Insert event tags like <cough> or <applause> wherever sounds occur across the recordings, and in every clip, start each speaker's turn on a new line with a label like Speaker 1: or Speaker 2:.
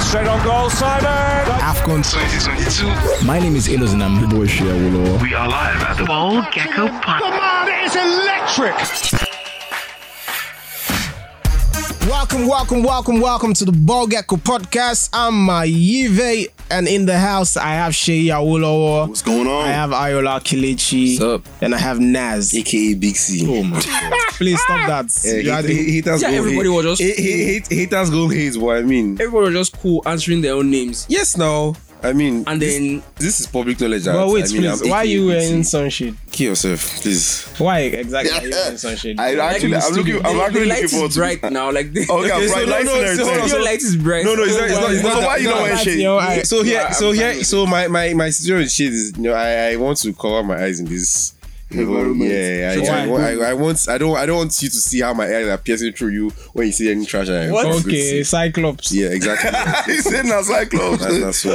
Speaker 1: Straight on goal, Simon.
Speaker 2: AFCON.
Speaker 3: So it is on YouTube.
Speaker 2: My name is Illos and I'm your boy
Speaker 4: e
Speaker 2: Shia Wolowo.
Speaker 3: We are live at the
Speaker 5: Old Gecko Podcast.
Speaker 1: The man is electric.
Speaker 2: Welcome, welcome, welcome, welcome to the Ball Gecko Podcast. I'm Mayive and in the house I have Shia Wolowo.
Speaker 4: What's going on?
Speaker 2: I have Ayola Kilichi.
Speaker 6: What's up?
Speaker 2: And I have Naz.
Speaker 4: AKA Big C.
Speaker 2: Oh my god. Please stop that.
Speaker 4: Yeah,
Speaker 2: You are the-
Speaker 4: hate- haters
Speaker 6: Yeah,
Speaker 4: go
Speaker 6: everybody
Speaker 4: hate.
Speaker 6: was just-
Speaker 4: Hate- hate- hate- haters go hate. What I mean,
Speaker 6: Everybody was just cool answering their own names.
Speaker 4: yes, now I mean,
Speaker 6: And
Speaker 4: this-
Speaker 6: then-
Speaker 4: this, is public knowledge. that,
Speaker 2: Well, wait,
Speaker 4: I mean,
Speaker 2: please.
Speaker 4: I'm
Speaker 2: Why are
Speaker 4: AKA
Speaker 2: you
Speaker 4: Big
Speaker 2: wearing
Speaker 4: C.
Speaker 2: sunshade?
Speaker 4: Kill yourself, please.
Speaker 2: Why exactly are you wearing sunshade?
Speaker 4: I actually, I'm looking, I'm actually
Speaker 6: light
Speaker 4: looking
Speaker 6: is
Speaker 4: forward to.
Speaker 6: bright now. Like the
Speaker 4: Okay, I'm
Speaker 6: so
Speaker 4: bright,
Speaker 6: no,
Speaker 4: lights
Speaker 6: no,
Speaker 4: and everything.
Speaker 6: so your light is bright.
Speaker 4: No, no, it's not. It's not. It's not
Speaker 2: So
Speaker 4: that-
Speaker 2: why
Speaker 4: it's
Speaker 2: you
Speaker 4: not
Speaker 2: not
Speaker 4: that
Speaker 2: wearing
Speaker 4: shade.
Speaker 2: your eyes?
Speaker 4: So here,
Speaker 6: No,
Speaker 4: so
Speaker 6: I'm
Speaker 4: here,
Speaker 6: fine.
Speaker 4: so my my my situation with shade is, you know, I I want to cover my eyes in this. Environment. Yeah,
Speaker 2: So
Speaker 4: I, I,
Speaker 2: why?
Speaker 4: want- I, I want. I don't. I don't want you to see how my eyes are piercing through you when you see any trash. I-
Speaker 2: What?
Speaker 4: it's good to
Speaker 2: Okay,
Speaker 4: see.
Speaker 2: Cyclops.
Speaker 4: Yeah, exactly.
Speaker 3: He's in a cyclops.
Speaker 4: That's not so.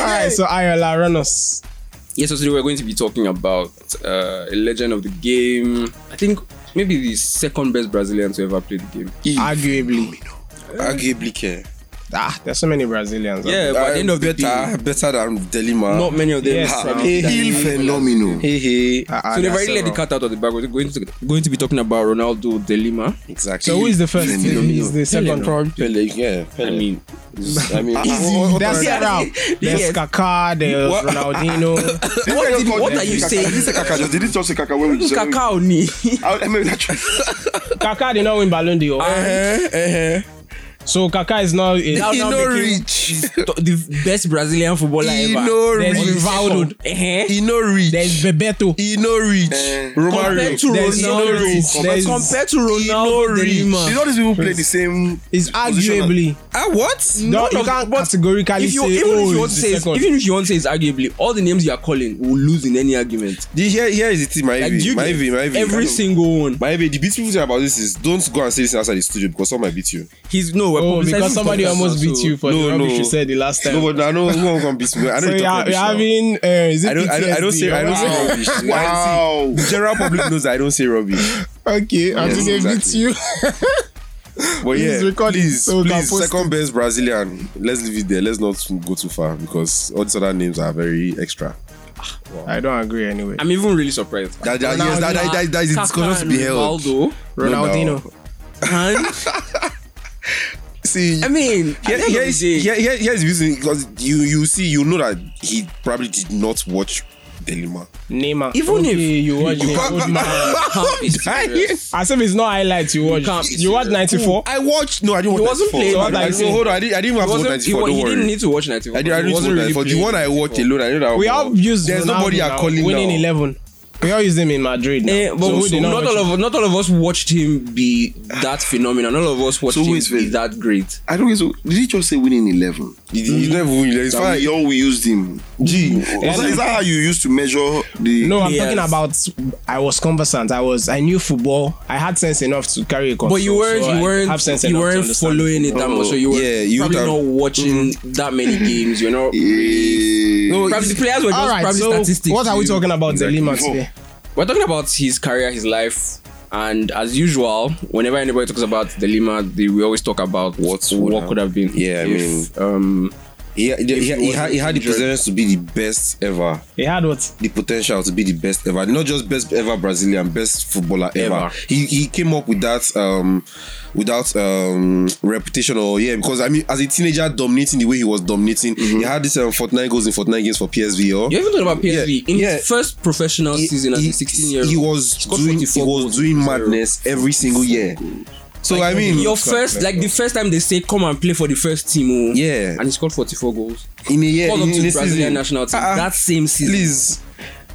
Speaker 2: Alright, so Ayola, run us.
Speaker 6: Yes, so today we're going to be talking about uh, a legend of the game. I think maybe the second best Brazilian to ever play the game.
Speaker 2: Arguably.
Speaker 4: Arguably, care.
Speaker 2: Ah, there's so many Brazilians.
Speaker 6: Yeah, but at the end of the
Speaker 4: better,
Speaker 6: day,
Speaker 4: better than Delima.
Speaker 6: not many of them.
Speaker 2: Yes,
Speaker 6: have
Speaker 2: um,
Speaker 6: played that
Speaker 4: Heal
Speaker 6: game.
Speaker 4: phenomenal.
Speaker 6: Hey, hey.
Speaker 2: Ah, ah,
Speaker 6: so they've
Speaker 2: that's
Speaker 6: already let the
Speaker 2: several.
Speaker 6: cat out of the bag. We're going to going to be talking about Ronaldo de Lima.
Speaker 4: Exactly.
Speaker 2: So who is the first? He's the second
Speaker 6: Phenomenal.
Speaker 2: probably.
Speaker 4: Pele, yeah. Pele.
Speaker 6: I mean,
Speaker 4: I mean, what-
Speaker 3: Oh,
Speaker 4: what-
Speaker 2: That's
Speaker 6: Yeah.
Speaker 2: several. There's
Speaker 6: Yes.
Speaker 2: Kaká, there's
Speaker 4: What?
Speaker 6: <laughs>
Speaker 2: Ronaldinho.
Speaker 6: what, did- what are you
Speaker 3: Did he
Speaker 6: saying?
Speaker 3: say Kaka? Just- Did he just say Kaka when we
Speaker 6: Who's
Speaker 3: said-
Speaker 6: Kaká ni?
Speaker 3: I, I mean, that's
Speaker 2: Kaká did not win Ballon d'Or.
Speaker 4: Eh, eh, eh.
Speaker 2: So Kaká is not. A,
Speaker 6: Uh-huh. Now-
Speaker 4: He
Speaker 6: now
Speaker 4: no
Speaker 6: making-
Speaker 4: reach.
Speaker 6: the best Brazilian footballer
Speaker 4: He
Speaker 6: ever. Uh-huh.
Speaker 4: no
Speaker 2: there's
Speaker 4: reach.
Speaker 2: Rivaldo.
Speaker 4: He no
Speaker 2: There's
Speaker 4: reach.
Speaker 2: Bebeto.
Speaker 4: He no reach.
Speaker 3: Eh.
Speaker 4: Romario.
Speaker 6: Compared to
Speaker 2: There's
Speaker 6: Ronaldo,
Speaker 2: Norris, there's-
Speaker 6: compared to Ronaldo, de
Speaker 4: Norris.
Speaker 3: Did
Speaker 6: Lima.
Speaker 3: all these people play the same?
Speaker 2: Is
Speaker 3: positional?
Speaker 2: arguably.
Speaker 4: Ah, what?
Speaker 2: No,
Speaker 6: no,
Speaker 2: you can't
Speaker 6: but
Speaker 2: categorically
Speaker 6: If you,
Speaker 2: say.
Speaker 6: even
Speaker 2: oh,
Speaker 6: if you want to
Speaker 2: he's the
Speaker 6: say, it's-
Speaker 2: second.
Speaker 6: even if you want to say it's arguably, all the names you are calling will lose in any argument.
Speaker 4: The- Here, here is the thing, my
Speaker 6: Like, do
Speaker 4: V,
Speaker 6: you
Speaker 4: my
Speaker 6: get
Speaker 4: V, my V.
Speaker 6: every single one.
Speaker 4: My baby, the beautiful thing about this is don't go and say this outside the studio because someone might beat you.
Speaker 6: He's no, we're
Speaker 2: oh,
Speaker 6: publicizing
Speaker 2: because somebody
Speaker 6: podcast
Speaker 2: almost
Speaker 6: now,
Speaker 2: beat
Speaker 6: so-
Speaker 2: you for
Speaker 4: No,
Speaker 2: the rubbish
Speaker 4: no.
Speaker 2: you said the last time.
Speaker 4: No, but I know who gonna beat me. I know
Speaker 2: so
Speaker 4: you
Speaker 2: you're,
Speaker 4: talk
Speaker 2: you're
Speaker 4: rubbish now.
Speaker 2: having. Uh, is it
Speaker 4: I don't, I don't, I don't say, I don't say rubbish. Wow.
Speaker 3: Wow.
Speaker 4: The general public knows I don't say rubbish.
Speaker 2: <laughs> Okay, I
Speaker 4: Yes,
Speaker 2: think they beat
Speaker 4: exactly.
Speaker 2: you.
Speaker 4: But yeah,
Speaker 2: record it
Speaker 4: please,
Speaker 2: so we can
Speaker 4: please,
Speaker 2: post
Speaker 4: second best Brazilian. Let's leave it there. Let's not go too far because all these other names are very extra.
Speaker 2: I don't agree anyway.
Speaker 6: I'm even really surprised.
Speaker 4: That, that, yes, that, that, that, that is a
Speaker 6: Kaká
Speaker 4: discussion to be
Speaker 6: and
Speaker 4: held.
Speaker 6: Ronaldo,
Speaker 2: Ronaldinho.
Speaker 6: and
Speaker 4: See,
Speaker 6: I mean,
Speaker 4: here,
Speaker 6: yeah,
Speaker 4: here's, here, here, here's the reason because you, you see, you know that he probably did not watch Delima.
Speaker 2: Neymar.
Speaker 6: Even
Speaker 2: okay,
Speaker 6: if-
Speaker 2: you watch the old man. As if it's not highlights you watch.
Speaker 6: can't be
Speaker 2: You watch
Speaker 6: serious.
Speaker 2: 94.
Speaker 4: I watched, no, I didn't watch
Speaker 6: He wasn't
Speaker 4: 94.
Speaker 6: playing.
Speaker 4: So
Speaker 2: What are
Speaker 4: I
Speaker 2: you
Speaker 4: didn't,
Speaker 2: saying?
Speaker 4: hold on, I didn't, I didn't even watch 94. Don't
Speaker 6: he
Speaker 4: worry.
Speaker 6: didn't need to watch 94.
Speaker 4: I didn't, I
Speaker 6: He
Speaker 4: didn't watch
Speaker 6: wasn't really
Speaker 4: 94. The
Speaker 6: playing.
Speaker 4: one I watched alone, I know that
Speaker 2: We
Speaker 4: one-
Speaker 2: all use
Speaker 4: There's
Speaker 2: Ronaldo
Speaker 4: nobody
Speaker 2: now,
Speaker 4: are calling
Speaker 2: winning
Speaker 4: now.
Speaker 2: eleven. We all use them in Madrid. Now.
Speaker 6: Eh, but
Speaker 2: So
Speaker 6: so,
Speaker 2: who did
Speaker 6: not, Ah.
Speaker 2: watch
Speaker 6: all
Speaker 2: it?
Speaker 6: of not all of us watched him be that phenomenal. Not all of us watched
Speaker 3: So who
Speaker 6: him
Speaker 3: is
Speaker 6: be
Speaker 3: it?
Speaker 6: that great.
Speaker 3: I don't get so. Did he just say winning 11?
Speaker 4: You, you never win. It's
Speaker 3: That
Speaker 4: fine.
Speaker 3: we all we used him. Mm-hmm.
Speaker 4: Gee,
Speaker 3: Is that, is that how you used to measure the.
Speaker 2: No, I'm
Speaker 6: Yes.
Speaker 2: talking about. I was conversant. I was. I knew football. I had sense enough to carry a console.
Speaker 6: But you weren't,
Speaker 2: so I
Speaker 6: you
Speaker 2: have sense
Speaker 6: weren't, you
Speaker 2: enough to
Speaker 6: weren't
Speaker 2: understand.
Speaker 6: following it that much. So you Mm-hmm. were
Speaker 4: yeah, you
Speaker 6: probably
Speaker 4: would have-
Speaker 6: not watching that many games. You're not.
Speaker 3: Eh,
Speaker 4: no,
Speaker 6: Probably the players were just
Speaker 2: All right.
Speaker 6: probably
Speaker 2: So
Speaker 6: statistics.
Speaker 2: what are we
Speaker 6: too.
Speaker 2: talking about,
Speaker 4: Exactly.
Speaker 2: Delima
Speaker 3: Before.
Speaker 2: today?
Speaker 6: We're talking about his career, his life, and as usual, whenever anybody talks about the Lima, they, we always talk about what
Speaker 4: would
Speaker 6: what
Speaker 4: have-
Speaker 6: could have been.
Speaker 4: Yeah, I
Speaker 6: if, um,
Speaker 4: he, he, he, he,
Speaker 6: he
Speaker 4: had, he had the potential to be the best ever.
Speaker 2: He had what?
Speaker 4: The potential to be the best ever. Not just best ever Brazilian, best footballer ever.
Speaker 6: Ever.
Speaker 4: He he came up with that um without um reputation or yeah, because I mean as a teenager dominating the way he was dominating,
Speaker 6: Mm-hmm.
Speaker 4: he had this um, 49 goals in 49 games for PSV or
Speaker 6: you even talking about PSV in
Speaker 4: yeah.
Speaker 6: his first professional
Speaker 4: he-
Speaker 6: season as
Speaker 4: he-
Speaker 6: a 16 year old.
Speaker 4: He was
Speaker 6: scored
Speaker 4: doing he
Speaker 6: 44
Speaker 4: was
Speaker 6: goals
Speaker 4: doing
Speaker 6: in
Speaker 4: madness every single year. So I mean
Speaker 6: your first like the first time they say come and play for the first team oh,
Speaker 4: Yeah.
Speaker 6: and he scored 44 goals
Speaker 4: in a year
Speaker 6: called
Speaker 4: in,
Speaker 6: up to
Speaker 4: in a
Speaker 6: the Brazilian
Speaker 4: season.
Speaker 6: national team
Speaker 4: Ah, ah.
Speaker 6: that same season
Speaker 4: please.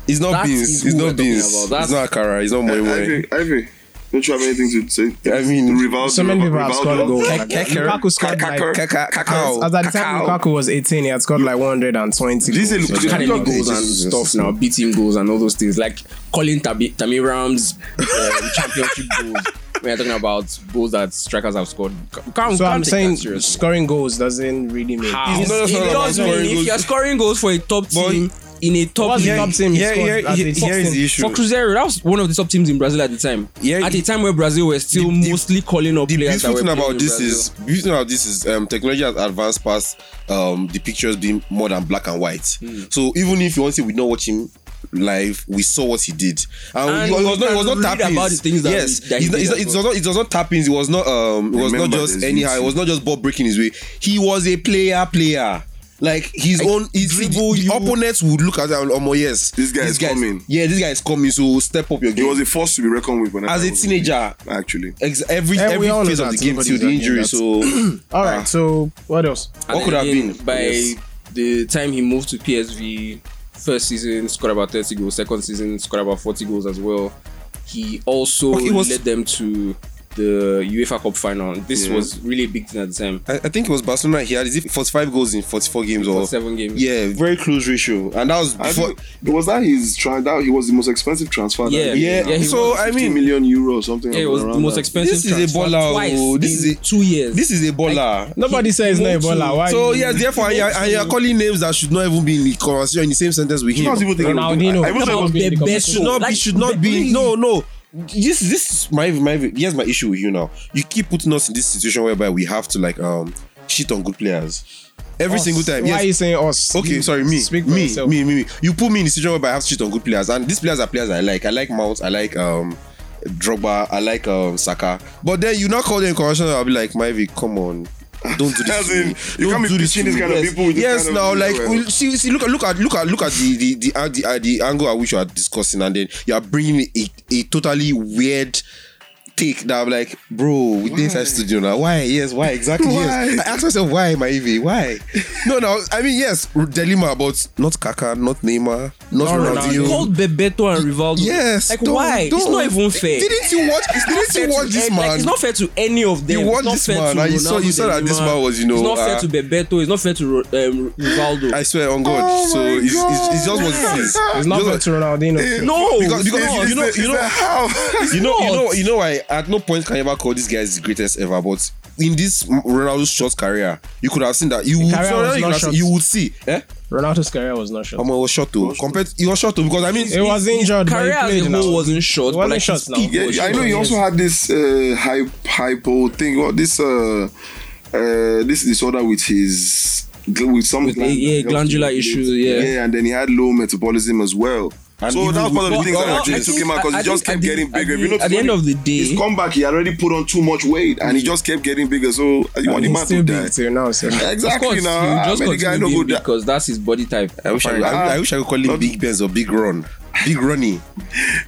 Speaker 4: It's not
Speaker 6: That is
Speaker 4: beans.
Speaker 6: who
Speaker 4: It's
Speaker 6: we're
Speaker 4: not
Speaker 6: talking
Speaker 4: beans.
Speaker 6: about.
Speaker 4: It's not Akara. It's not Moi Moi.
Speaker 3: Ivory, Ivory. Don't you have anything to say?
Speaker 4: I mean,
Speaker 3: Rivaldo.
Speaker 2: So many people have
Speaker 3: Rivaldo.
Speaker 2: scored goals.
Speaker 4: Ke-
Speaker 2: Like,
Speaker 4: Keker.
Speaker 2: Lukaku scored like
Speaker 3: Keker.
Speaker 4: Cacao.
Speaker 2: As at the time Lukaku was 18, he had scored like 120.
Speaker 3: Did he say
Speaker 2: goals.
Speaker 3: Lukaku-
Speaker 6: Academy
Speaker 3: Just-
Speaker 6: goals and
Speaker 4: just-
Speaker 6: stuff
Speaker 4: just-
Speaker 6: now, beating goals and all those things, like calling Tabi, Tamiram's
Speaker 4: <laughs>
Speaker 6: um, championship goals. We are talking about goals that strikers have scored. C- Can't, can't
Speaker 2: So I'm
Speaker 6: take
Speaker 2: saying
Speaker 6: that seriously.
Speaker 2: scoring goals doesn't really mean.
Speaker 6: How?
Speaker 4: It's not
Speaker 6: It
Speaker 4: just all about
Speaker 6: does
Speaker 4: scoring
Speaker 6: mean if
Speaker 4: goals.
Speaker 6: you're scoring goals for a top
Speaker 4: But
Speaker 6: team, in a top
Speaker 2: What's the
Speaker 6: league.
Speaker 2: top team he
Speaker 4: yeah,
Speaker 2: scored
Speaker 4: yeah,
Speaker 2: at
Speaker 4: yeah,
Speaker 2: the top
Speaker 4: here is
Speaker 2: team?
Speaker 4: the issue.
Speaker 6: For Cruzeiro, that was one of the top teams in Brazil at the time.
Speaker 4: Yeah,
Speaker 6: at the time where Brazil were still
Speaker 4: the-
Speaker 6: mostly calling up
Speaker 4: the
Speaker 6: players.
Speaker 4: beautiful
Speaker 6: that were
Speaker 4: thing
Speaker 6: playing
Speaker 4: about
Speaker 6: in
Speaker 4: this
Speaker 6: Brazil.
Speaker 4: is beautiful thing about this is um, technology has advanced past um, the pictures being more than black and white.
Speaker 6: Hmm.
Speaker 4: So even if you want to say we don't watch him live, we saw what he did, and,
Speaker 6: And
Speaker 4: it was- it
Speaker 6: we
Speaker 4: was not it
Speaker 6: can
Speaker 4: was not
Speaker 6: read
Speaker 4: tappings.
Speaker 6: about the things that
Speaker 4: yes,
Speaker 6: we- that he
Speaker 4: it's not,
Speaker 6: did
Speaker 4: it's not,
Speaker 6: as
Speaker 4: it
Speaker 6: well.
Speaker 4: was not it was not tappings. It was not um, it was not
Speaker 3: Remember
Speaker 4: just
Speaker 3: this,
Speaker 4: anyhow. It
Speaker 3: this.
Speaker 4: was not just ball breaking his way. He was a player, player. Like his own, his the,
Speaker 6: dribble
Speaker 4: the
Speaker 6: you.
Speaker 4: opponents would look at that. and, Omo, yes,
Speaker 3: This guy is coming."
Speaker 4: Yeah, this guy is coming. So step up your
Speaker 3: He
Speaker 4: game.
Speaker 3: was a force to be reckoned with. when I
Speaker 4: As a
Speaker 3: was-
Speaker 4: teenager,
Speaker 3: Actually.
Speaker 4: Ex- every
Speaker 2: Yeah,
Speaker 4: every
Speaker 2: we all know
Speaker 4: phase of
Speaker 2: that.
Speaker 4: the game till
Speaker 2: Everybody's
Speaker 4: the
Speaker 2: like,
Speaker 4: injury.
Speaker 2: yeah,
Speaker 4: So
Speaker 2: All right. So what else?
Speaker 6: And
Speaker 4: What could have
Speaker 6: again,
Speaker 4: been?
Speaker 6: by
Speaker 4: Yes.
Speaker 6: the time he moved to PSV? First season scored about thirty goals. Second season scored about forty goals as well. He also
Speaker 4: Okay, it was-
Speaker 6: led them to the UEFA Cup final. This
Speaker 3: Yeah.
Speaker 6: was really a big thing at the time.
Speaker 4: I, I think it was Barcelona. He had is it 45 goals in 44 games or
Speaker 6: Seven games.
Speaker 4: Yeah, very close ratio, and that was
Speaker 3: I
Speaker 4: before.
Speaker 3: think it was that his tran- that he was the most expensive transfer. that
Speaker 6: Yeah.
Speaker 3: we
Speaker 4: Yeah,
Speaker 3: did now.
Speaker 6: Yeah, he
Speaker 4: so
Speaker 6: was
Speaker 4: I
Speaker 3: 50
Speaker 4: mean,
Speaker 3: million euro or something.
Speaker 6: Yeah, it was
Speaker 3: around
Speaker 6: the most
Speaker 3: that.
Speaker 6: expensive.
Speaker 4: This is a
Speaker 6: transfer
Speaker 4: baller,
Speaker 6: twice
Speaker 4: oh, this
Speaker 6: in
Speaker 4: is a-
Speaker 6: two years.
Speaker 4: this is a baller.
Speaker 2: Nobody says it's not Ebola. Why?
Speaker 4: so
Speaker 2: you-
Speaker 4: yes, therefore, and you're, and you're calling names that should not even be in the conversation in the same sentence with him.
Speaker 3: I was even thinking-
Speaker 2: Ronaldinho.
Speaker 3: I even thought it was
Speaker 2: About the
Speaker 6: the
Speaker 2: best
Speaker 6: best
Speaker 4: should not be should not be no no this this is my my here's my issue with you now you keep putting us in this situation whereby we have to like um shit on good players every
Speaker 2: Us.
Speaker 4: single time
Speaker 2: Why
Speaker 4: yes
Speaker 2: are you saying us?
Speaker 4: okay
Speaker 2: You
Speaker 4: sorry me
Speaker 2: Speak for
Speaker 4: me,
Speaker 2: yourself.
Speaker 4: me me me you put me in a situation whereby I have to shit on good players and these players are players I like I like Mount I like um Drogba I like um Saka but then you not call them conventional I'll be like Myvi come on don't <laughs> do this
Speaker 3: As
Speaker 4: to me.
Speaker 3: in, you
Speaker 4: Don't
Speaker 3: can't be
Speaker 4: do this
Speaker 3: pitching
Speaker 4: to
Speaker 3: these
Speaker 4: me.
Speaker 3: kind of
Speaker 4: yes.
Speaker 3: people with this
Speaker 4: yes
Speaker 3: kind of-
Speaker 4: now like
Speaker 3: Yeah.
Speaker 4: we- see, see look at look at look at look at the the the, uh, the, uh, the angle at which you are discussing and then you are bringing a, a totally weird take that I'm like bro with this studio now why yes why exactly yes
Speaker 3: Why?
Speaker 4: I ask myself why my EV
Speaker 3: <laughs>
Speaker 4: why no no I mean yes Delima but not Kaka not Neymar not
Speaker 6: You
Speaker 4: Ronaldo
Speaker 6: called Bebeto and Rivaldo.
Speaker 4: yes
Speaker 6: Like
Speaker 4: don't-
Speaker 6: why? It's
Speaker 4: don't.
Speaker 6: not even fair.
Speaker 4: didn't you watch didn't you watch this
Speaker 6: Like,
Speaker 4: man
Speaker 6: it's not fair to any of them.
Speaker 4: You
Speaker 6: It's
Speaker 4: want
Speaker 6: not
Speaker 4: this
Speaker 6: fair
Speaker 4: man,
Speaker 6: to
Speaker 4: and you saw-
Speaker 6: Ronaldo,
Speaker 4: you saw that this
Speaker 6: Benzema.
Speaker 4: man was, you know,
Speaker 6: It's not fair
Speaker 4: uh,
Speaker 6: to Bebeto. It's not fair to Ro- um, Rivaldo.
Speaker 4: I swear on God.
Speaker 3: Oh
Speaker 4: so
Speaker 3: my
Speaker 4: it's,
Speaker 3: God.
Speaker 4: It's, it's just what it is.
Speaker 2: It's not
Speaker 4: Just
Speaker 2: going to
Speaker 4: Eh.
Speaker 2: Ronaldinho.
Speaker 6: no,
Speaker 4: Because- because
Speaker 6: no,
Speaker 4: you know-
Speaker 3: Is
Speaker 4: you know-
Speaker 3: that how?
Speaker 4: what- <laughs> you know, you
Speaker 6: not.
Speaker 4: know, you know. I at no point can I ever call this guy the greatest ever, but in this Ronaldo's short career, you could have seen that. You would,
Speaker 2: career was
Speaker 4: you,
Speaker 2: not
Speaker 4: could have seen-
Speaker 2: short.
Speaker 4: you would see. Eh?
Speaker 2: Ronaldo's career was not short.
Speaker 4: Omo, it was short though. Compared, it was short though oh, because I mean,
Speaker 2: It was injured. but he
Speaker 6: career as a
Speaker 2: played now.
Speaker 6: whole wasn't short.
Speaker 2: It
Speaker 6: but
Speaker 2: wasn't
Speaker 6: like
Speaker 2: short
Speaker 6: his
Speaker 2: now.
Speaker 6: peak
Speaker 3: Yeah,
Speaker 6: was
Speaker 3: I know
Speaker 6: short.
Speaker 3: he also had this uh, hype, hypo thing. What this uh, uh, this disorder with his with some
Speaker 6: With, yeah,
Speaker 3: that helped
Speaker 6: glandular
Speaker 3: him with
Speaker 6: issues,
Speaker 3: it.
Speaker 6: yeah.
Speaker 3: yeah, and then he had low metabolism as well.
Speaker 4: And
Speaker 3: so
Speaker 4: even
Speaker 3: that was part of the
Speaker 4: with-
Speaker 3: things
Speaker 4: well,
Speaker 3: that
Speaker 4: well,
Speaker 3: actually
Speaker 4: I
Speaker 3: took
Speaker 6: think-
Speaker 3: him out because
Speaker 6: I-
Speaker 3: he
Speaker 6: I
Speaker 3: just
Speaker 6: think
Speaker 3: kept
Speaker 6: at the- at
Speaker 3: getting bigger.
Speaker 6: the-
Speaker 3: If you notice
Speaker 6: at the end
Speaker 3: when
Speaker 6: of the day-
Speaker 3: his comeback, he already put on too much weight, and he just kept getting bigger. So uh, you want the
Speaker 2: He's
Speaker 3: man to
Speaker 2: still
Speaker 3: die?
Speaker 2: big till now. So.
Speaker 6: Of course,
Speaker 3: Exactly.
Speaker 6: he
Speaker 3: Now,
Speaker 6: will
Speaker 3: Ah,
Speaker 6: just
Speaker 3: many guy
Speaker 6: continue
Speaker 3: no
Speaker 6: being
Speaker 3: good.
Speaker 6: big
Speaker 3: die.
Speaker 6: because that's his body type.
Speaker 4: I wish I, could- I, I wish I could call him
Speaker 3: Not-
Speaker 4: Big Benz or Big Ron, Big
Speaker 3: <laughs>
Speaker 4: Ronnie.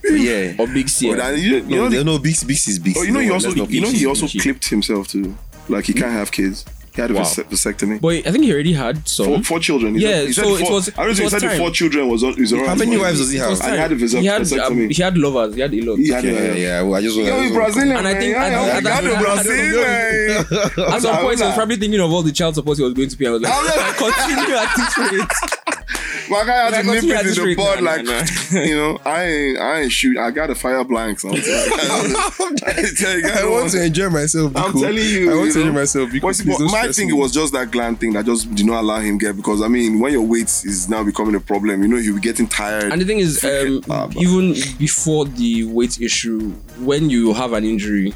Speaker 4: But yeah,
Speaker 6: Or big
Speaker 3: But
Speaker 6: Sierra.
Speaker 3: then you, Oh, you
Speaker 4: no,
Speaker 3: know, the-
Speaker 4: no, Biggs, Biggs is Biggs.
Speaker 3: oh, you know, he
Speaker 4: No,
Speaker 3: also,
Speaker 4: let's not
Speaker 3: you know,
Speaker 4: Biggs
Speaker 3: he
Speaker 4: is
Speaker 3: also
Speaker 4: Biggs.
Speaker 3: clipped himself too. Like he can't have kids. He had a
Speaker 4: Wow.
Speaker 3: vase- vasectomy.
Speaker 6: But I think he already had some.
Speaker 3: Four, four children. He
Speaker 6: Yeah,
Speaker 3: said, he said
Speaker 6: so
Speaker 3: four,
Speaker 6: it was- it
Speaker 3: I don't think
Speaker 6: was
Speaker 3: he said the
Speaker 6: time.
Speaker 3: four children was on. Is
Speaker 4: How many wives does he have?
Speaker 3: And he had a vase-
Speaker 6: he had, um,
Speaker 3: vasectomy.
Speaker 6: he had lovers. He had a lot.
Speaker 3: He had
Speaker 4: Yeah,
Speaker 3: a-
Speaker 4: yeah. well, I just want.
Speaker 3: Yo,
Speaker 4: I
Speaker 3: we
Speaker 4: just want-
Speaker 3: Brazilian,
Speaker 6: And I think-
Speaker 3: man.
Speaker 6: and I
Speaker 3: Yeah,
Speaker 6: think
Speaker 3: yeah,
Speaker 6: at that-
Speaker 3: Ghana, Brazil,
Speaker 6: <laughs>
Speaker 3: man.
Speaker 6: At some point, he was probably thinking of all the child support he was going to pay. I was like,
Speaker 3: I
Speaker 6: continue at this rate.
Speaker 3: My guy had
Speaker 6: Like,
Speaker 3: to nip
Speaker 6: continue at
Speaker 3: it
Speaker 6: this
Speaker 3: in the
Speaker 6: rate.
Speaker 3: bud,
Speaker 6: Nah,
Speaker 3: like
Speaker 6: nah,
Speaker 3: <laughs> you know. I ain't, I ain't shoot. I got to fire blanks.
Speaker 6: <laughs>
Speaker 3: I'm telling you. <laughs> I tell you, guys,
Speaker 4: I want to enjoy myself.
Speaker 3: I'm
Speaker 4: Biko.
Speaker 3: telling you.
Speaker 4: I want
Speaker 3: you
Speaker 4: to
Speaker 3: know.
Speaker 4: enjoy myself. Biko.
Speaker 3: But, see,
Speaker 4: Please
Speaker 3: but
Speaker 4: don't
Speaker 3: my
Speaker 4: stress
Speaker 3: thing
Speaker 4: me.
Speaker 3: it was just that gland thing that just did not allow him get because I mean when your weight is now becoming a problem, you know he'll be getting tired.
Speaker 6: And the thing is, um,
Speaker 3: Ah, man.
Speaker 6: even before the weight issue, when you have an injury,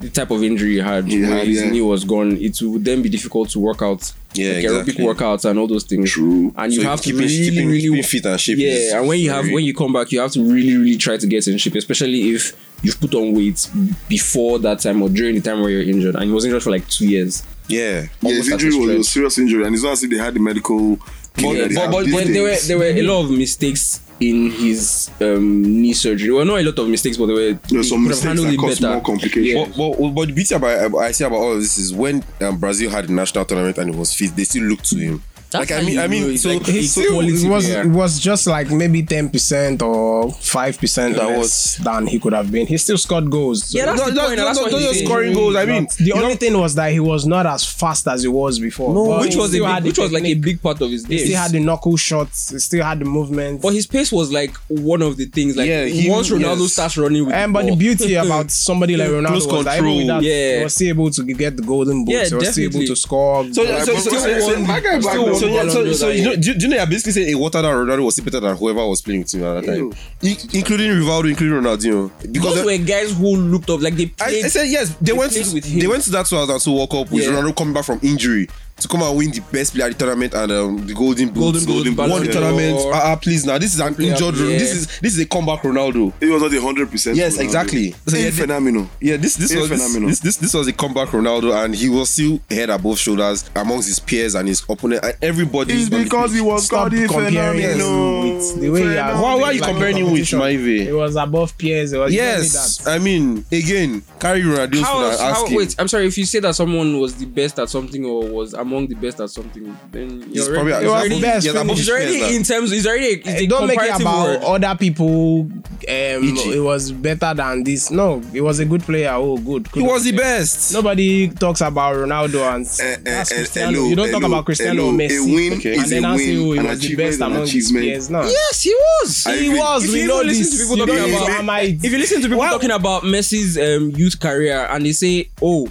Speaker 6: the type of injury he had,
Speaker 3: He
Speaker 6: where
Speaker 3: had,
Speaker 6: his
Speaker 3: yeah.
Speaker 6: knee was gone, it would then be difficult to work out.
Speaker 4: Yeah,
Speaker 6: like
Speaker 4: exactly.
Speaker 6: aerobic workouts and all those things.
Speaker 3: True.
Speaker 6: And you
Speaker 4: So
Speaker 6: have to
Speaker 4: keeping-
Speaker 6: really,
Speaker 4: keeping-
Speaker 6: really
Speaker 4: keeping fit and shape is
Speaker 6: Yeah, and when you have
Speaker 4: very-
Speaker 6: when you come back, you have to really, really try to get in shape, especially if you've put on weight before that time or during the time where you're injured. And he was injured for like two years.
Speaker 4: Yeah.
Speaker 3: yeah, his
Speaker 6: almost at a
Speaker 3: injury was a
Speaker 6: stretch.
Speaker 3: serious injury, and it's not as if they had the medical. care
Speaker 6: Yeah,
Speaker 3: that they
Speaker 6: but,
Speaker 3: have
Speaker 6: but
Speaker 3: these
Speaker 6: there, there were
Speaker 3: days.
Speaker 6: there were a lot of mistakes in his um, knee surgery. Well, not a lot of mistakes, but there were
Speaker 3: There were
Speaker 6: he
Speaker 3: some
Speaker 6: could have
Speaker 3: mistakes
Speaker 6: handled
Speaker 3: that
Speaker 6: it
Speaker 3: caused
Speaker 6: better.
Speaker 3: more complications.
Speaker 6: Yeah.
Speaker 4: But, but, but the beauty about I see about all of this is when um, Brazil had the national tournament and it was fit, they still looked to him.
Speaker 6: That's
Speaker 4: like I
Speaker 6: how
Speaker 4: mean,
Speaker 6: you
Speaker 4: I
Speaker 6: know
Speaker 4: mean,
Speaker 6: it's
Speaker 4: so,
Speaker 6: like
Speaker 4: so
Speaker 6: he's quality.
Speaker 2: It was
Speaker 6: Yeah.
Speaker 2: it was just like maybe ten percent or five percent
Speaker 4: That
Speaker 2: less than he could have been. He still scored goals. so-
Speaker 6: Yeah, that's
Speaker 4: No,
Speaker 6: the
Speaker 4: no,
Speaker 6: point.
Speaker 4: no,
Speaker 6: and that's
Speaker 4: no,
Speaker 6: what
Speaker 4: those
Speaker 6: he
Speaker 4: are
Speaker 6: did.
Speaker 4: scoring goals. I mean,
Speaker 2: the only thing was that he was not as fast as he was before. but
Speaker 6: which
Speaker 2: he
Speaker 6: was a
Speaker 2: still
Speaker 6: big,
Speaker 2: had the
Speaker 6: which was like a
Speaker 2: technique.
Speaker 6: big part of his
Speaker 2: He
Speaker 6: day.
Speaker 2: still had the knuckle shots. He still had the movement.
Speaker 6: But his pace was like one of the things. Like
Speaker 4: Yeah, he-
Speaker 6: once Ronaldo
Speaker 4: yes.
Speaker 6: starts running with,
Speaker 2: and
Speaker 6: the
Speaker 2: but the
Speaker 6: ball- <laughs>
Speaker 2: beauty about somebody like Ronaldo
Speaker 4: Close
Speaker 2: was that even
Speaker 4: control.
Speaker 2: with that, he
Speaker 6: Oh. Yeah.
Speaker 2: was still able to get the golden boots.
Speaker 6: Yeah,
Speaker 2: he was still
Speaker 6: definitely.
Speaker 2: able to score.
Speaker 4: So, so,
Speaker 3: Like,
Speaker 4: so,
Speaker 3: but-
Speaker 4: so,
Speaker 3: but-
Speaker 4: so,
Speaker 3: my guy back
Speaker 4: so,
Speaker 3: then
Speaker 4: So yeah,
Speaker 6: Ballon
Speaker 4: so,
Speaker 6: d'Or
Speaker 4: so
Speaker 6: that
Speaker 4: you know,
Speaker 6: year.
Speaker 4: do, you- do you know? You're basically saying a water down Ronaldo was better than whoever was playing with him at that time,
Speaker 3: Ew.
Speaker 4: I, including Rivaldo, including Ronaldinho. Because
Speaker 6: Those
Speaker 4: the-
Speaker 6: were guys who looked up like they
Speaker 4: I,
Speaker 6: played.
Speaker 4: I said yes. They, went.
Speaker 6: played
Speaker 4: To,
Speaker 6: with him.
Speaker 4: they went to that 2002 World Cup with
Speaker 6: Yeah.
Speaker 4: Ronaldo coming back from injury to come and win the best player at the tournament and um, the Golden Boot.
Speaker 6: Golden Boot, Ballon
Speaker 4: won the
Speaker 6: d'Or.
Speaker 4: tournament. Ah, ah, please now. This is an
Speaker 6: Player of
Speaker 4: injured.
Speaker 6: the
Speaker 4: Ronaldo. This
Speaker 6: year.
Speaker 4: is this is a comeback Ronaldo.
Speaker 3: It was not the hundred percent.
Speaker 4: Yes, exactly. So, yeah,
Speaker 3: yeah,
Speaker 4: they-
Speaker 3: phenomenal.
Speaker 4: Yeah, this this
Speaker 3: He's
Speaker 4: was this,
Speaker 3: phenomenal.
Speaker 4: this this this was a comeback Ronaldo, and he was still head above shoulders amongst his peers and his opponent and everybody.
Speaker 3: It's because he was
Speaker 2: Stop
Speaker 3: called a
Speaker 2: comparing him
Speaker 3: phenomenal.
Speaker 2: with the way he has-
Speaker 4: Why, why are you
Speaker 2: Like
Speaker 4: comparing him with
Speaker 2: competition. It
Speaker 4: Maive?
Speaker 2: was above peers. It was
Speaker 4: Yes,
Speaker 2: that.
Speaker 4: I mean again, carry Ronaldo
Speaker 6: How,
Speaker 4: for
Speaker 6: else-
Speaker 4: that. Ask
Speaker 6: how,
Speaker 4: him.
Speaker 6: wait, I'm sorry. If you say that someone was the best at something or was among the best at something, then
Speaker 4: He's
Speaker 6: you're
Speaker 4: probably
Speaker 6: already,
Speaker 4: he's
Speaker 2: was
Speaker 4: already-
Speaker 2: best
Speaker 4: he's
Speaker 2: finish.
Speaker 4: above
Speaker 6: he's
Speaker 4: his
Speaker 6: already
Speaker 4: peers now.
Speaker 6: in terms. He's already. It's a
Speaker 2: Don't make it
Speaker 6: comparative
Speaker 2: about
Speaker 6: word.
Speaker 2: other people. Um,
Speaker 4: EG.
Speaker 2: it was better than this. No, it was a good player. Oh, good.
Speaker 4: He
Speaker 2: good.
Speaker 4: was the best.
Speaker 2: Nobody talks about Ronaldo and
Speaker 3: Eh, eh,
Speaker 2: that's
Speaker 3: eh,
Speaker 2: Cristiano.
Speaker 3: hello,
Speaker 2: you don't talk
Speaker 3: hello,
Speaker 2: about Cristiano or
Speaker 3: hello.
Speaker 2: Messi.
Speaker 3: A win
Speaker 4: Okay.
Speaker 2: and
Speaker 3: is
Speaker 2: then
Speaker 3: a
Speaker 2: now say, oh,
Speaker 3: win.
Speaker 2: he
Speaker 3: An
Speaker 2: was the
Speaker 3: achievement
Speaker 2: best
Speaker 3: is an
Speaker 2: among his
Speaker 3: achievement.
Speaker 2: peers. No.
Speaker 6: Yes, he was.
Speaker 3: I
Speaker 2: He
Speaker 3: agree.
Speaker 2: was.
Speaker 6: If
Speaker 2: we
Speaker 6: you
Speaker 2: know
Speaker 6: even listen
Speaker 2: this.
Speaker 6: to people
Speaker 2: You
Speaker 6: talking
Speaker 2: don't
Speaker 6: about-
Speaker 2: even mind.
Speaker 6: If you listen to people
Speaker 2: Why-
Speaker 6: talking about Messi's um, youth career and they say, "Oh,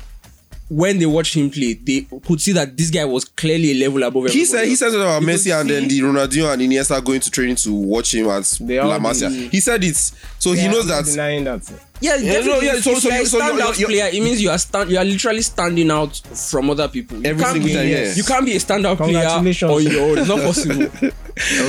Speaker 6: when they watched him play, they could see that this guy was clearly a level above."
Speaker 4: He
Speaker 6: everybody
Speaker 4: said he
Speaker 6: else."
Speaker 4: said something about
Speaker 6: You could
Speaker 4: Messi and then the
Speaker 6: see-
Speaker 4: Ronaldinho and Iniesta going to training to watch him at
Speaker 2: They all
Speaker 4: La Masia.
Speaker 2: did.
Speaker 4: He said it, so
Speaker 2: Yeah,
Speaker 4: he knows
Speaker 2: I'm
Speaker 4: that.
Speaker 2: not denying that.
Speaker 6: yeah,
Speaker 4: Yeah,
Speaker 6: definitely.
Speaker 4: no, yeah, so-
Speaker 6: if
Speaker 4: so
Speaker 6: you're
Speaker 4: you-
Speaker 6: a
Speaker 4: so you're-
Speaker 6: standout
Speaker 4: you're-
Speaker 6: player. It means you are stand. You are literally standing out from other people. You
Speaker 4: Every
Speaker 6: can't
Speaker 4: single
Speaker 6: be-
Speaker 4: time, yes.
Speaker 6: You can't be a standout player
Speaker 2: Congratulations.
Speaker 6: on your own. It's
Speaker 2: <laughs>
Speaker 6: not possible.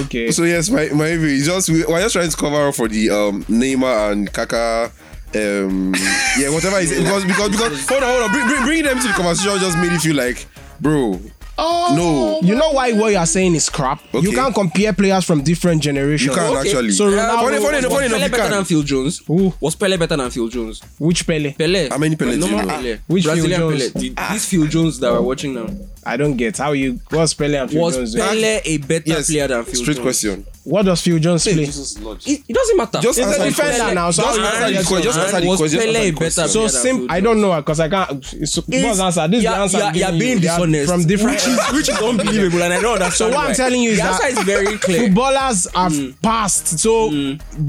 Speaker 2: Okay.
Speaker 4: So yes, my my view is just we, we're just trying to cover up for the um Neymar and Kaka. Um, <laughs> yeah, whatever is because because because hold on hold on bring, bring, bringing them to the conversation just made it feel like bro
Speaker 6: Oh,
Speaker 4: no
Speaker 2: You know why what you are saying is crap? You
Speaker 4: Okay.
Speaker 2: can't compare players from different generations.
Speaker 4: you can't actually
Speaker 2: So Ronaldo
Speaker 4: funny, funny,
Speaker 6: was
Speaker 4: enough, funny
Speaker 6: Pele
Speaker 4: enough you
Speaker 6: better than
Speaker 4: can
Speaker 6: Phil Jones?
Speaker 2: Who?
Speaker 6: Was Pele better than Phil Jones?
Speaker 2: Which Pele?
Speaker 6: Pele.
Speaker 4: How many Pele do you
Speaker 6: Normal
Speaker 4: know?
Speaker 6: Pele.
Speaker 2: Which Phil
Speaker 6: Brazilian
Speaker 2: Jones?
Speaker 6: Pele. The- These Phil Jones that we're watching now.
Speaker 2: I don't get how you. What's Pele and Phil Jones?
Speaker 6: Was
Speaker 2: doing?
Speaker 6: Pele a better
Speaker 4: yes
Speaker 6: player than Phil
Speaker 4: straight
Speaker 6: Jones?
Speaker 4: question
Speaker 2: What does Phil Jones play?
Speaker 6: It, it doesn't matter.
Speaker 4: Just
Speaker 6: It's
Speaker 4: answer
Speaker 6: a
Speaker 4: the
Speaker 6: defender
Speaker 4: question.
Speaker 2: now, so
Speaker 6: Just
Speaker 2: how
Speaker 6: answer
Speaker 2: you
Speaker 6: the
Speaker 2: answer
Speaker 6: question.
Speaker 4: the
Speaker 6: Just answer the
Speaker 4: question.
Speaker 6: question.
Speaker 4: Just answer the question.
Speaker 2: So same. I don't know because I can't. So, what's the answer? This is the answer. I'm
Speaker 6: You're
Speaker 2: giving
Speaker 6: being
Speaker 2: you. They are
Speaker 6: dishonest.
Speaker 2: from different.
Speaker 6: Which is, which is unbelievable, and I don't understand.
Speaker 2: So what I'm
Speaker 6: why.
Speaker 2: telling you is
Speaker 6: the
Speaker 2: that-
Speaker 6: answer is very clear.
Speaker 2: Footballers have passed, so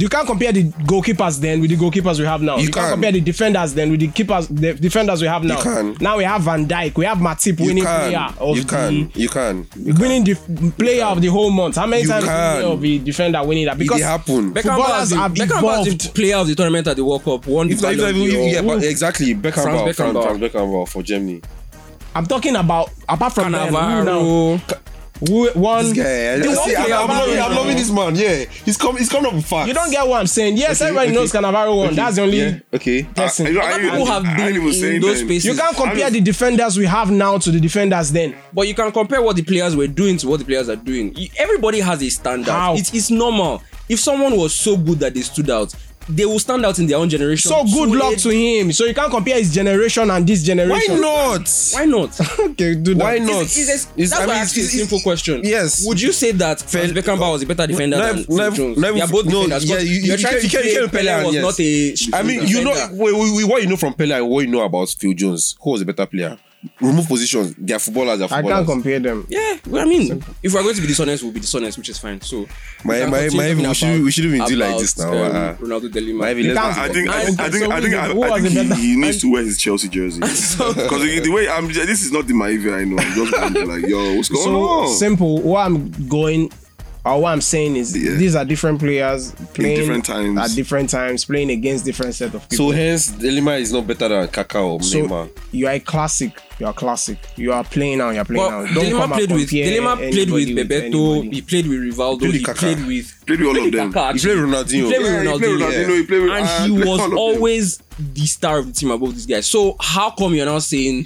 Speaker 2: you can't compare the goalkeepers then with the goalkeepers we have now. You, can't
Speaker 4: can.
Speaker 2: compare the defenders then with the keepers, the defenders we have now.
Speaker 4: can.
Speaker 2: Now we have Van Dijk, we have Matip
Speaker 4: you
Speaker 2: winning player
Speaker 4: can
Speaker 2: of
Speaker 4: you can you can
Speaker 2: the winning the player of the whole month. How many
Speaker 4: You
Speaker 2: times did
Speaker 4: can.
Speaker 2: of the defender winning that? Because
Speaker 4: it happen
Speaker 6: Beckham
Speaker 2: Footballers
Speaker 6: was the-
Speaker 2: have
Speaker 6: Beckham was the
Speaker 2: evolved.
Speaker 6: player of the tournament at the World Cup. One
Speaker 4: if not, if not,
Speaker 6: Ballon
Speaker 4: even-
Speaker 6: d'Or.
Speaker 4: yeah, but exactly Beckham Bauer,
Speaker 6: Beckenbauer.
Speaker 4: Franz Franz Beckenbauer for Germany
Speaker 2: I'm talking about apart from them, who now?
Speaker 6: Cannavaro.
Speaker 2: Who, one.
Speaker 4: yeah
Speaker 2: Mm. The one player
Speaker 4: eh? I'm,
Speaker 2: I'm
Speaker 4: loving,
Speaker 2: loving
Speaker 4: I'm loving
Speaker 2: now.
Speaker 4: this man yeah he's come he's coming up with facts
Speaker 2: You don't get what I'm saying. Yes,
Speaker 4: Okay,
Speaker 2: everybody
Speaker 4: okay.
Speaker 2: knows Cannavaro won. That's the only
Speaker 4: yeah Uh, okay Ah,
Speaker 2: person.
Speaker 3: I- I don't- I-
Speaker 6: People have
Speaker 3: I
Speaker 6: been
Speaker 3: didn't even say
Speaker 6: in those
Speaker 3: anything.
Speaker 6: spaces.
Speaker 2: you can't compare the defenders we have now to the defenders then.
Speaker 6: But you can compare what the players were doing to what the players are doing. You- Everybody has a standard.
Speaker 2: How?
Speaker 6: It's, it's normal. If someone was so good that they stood out, they will stand out in their own generation.
Speaker 2: So good luck
Speaker 6: it-
Speaker 2: to him. So you can't compare his generation and this
Speaker 4: why
Speaker 2: generation.
Speaker 4: not
Speaker 6: Why not?
Speaker 2: Okay, do that.
Speaker 4: Why not?
Speaker 6: It's, it's,
Speaker 4: It's-
Speaker 6: that's why
Speaker 4: I
Speaker 6: I
Speaker 4: mean,
Speaker 6: asked you a
Speaker 4: it's- it's-
Speaker 6: simple question.
Speaker 4: yes.
Speaker 6: Would you say that Fel- Beckenbauer was a better defender
Speaker 4: No,
Speaker 6: than
Speaker 4: no,
Speaker 6: Phil Jones?
Speaker 4: no,
Speaker 6: they are both
Speaker 4: no,
Speaker 6: defenders.
Speaker 4: yeah,
Speaker 6: because
Speaker 4: you- you
Speaker 6: you're
Speaker 4: can't-
Speaker 6: trying
Speaker 4: you
Speaker 6: to
Speaker 4: can't- you
Speaker 6: say
Speaker 4: can't Pele
Speaker 6: Pele was
Speaker 4: and
Speaker 6: not a.
Speaker 4: I mean, you know,
Speaker 6: defender.
Speaker 4: we, we, we, what you know from Pele and what you know about Phil Jones, who was a better player? Remove positions. They are footballers. They are
Speaker 2: I
Speaker 4: footballers.
Speaker 2: can't compare them.
Speaker 6: Yeah, well, I mean, if we're going to be dishonest, we'll be dishonest, which is fine. So, we
Speaker 4: My-
Speaker 6: can
Speaker 4: my-
Speaker 6: continue
Speaker 4: my-
Speaker 6: talking
Speaker 4: we should-
Speaker 6: about-
Speaker 4: we shouldn't even do like
Speaker 6: about,
Speaker 4: this now,
Speaker 6: um,
Speaker 4: uh-uh.
Speaker 6: Ronaldo Delima.
Speaker 4: My village-
Speaker 2: can't-
Speaker 3: I think
Speaker 6: Okay,
Speaker 3: I, I think
Speaker 2: so
Speaker 3: I think
Speaker 2: who
Speaker 3: I,
Speaker 2: is- who
Speaker 3: I
Speaker 2: was
Speaker 3: think
Speaker 2: the
Speaker 3: he,
Speaker 2: better-
Speaker 3: he needs to wear his Chelsea jersey because the way I'm this is not the Maive I know. I'm just wondering, like yo, what's going
Speaker 2: So
Speaker 3: on?
Speaker 2: simple. What I'm going or what I'm saying is
Speaker 3: Yeah.
Speaker 2: these are different players playing
Speaker 3: different times.
Speaker 2: at different times, playing against different set of people.
Speaker 4: So hence, Delima is not better than Kaka or Neymar.
Speaker 2: you are a classic. You are classic. You are playing now. You are playing
Speaker 6: Well,
Speaker 2: now. Don't
Speaker 6: Delima
Speaker 2: come and
Speaker 6: played with
Speaker 2: compare
Speaker 6: Delima played with
Speaker 2: anybody
Speaker 6: Bebeto.
Speaker 2: anybody.
Speaker 6: he played with Rivaldo.
Speaker 4: Played with
Speaker 6: he
Speaker 4: Kaká.
Speaker 6: played with
Speaker 3: Played with all of
Speaker 6: Kaká,
Speaker 4: He
Speaker 3: them.
Speaker 4: played
Speaker 6: actually.
Speaker 4: Ronaldinho.
Speaker 6: He played with
Speaker 3: Yeah, he played
Speaker 6: Ronaldinho.
Speaker 3: Ronaldinho, he played with-
Speaker 6: and
Speaker 3: uh,
Speaker 6: he
Speaker 3: played
Speaker 6: was
Speaker 3: all of them.
Speaker 6: always the star of the team above these guys. So how come you're now saying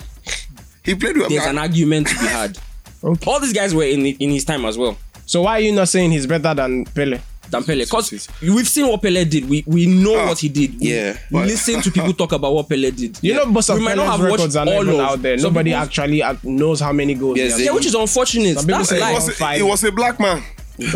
Speaker 3: He played with
Speaker 6: there's an argument
Speaker 4: <laughs>
Speaker 6: to be had?
Speaker 2: Okay.
Speaker 6: All these guys were in in his time as well.
Speaker 2: So why are you not saying he's better than Pele?
Speaker 6: Than Pele, because we've seen what Pele did. We we know
Speaker 3: Ah,
Speaker 6: what he did. We
Speaker 4: yeah,
Speaker 3: but-
Speaker 6: listen to
Speaker 4: <laughs>
Speaker 6: people talk about what Pele did.
Speaker 2: You know, most of
Speaker 6: we might not have
Speaker 2: Pele's
Speaker 6: watched
Speaker 2: records are not
Speaker 6: all
Speaker 2: even
Speaker 6: of-
Speaker 2: out there.
Speaker 6: some
Speaker 2: Nobody
Speaker 6: people's-
Speaker 2: actually ac- knows how many goals.
Speaker 4: Yes,
Speaker 2: he
Speaker 6: Yeah,
Speaker 2: has.
Speaker 6: which is unfortunate.
Speaker 2: Some people
Speaker 6: That's
Speaker 2: say-
Speaker 3: It
Speaker 6: life.
Speaker 3: was, a, it was a
Speaker 4: <laughs>
Speaker 3: black man. yes,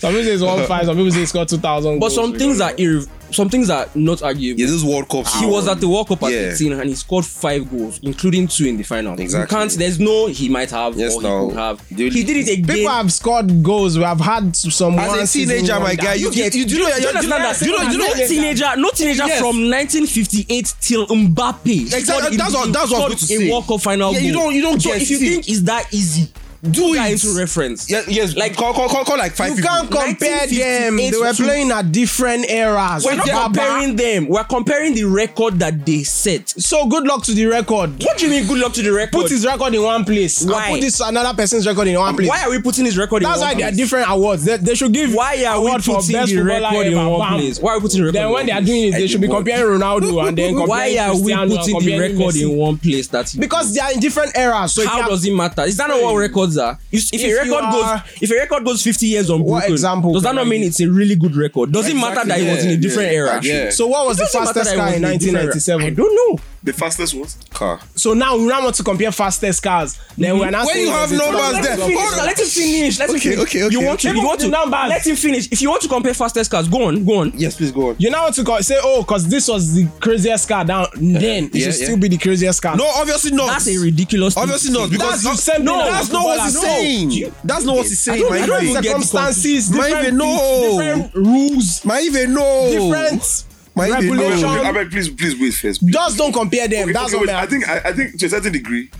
Speaker 2: Some people say it's one five. Some people say it's got two thousand.
Speaker 6: But some things are irre- some things are not arguable.
Speaker 4: Yeah, this World Cup.
Speaker 6: he was at the World Cup at
Speaker 4: Yeah.
Speaker 6: 18 and he scored five goals, including two in the final.
Speaker 4: Exactly.
Speaker 6: You can't. There's no he might have
Speaker 4: Yes,
Speaker 6: or
Speaker 4: now,
Speaker 6: he could have.
Speaker 4: the-
Speaker 6: he did it again.
Speaker 2: People have scored goals. We have had some.
Speaker 4: As
Speaker 2: one
Speaker 4: a
Speaker 2: season
Speaker 4: teenager,
Speaker 2: wonder.
Speaker 4: my guy, you
Speaker 6: Yeah,
Speaker 4: get you do you know
Speaker 6: you
Speaker 4: you know-
Speaker 6: understand that?
Speaker 4: you know you know
Speaker 6: no teenager, no teenager
Speaker 4: Yes.
Speaker 6: from 1958 till Mbappe. scored
Speaker 4: Exactly,
Speaker 6: in
Speaker 4: that's what-
Speaker 6: the-
Speaker 4: that's what
Speaker 6: scored
Speaker 4: I was going to
Speaker 6: a
Speaker 4: say.
Speaker 6: World Cup final.
Speaker 4: Yeah, you
Speaker 6: goal.
Speaker 4: don't- you don't
Speaker 6: So
Speaker 4: get
Speaker 6: if you
Speaker 4: it.
Speaker 6: think it's that easy,
Speaker 4: do
Speaker 6: that
Speaker 4: it.
Speaker 6: into reference.
Speaker 4: Yes, yes.
Speaker 6: Like-
Speaker 4: Like call, call, call, call like five.
Speaker 2: You can't
Speaker 4: people.
Speaker 2: compare them. They were
Speaker 6: 1958 to-
Speaker 2: playing at different eras.
Speaker 6: We're not
Speaker 2: Baba.
Speaker 6: comparing them. We're comparing the record that they set.
Speaker 2: So good luck to the record.
Speaker 6: What do you mean? Good luck to the record.
Speaker 2: Put his record in one place. and
Speaker 6: Why?
Speaker 2: put this another person's record in one place.
Speaker 6: Why are we putting his record
Speaker 2: That's
Speaker 6: in
Speaker 2: why
Speaker 6: one
Speaker 2: they are
Speaker 6: place?
Speaker 2: different awards. They, they should give
Speaker 6: Why are we
Speaker 2: award for
Speaker 6: putting
Speaker 2: best
Speaker 6: the
Speaker 2: footballer
Speaker 6: record in
Speaker 2: ever.
Speaker 6: one
Speaker 2: Bam.
Speaker 6: place? Why are we putting the record
Speaker 2: Then
Speaker 6: in
Speaker 2: when
Speaker 6: one
Speaker 2: they are
Speaker 6: place?
Speaker 2: doing it,
Speaker 4: I
Speaker 2: they should be
Speaker 4: did what?
Speaker 2: comparing Ronaldo and then comparing
Speaker 6: Why are we
Speaker 2: Cristiano and
Speaker 6: putting the
Speaker 2: comparing
Speaker 6: record
Speaker 2: Messi.
Speaker 6: in one place? That
Speaker 2: Because they are in different eras. So if you
Speaker 6: how
Speaker 2: have-
Speaker 6: does it matter? Is that not what records are? If, if,
Speaker 2: If
Speaker 6: a
Speaker 2: you
Speaker 6: record
Speaker 2: are-
Speaker 6: goes, if a record goes 50 years on
Speaker 2: What example
Speaker 6: does that
Speaker 2: can
Speaker 6: not
Speaker 2: I
Speaker 6: mean
Speaker 2: give?
Speaker 6: it's a really good record? Does it matter that
Speaker 4: Exactly,
Speaker 6: it was in a
Speaker 4: yeah,
Speaker 6: different
Speaker 4: yeah,
Speaker 6: era?
Speaker 4: actually.
Speaker 6: It
Speaker 2: so what was the
Speaker 6: doesn't matter
Speaker 2: fastest
Speaker 6: that it
Speaker 2: car
Speaker 6: was
Speaker 2: in
Speaker 6: a different era. I
Speaker 2: 1997?
Speaker 6: don't know.
Speaker 3: The fastest was?
Speaker 4: Car.
Speaker 2: So now we now want to compare fastest cars. Then we're not
Speaker 4: When
Speaker 2: saying
Speaker 4: you have
Speaker 2: it was a
Speaker 4: numbers
Speaker 2: fastest
Speaker 4: there.
Speaker 2: car.
Speaker 4: Hold
Speaker 6: Finish,
Speaker 4: on.
Speaker 6: let him finish. Let him
Speaker 4: Okay,
Speaker 6: finish.
Speaker 4: okay, okay,
Speaker 6: You want to?
Speaker 2: okay.
Speaker 6: You want to?
Speaker 2: Give us the numbers.
Speaker 6: Let him finish. If you want to compare fastest cars, go on, go on.
Speaker 4: Yes, please go on.
Speaker 2: You now want to go, say, oh, because this was the craziest car down then. It
Speaker 4: yeah,
Speaker 2: should
Speaker 4: yeah.
Speaker 2: still be the craziest car.
Speaker 4: No, obviously not.
Speaker 6: That's a ridiculous. thing
Speaker 4: Obviously
Speaker 6: to
Speaker 4: not
Speaker 6: say.
Speaker 4: because
Speaker 2: That's the same
Speaker 4: no,
Speaker 2: thing as
Speaker 4: that's not what he's
Speaker 2: footballer. No.
Speaker 4: saying.
Speaker 2: Do you-
Speaker 4: That's not what he's
Speaker 2: I
Speaker 4: saying.
Speaker 2: don't, I
Speaker 4: my
Speaker 2: don't
Speaker 4: friend.
Speaker 2: even get the circumstances,
Speaker 4: Mind
Speaker 2: different,
Speaker 4: you, no.
Speaker 2: different rules,
Speaker 4: My even no.
Speaker 2: different
Speaker 4: Oh. My even no.
Speaker 3: I beg, I
Speaker 2: regulations.
Speaker 3: beg, please, please wait first.
Speaker 2: Just don't compare them.
Speaker 3: Okay,
Speaker 2: That's
Speaker 3: okay,
Speaker 2: what
Speaker 3: wait,
Speaker 2: I
Speaker 3: I think I, I think to a certain degree,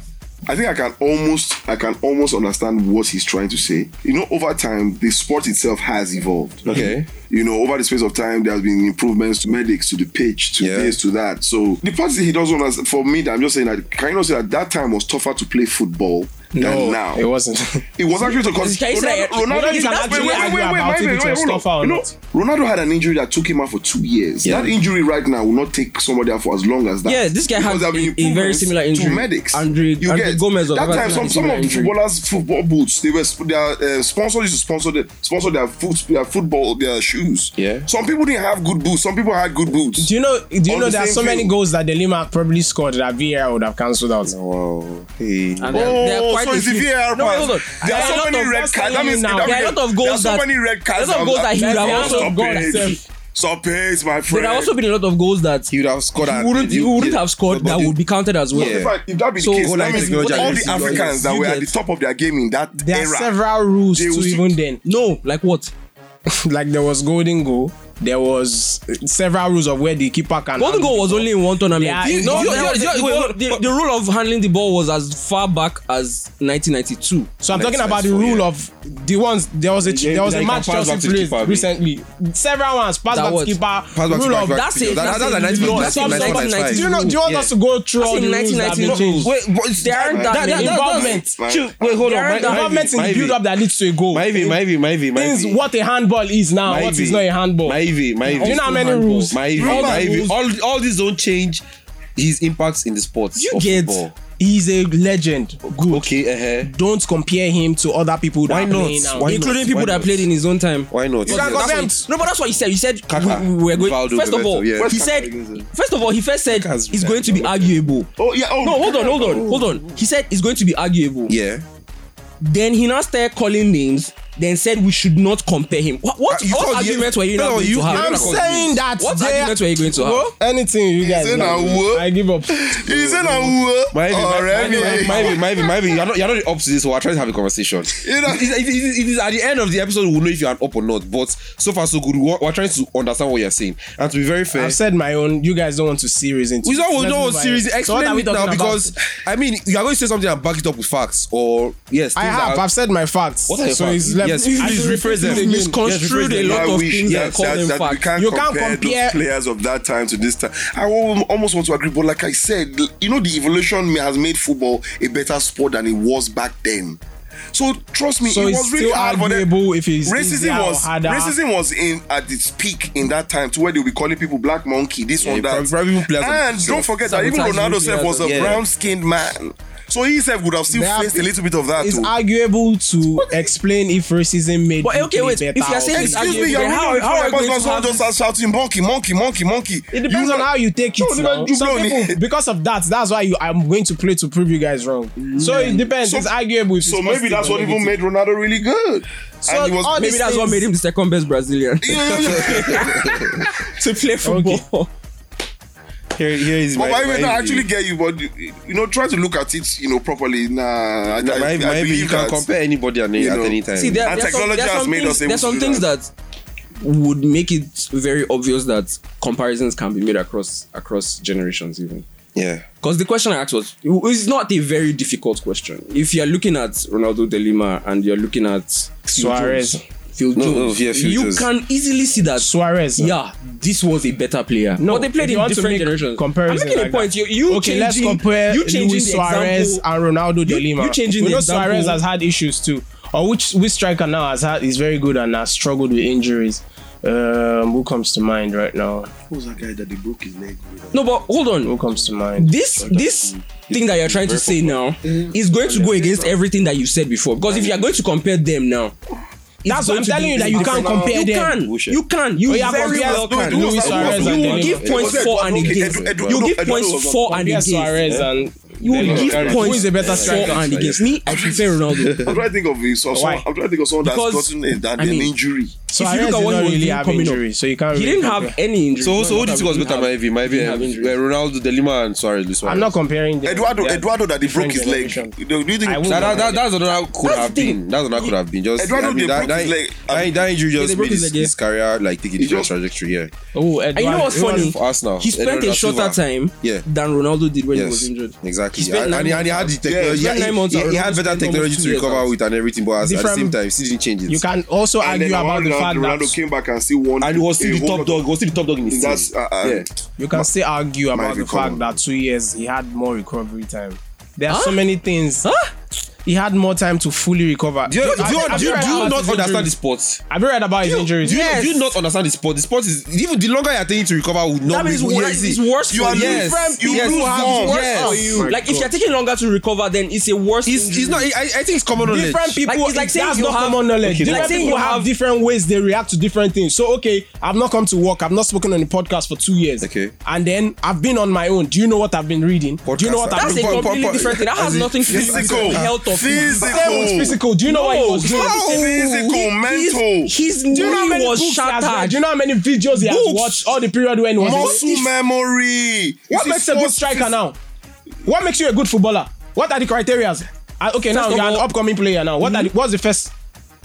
Speaker 3: I think I can almost I can almost understand what he's trying to say. You know, over time, the sport itself has evolved.
Speaker 4: Okay.
Speaker 3: You know, over the space of time, there has been improvements to medics, to the pitch, to
Speaker 4: Yeah.
Speaker 3: this, to that. So the part that he doesn't understand, for me, I'm just saying that can you not say that that time was tougher to play football
Speaker 4: Oh.
Speaker 3: than now?
Speaker 2: It wasn't.
Speaker 3: It was actually because
Speaker 6: Can you say that-
Speaker 3: Ronaldo,
Speaker 6: Ronaldo
Speaker 3: Ronaldo,
Speaker 6: can actually
Speaker 2: argue about
Speaker 3: wait,
Speaker 2: if
Speaker 3: wait,
Speaker 2: it was
Speaker 3: wait, hold
Speaker 2: tougher
Speaker 3: on.
Speaker 2: or
Speaker 3: You know,
Speaker 2: not.
Speaker 3: Ronaldo had an injury that took him out for two years. That injury right now will not take somebody out for as long as that.
Speaker 6: Yeah, this guy
Speaker 3: Because
Speaker 6: had
Speaker 3: there have been
Speaker 6: a- a very
Speaker 3: improvements
Speaker 6: similar injury.
Speaker 3: To medics,
Speaker 6: Andre-
Speaker 3: you
Speaker 6: Andre
Speaker 3: get
Speaker 6: Gomez of
Speaker 3: that
Speaker 6: Everton
Speaker 3: time.
Speaker 6: had
Speaker 3: Some
Speaker 6: a
Speaker 3: some
Speaker 6: similar
Speaker 3: of the
Speaker 6: injury.
Speaker 3: footballers' football boots, they were sp- their uh, sponsors used to sponsor the, sponsor their foot, their football their shoes.
Speaker 4: Yeah.
Speaker 3: some people didn't have good boots. Some people had good boots.
Speaker 2: Do you know? Do you
Speaker 3: On
Speaker 2: know
Speaker 3: the
Speaker 2: there are
Speaker 3: same
Speaker 2: so many
Speaker 3: field.
Speaker 2: goals that the Lima probably scored that VAR would have cancelled out.
Speaker 4: <laughs> Wow. Hey.
Speaker 6: And there,
Speaker 3: Oh,
Speaker 6: there are quite
Speaker 3: so
Speaker 6: a
Speaker 3: it's the
Speaker 6: few-
Speaker 3: VAR
Speaker 6: No,
Speaker 3: pass.
Speaker 6: hold on.
Speaker 3: There are
Speaker 6: a
Speaker 3: so
Speaker 6: lot
Speaker 3: many
Speaker 6: of-
Speaker 3: red
Speaker 2: that's
Speaker 3: cards. That
Speaker 2: telling
Speaker 3: means
Speaker 2: you now.
Speaker 3: that
Speaker 6: There are a
Speaker 3: means-
Speaker 6: lot of
Speaker 3: there are
Speaker 6: goals
Speaker 3: so
Speaker 6: that-
Speaker 3: many red cards.
Speaker 6: there are a lot of goals that he would have also
Speaker 2: gone
Speaker 3: Stop it.
Speaker 2: himself.
Speaker 3: Stop it, my
Speaker 6: There
Speaker 3: friend.
Speaker 6: have also been a lot of goals that
Speaker 4: He would have scored.
Speaker 6: you
Speaker 4: and-
Speaker 6: wouldn't you wouldn't
Speaker 4: yeah.
Speaker 6: have scored
Speaker 4: But- but
Speaker 6: that
Speaker 4: you-
Speaker 6: would be counted as well.
Speaker 4: Yeah.
Speaker 3: In fact, if that be the
Speaker 6: So-
Speaker 3: case,
Speaker 4: Goal-line
Speaker 3: that means all
Speaker 4: technology and
Speaker 3: the
Speaker 4: everything,
Speaker 3: Africans that
Speaker 6: you
Speaker 3: were at the
Speaker 6: get-
Speaker 3: top of their game in that
Speaker 2: There are
Speaker 3: era.
Speaker 2: several rules
Speaker 3: They
Speaker 2: to
Speaker 3: will
Speaker 2: even then.
Speaker 6: No, like what?
Speaker 2: Like there was golden goal. There was several rules of where the keeper can.
Speaker 6: Golden goal was only in one tournament.
Speaker 2: Yeah,
Speaker 6: You-
Speaker 2: it-
Speaker 6: no,
Speaker 2: you-
Speaker 6: no,
Speaker 2: you-
Speaker 6: no,
Speaker 2: you-
Speaker 6: the-
Speaker 2: wait,
Speaker 6: the-
Speaker 2: wait,
Speaker 6: the- the rule of handling the ball was as far back as 1992.
Speaker 2: So I'm talking about the
Speaker 4: 1994,
Speaker 2: rule
Speaker 4: yeah.
Speaker 2: of the ones. There was a
Speaker 4: Yeah,
Speaker 2: there was a
Speaker 4: like
Speaker 2: match
Speaker 4: a pass back
Speaker 2: Chelsea
Speaker 4: to the
Speaker 2: played
Speaker 4: keeper, I mean.
Speaker 2: recently. Several ones pass
Speaker 6: That
Speaker 2: back to
Speaker 6: was-
Speaker 2: keeper.
Speaker 4: Pass back to
Speaker 2: rule
Speaker 4: back,
Speaker 2: of
Speaker 4: back,
Speaker 6: that's
Speaker 4: to
Speaker 6: it,
Speaker 4: back.
Speaker 6: that's
Speaker 4: That- that's
Speaker 6: it.
Speaker 4: a nice
Speaker 6: You
Speaker 4: one,
Speaker 6: know,
Speaker 4: that's a nice
Speaker 6: some-
Speaker 4: one,
Speaker 6: some
Speaker 4: nice one.
Speaker 2: Do you know? Do you want
Speaker 4: Yeah.
Speaker 2: us to go through all
Speaker 6: That's in
Speaker 2: the rules that been
Speaker 6: 1992.
Speaker 2: changed?
Speaker 4: Wait, but
Speaker 6: There aren't that many.
Speaker 2: involvement.
Speaker 3: Right.
Speaker 4: Chill, Wait, hold
Speaker 6: There
Speaker 4: on.
Speaker 6: aren't that many.
Speaker 2: Involvement in the build up that leads to a goal.
Speaker 4: My V, my V, my V, my
Speaker 2: Things
Speaker 4: V.
Speaker 2: what a handball is now. What is not a handball?
Speaker 4: My V, my
Speaker 2: Do you know how many
Speaker 6: Handball.
Speaker 2: rules?
Speaker 4: My V,
Speaker 2: Remember
Speaker 4: my V.
Speaker 2: rules?
Speaker 4: All, all these don't change his impacts in the sports.
Speaker 2: You
Speaker 4: of
Speaker 2: get.
Speaker 4: football.
Speaker 2: He's a legend. Good.
Speaker 4: Okay, uh huh.
Speaker 2: Don't compare him to other people that
Speaker 4: Why
Speaker 2: are
Speaker 4: not?
Speaker 2: playing now.
Speaker 4: Why
Speaker 6: including
Speaker 4: not?
Speaker 6: people
Speaker 4: Why
Speaker 6: that
Speaker 4: not?
Speaker 6: played in his own time.
Speaker 4: Why not?
Speaker 2: You can't
Speaker 4: Yes.
Speaker 2: compare him
Speaker 6: That's what- no, but that's what he said. He said
Speaker 4: Kaka,
Speaker 6: we, we were going.
Speaker 4: Rivaldo,
Speaker 6: first of all,
Speaker 4: Roberto, yeah.
Speaker 6: he
Speaker 3: Kaka
Speaker 6: said.
Speaker 3: against-
Speaker 6: First of all, he first said
Speaker 4: Kaka's
Speaker 6: it's
Speaker 4: bad,
Speaker 6: going to be arguable.
Speaker 3: Oh yeah. Oh
Speaker 6: No, hold on, hold on, hold on. He said it's going to be arguable.
Speaker 4: Yeah.
Speaker 6: Then he now started calling names. Then said we should not compare him. What what,
Speaker 4: You
Speaker 6: what
Speaker 4: thought-
Speaker 6: argument were you
Speaker 4: No,
Speaker 6: now going
Speaker 4: you-
Speaker 6: to
Speaker 4: I'm
Speaker 6: have?
Speaker 2: I'm
Speaker 4: Everyone
Speaker 2: saying that
Speaker 6: What
Speaker 2: they-
Speaker 6: argument were you going to have?
Speaker 2: Well, Anything you guys.
Speaker 3: it
Speaker 2: like,
Speaker 3: a word?
Speaker 2: I give
Speaker 4: <laughs>
Speaker 2: up.
Speaker 3: Is it a word
Speaker 2: Oh,
Speaker 4: My V, my
Speaker 3: already?
Speaker 4: V, my V, my V, my V. You're not, you're not up to this. So we're trying to have a
Speaker 2: <laughs>
Speaker 4: conversation.
Speaker 3: You know-
Speaker 4: It is- it is- it is at the end of the episode we'll know if you're an up or not. But so far so good. We're, we're trying to understand what you're saying. And to be very fair,
Speaker 2: I've said my own. You guys don't want to series into.
Speaker 4: We don't we
Speaker 2: Let's
Speaker 4: don't
Speaker 2: move ahead.
Speaker 4: seriously
Speaker 2: So what
Speaker 4: explain
Speaker 2: are we
Speaker 4: it now
Speaker 2: talking about?
Speaker 4: because I mean you are going to say something and back it up with facts or yes.
Speaker 2: I
Speaker 4: things
Speaker 2: have.
Speaker 4: Are,
Speaker 2: I've said my facts.
Speaker 4: What are your
Speaker 2: so
Speaker 4: facts?
Speaker 2: it's left.
Speaker 4: Yes,
Speaker 2: I
Speaker 4: please
Speaker 2: should
Speaker 4: rephrase
Speaker 2: repeat
Speaker 4: them.
Speaker 2: it again.
Speaker 6: misconstrued
Speaker 4: Yes,
Speaker 6: a lot
Speaker 3: I
Speaker 6: of
Speaker 3: wish
Speaker 6: things
Speaker 3: that,
Speaker 6: that call
Speaker 3: that-
Speaker 6: them
Speaker 3: that we
Speaker 6: facts.
Speaker 3: can't
Speaker 2: You can't
Speaker 3: compare,
Speaker 2: compare-
Speaker 3: those players of that time to this time. I al- almost want to agree, but like I said, l- you know, the evolution ma- has made football a better sport than it was back then. So trust me,
Speaker 2: So
Speaker 3: it
Speaker 2: it's
Speaker 3: was really
Speaker 2: still
Speaker 3: hard for them.
Speaker 2: arguable if it's easier
Speaker 3: racism
Speaker 2: or
Speaker 3: was
Speaker 2: harder.
Speaker 3: racism was in at its peak in that time to where they'll be calling people black monkey, this one,
Speaker 4: probably-
Speaker 3: that.
Speaker 4: probably even players are-
Speaker 3: and don't forget that even
Speaker 6: sabotaging
Speaker 3: Ronaldo
Speaker 6: players
Speaker 3: himself was
Speaker 6: are-
Speaker 3: a
Speaker 4: Yeah.
Speaker 3: brown skinned man. So he himself would have still
Speaker 2: They have-
Speaker 3: faced a little bit of that.
Speaker 2: It's
Speaker 3: too.
Speaker 2: arguable to explain if racism made.
Speaker 6: But,
Speaker 2: you
Speaker 6: okay,
Speaker 2: play
Speaker 6: wait,
Speaker 2: better
Speaker 6: if you're
Speaker 2: or-
Speaker 6: saying it's
Speaker 3: Excuse
Speaker 6: arguable,
Speaker 3: me, you're
Speaker 6: then how-
Speaker 3: reading
Speaker 6: how are we
Speaker 3: how,
Speaker 6: going
Speaker 3: how
Speaker 6: to
Speaker 3: someone
Speaker 6: have
Speaker 3: just starts shouting monkey, monkey, monkey, monkey.
Speaker 2: It depends
Speaker 3: You
Speaker 2: on
Speaker 3: know-
Speaker 2: how you take it.
Speaker 3: No,
Speaker 2: now.
Speaker 3: you
Speaker 2: Some
Speaker 3: blown it.
Speaker 2: people, because of that, that's why you, I'm going to play to prove you guys wrong. So it depends.
Speaker 3: Mm. So-
Speaker 2: it's arguable. if
Speaker 3: So
Speaker 2: it's
Speaker 3: maybe
Speaker 2: positive
Speaker 3: that's
Speaker 2: or
Speaker 3: what even
Speaker 2: negative.
Speaker 3: made Ronaldo really good.
Speaker 2: So <laughs> all
Speaker 6: Maybe
Speaker 2: these
Speaker 6: that's what
Speaker 2: things-
Speaker 6: made him the second best Brazilian
Speaker 3: Yeah, yeah, yeah.
Speaker 6: <laughs> to play football.
Speaker 4: Here, here is
Speaker 3: <laughs>
Speaker 4: my.
Speaker 3: But why would
Speaker 4: my-
Speaker 3: I actually get you? But you know, try to look at it, you know, properly. Nah, I,
Speaker 4: My,
Speaker 3: I, I
Speaker 4: my, you
Speaker 3: believe
Speaker 4: can
Speaker 3: that.
Speaker 4: compare anybody at any,
Speaker 3: You
Speaker 4: at
Speaker 3: know.
Speaker 4: any time.
Speaker 6: See, there,
Speaker 3: And
Speaker 6: there are some,
Speaker 3: technology
Speaker 6: there are
Speaker 3: has
Speaker 6: some
Speaker 3: made
Speaker 6: things,
Speaker 3: us able
Speaker 6: there are some
Speaker 3: to do
Speaker 6: things that would make it very obvious that comparisons can be made across across generations, even.
Speaker 4: yeah.
Speaker 6: Because the question I asked was, it's not a very difficult question. If you're looking at Ronaldo de Lima and you're looking at Phil
Speaker 2: Suarez.
Speaker 6: Jones, Phil
Speaker 4: No, no,
Speaker 6: Jones,
Speaker 4: yeah, Phil
Speaker 6: you
Speaker 4: Jones.
Speaker 6: can easily see that.
Speaker 2: Suarez.
Speaker 6: yeah, this was a better player.
Speaker 2: No,
Speaker 6: but they played
Speaker 2: if you
Speaker 6: in
Speaker 2: want to
Speaker 6: different
Speaker 2: make
Speaker 6: generations. I'm
Speaker 2: comparison
Speaker 6: making
Speaker 2: like
Speaker 6: a point.
Speaker 2: that.
Speaker 6: You, you
Speaker 2: okay,
Speaker 6: changing,
Speaker 2: let's compare
Speaker 6: you changing
Speaker 2: Luis
Speaker 6: the
Speaker 2: Suarez
Speaker 6: example.
Speaker 2: and Ronaldo de
Speaker 6: you-
Speaker 2: Lima.
Speaker 6: you changing
Speaker 2: we
Speaker 6: the
Speaker 2: know
Speaker 6: example.
Speaker 2: Suarez has had issues too, or which which striker now has had is very good and has struggled with injuries. Um, who comes to mind right now?
Speaker 4: Who's that guy that they broke his leg?
Speaker 6: No, but hold on.
Speaker 2: Who comes to mind?
Speaker 6: this this thing that you're trying to say now is going to go against everything that you said before. Because if you are going to compare them now,
Speaker 2: That's what I'm telling you that you can't compare
Speaker 6: you
Speaker 2: them.
Speaker 6: Can, you can. You
Speaker 2: Oh, yeah,
Speaker 6: very
Speaker 2: compare
Speaker 6: well
Speaker 2: Lu-
Speaker 6: can.
Speaker 2: Luis Suarez
Speaker 6: you
Speaker 2: and
Speaker 6: will
Speaker 2: Dele
Speaker 6: give
Speaker 2: Alli.
Speaker 6: points
Speaker 3: Okay,
Speaker 6: for and
Speaker 3: okay,
Speaker 6: against.
Speaker 3: Edu- Edu-
Speaker 6: You
Speaker 3: Edu-
Speaker 6: give
Speaker 3: Edu-
Speaker 6: points
Speaker 3: Edu-
Speaker 6: for and
Speaker 2: Compare Suarez
Speaker 6: against.
Speaker 2: and
Speaker 6: You will
Speaker 2: Dele
Speaker 6: give
Speaker 2: Alli.
Speaker 6: points
Speaker 2: Who is a better
Speaker 6: for
Speaker 2: striker?
Speaker 6: and against. Me, I prefer
Speaker 3: I'm
Speaker 6: Ronaldo.
Speaker 3: trying to think of, of someone,
Speaker 2: Why?
Speaker 3: I'm trying to think of someone that's
Speaker 6: Because,
Speaker 3: gotten a, that
Speaker 6: I
Speaker 3: an
Speaker 6: mean,
Speaker 3: injury.
Speaker 2: Suarez
Speaker 6: if you
Speaker 2: did
Speaker 6: look at
Speaker 2: not
Speaker 6: what he was
Speaker 2: really
Speaker 6: doing
Speaker 2: have
Speaker 6: coming up,
Speaker 2: injuries, so you can't.
Speaker 6: he
Speaker 2: really
Speaker 6: didn't
Speaker 2: compare.
Speaker 6: have any injuries.
Speaker 4: So, so who do you think was better, my V? My V,
Speaker 6: didn't have injuries.
Speaker 4: um, Ronaldo, De Lima, and Suarez. Luis Suarez.
Speaker 2: I'm not comparing. them.
Speaker 3: Eduardo,
Speaker 2: They are
Speaker 3: Eduardo, that he broke
Speaker 2: different
Speaker 3: his leg.
Speaker 2: generation.
Speaker 3: Do you think?
Speaker 2: I would-
Speaker 4: That, that, that, that's another could
Speaker 6: That's
Speaker 4: have
Speaker 6: the thing.
Speaker 4: been. That's another could have been. Just
Speaker 3: Eduardo,
Speaker 4: I mean,
Speaker 3: they
Speaker 4: that,
Speaker 3: broke
Speaker 4: that,
Speaker 3: his leg.
Speaker 4: that, that injury just
Speaker 6: they broke
Speaker 4: made
Speaker 6: his
Speaker 4: his,
Speaker 6: leg, yeah.
Speaker 4: his career like take a different
Speaker 3: just-
Speaker 4: trajectory. Yeah,
Speaker 2: Oh, Eduardo.
Speaker 6: And you know what's
Speaker 2: He was-
Speaker 6: funny?
Speaker 4: for Arsenal.
Speaker 6: He spent
Speaker 4: Eduardo
Speaker 6: a
Speaker 4: da
Speaker 6: shorter
Speaker 4: Silva.
Speaker 6: time
Speaker 4: Yeah.
Speaker 6: than Ronaldo did when he was
Speaker 4: yes,
Speaker 6: injured.
Speaker 4: exactly.
Speaker 6: He spent
Speaker 4: and,
Speaker 6: nine
Speaker 4: and, he- and he had
Speaker 6: months
Speaker 4: the technology.
Speaker 6: spent
Speaker 4: he,
Speaker 6: nine months
Speaker 4: he-
Speaker 6: out.
Speaker 4: he had
Speaker 6: Ronaldo
Speaker 4: better
Speaker 6: spent almost
Speaker 4: technology to
Speaker 6: two years
Speaker 4: recover
Speaker 6: out.
Speaker 4: with and everything, but at, at the
Speaker 2: Different-
Speaker 4: same time, he still didn't change it.
Speaker 2: You can also
Speaker 3: and
Speaker 2: argue
Speaker 3: then
Speaker 2: about the
Speaker 3: Ronaldo-
Speaker 2: fact that
Speaker 3: Ronaldo came back and still won.
Speaker 4: and he was still
Speaker 3: a
Speaker 4: the
Speaker 3: whole
Speaker 4: top
Speaker 3: lot
Speaker 4: dog.
Speaker 3: of-
Speaker 4: He was still the top dog in his
Speaker 3: That's
Speaker 4: team.
Speaker 3: uh, uh,
Speaker 4: Yeah.
Speaker 2: You can still argue about the
Speaker 3: recovery.
Speaker 2: fact that two years he had more recovery time. There are so
Speaker 6: Huh?
Speaker 2: many things.
Speaker 6: Huh?
Speaker 2: He had more time to fully recover.
Speaker 4: Do you, do
Speaker 2: Have
Speaker 4: you,
Speaker 2: have
Speaker 4: do you,
Speaker 2: read
Speaker 4: do you
Speaker 2: about
Speaker 4: not
Speaker 2: his
Speaker 4: understand the
Speaker 2: injuries?
Speaker 4: sport?
Speaker 2: Have you read about his injuries?
Speaker 4: Do you,
Speaker 6: Yes.
Speaker 4: do you not understand the sport? The sport is even the longer you are taking to recover would
Speaker 6: That
Speaker 4: not
Speaker 6: means
Speaker 4: make-
Speaker 6: wor-
Speaker 4: yes,
Speaker 6: it's worse
Speaker 4: You
Speaker 6: for
Speaker 4: are
Speaker 6: you.
Speaker 4: yes,
Speaker 6: Different
Speaker 4: yes,
Speaker 3: people
Speaker 4: yes,
Speaker 3: have
Speaker 4: yes,
Speaker 6: worse for you.
Speaker 2: My
Speaker 6: Like if
Speaker 2: God.
Speaker 6: you're taking longer to recover, then it's a worse.
Speaker 4: It's, it's
Speaker 6: injury.
Speaker 4: not. I, I think it's common knowledge.
Speaker 2: different people
Speaker 6: Like, it's like saying
Speaker 2: that's
Speaker 6: you
Speaker 2: not
Speaker 6: have-
Speaker 2: common knowledge
Speaker 4: Okay,
Speaker 2: different
Speaker 4: like
Speaker 6: saying
Speaker 2: people
Speaker 6: you
Speaker 2: have,
Speaker 6: have-
Speaker 2: different ways they react to different things so okay i've not come to work i've not spoken on the podcast for two years
Speaker 4: Okay.
Speaker 2: and then i've been on my own do you know what i've been reading do you know what
Speaker 4: Podcast.
Speaker 2: i've
Speaker 6: That's
Speaker 2: been
Speaker 6: a
Speaker 4: Pop, pop,
Speaker 6: completely
Speaker 4: pop.
Speaker 6: different thing. That has
Speaker 4: As in
Speaker 6: nothing to do with
Speaker 3: physical,
Speaker 6: the health of
Speaker 2: Same with
Speaker 3: physical,
Speaker 2: physical do you know what he was doing
Speaker 3: physical, mental.
Speaker 6: His, his
Speaker 2: do you know how
Speaker 6: knee
Speaker 2: many
Speaker 6: was
Speaker 2: books he has read?
Speaker 6: shattered.
Speaker 2: Do you know how many videos he has
Speaker 6: Books.
Speaker 2: watched? All the period when he was in-
Speaker 3: muscle memory.
Speaker 2: What
Speaker 3: It's
Speaker 2: makes a good
Speaker 3: sports
Speaker 2: striker
Speaker 3: phys-
Speaker 2: now? What makes you a good footballer? What are the criterias? Ah, okay, now
Speaker 6: First of
Speaker 2: you're an
Speaker 6: all-
Speaker 2: upcoming player. Now, what are the, what's the first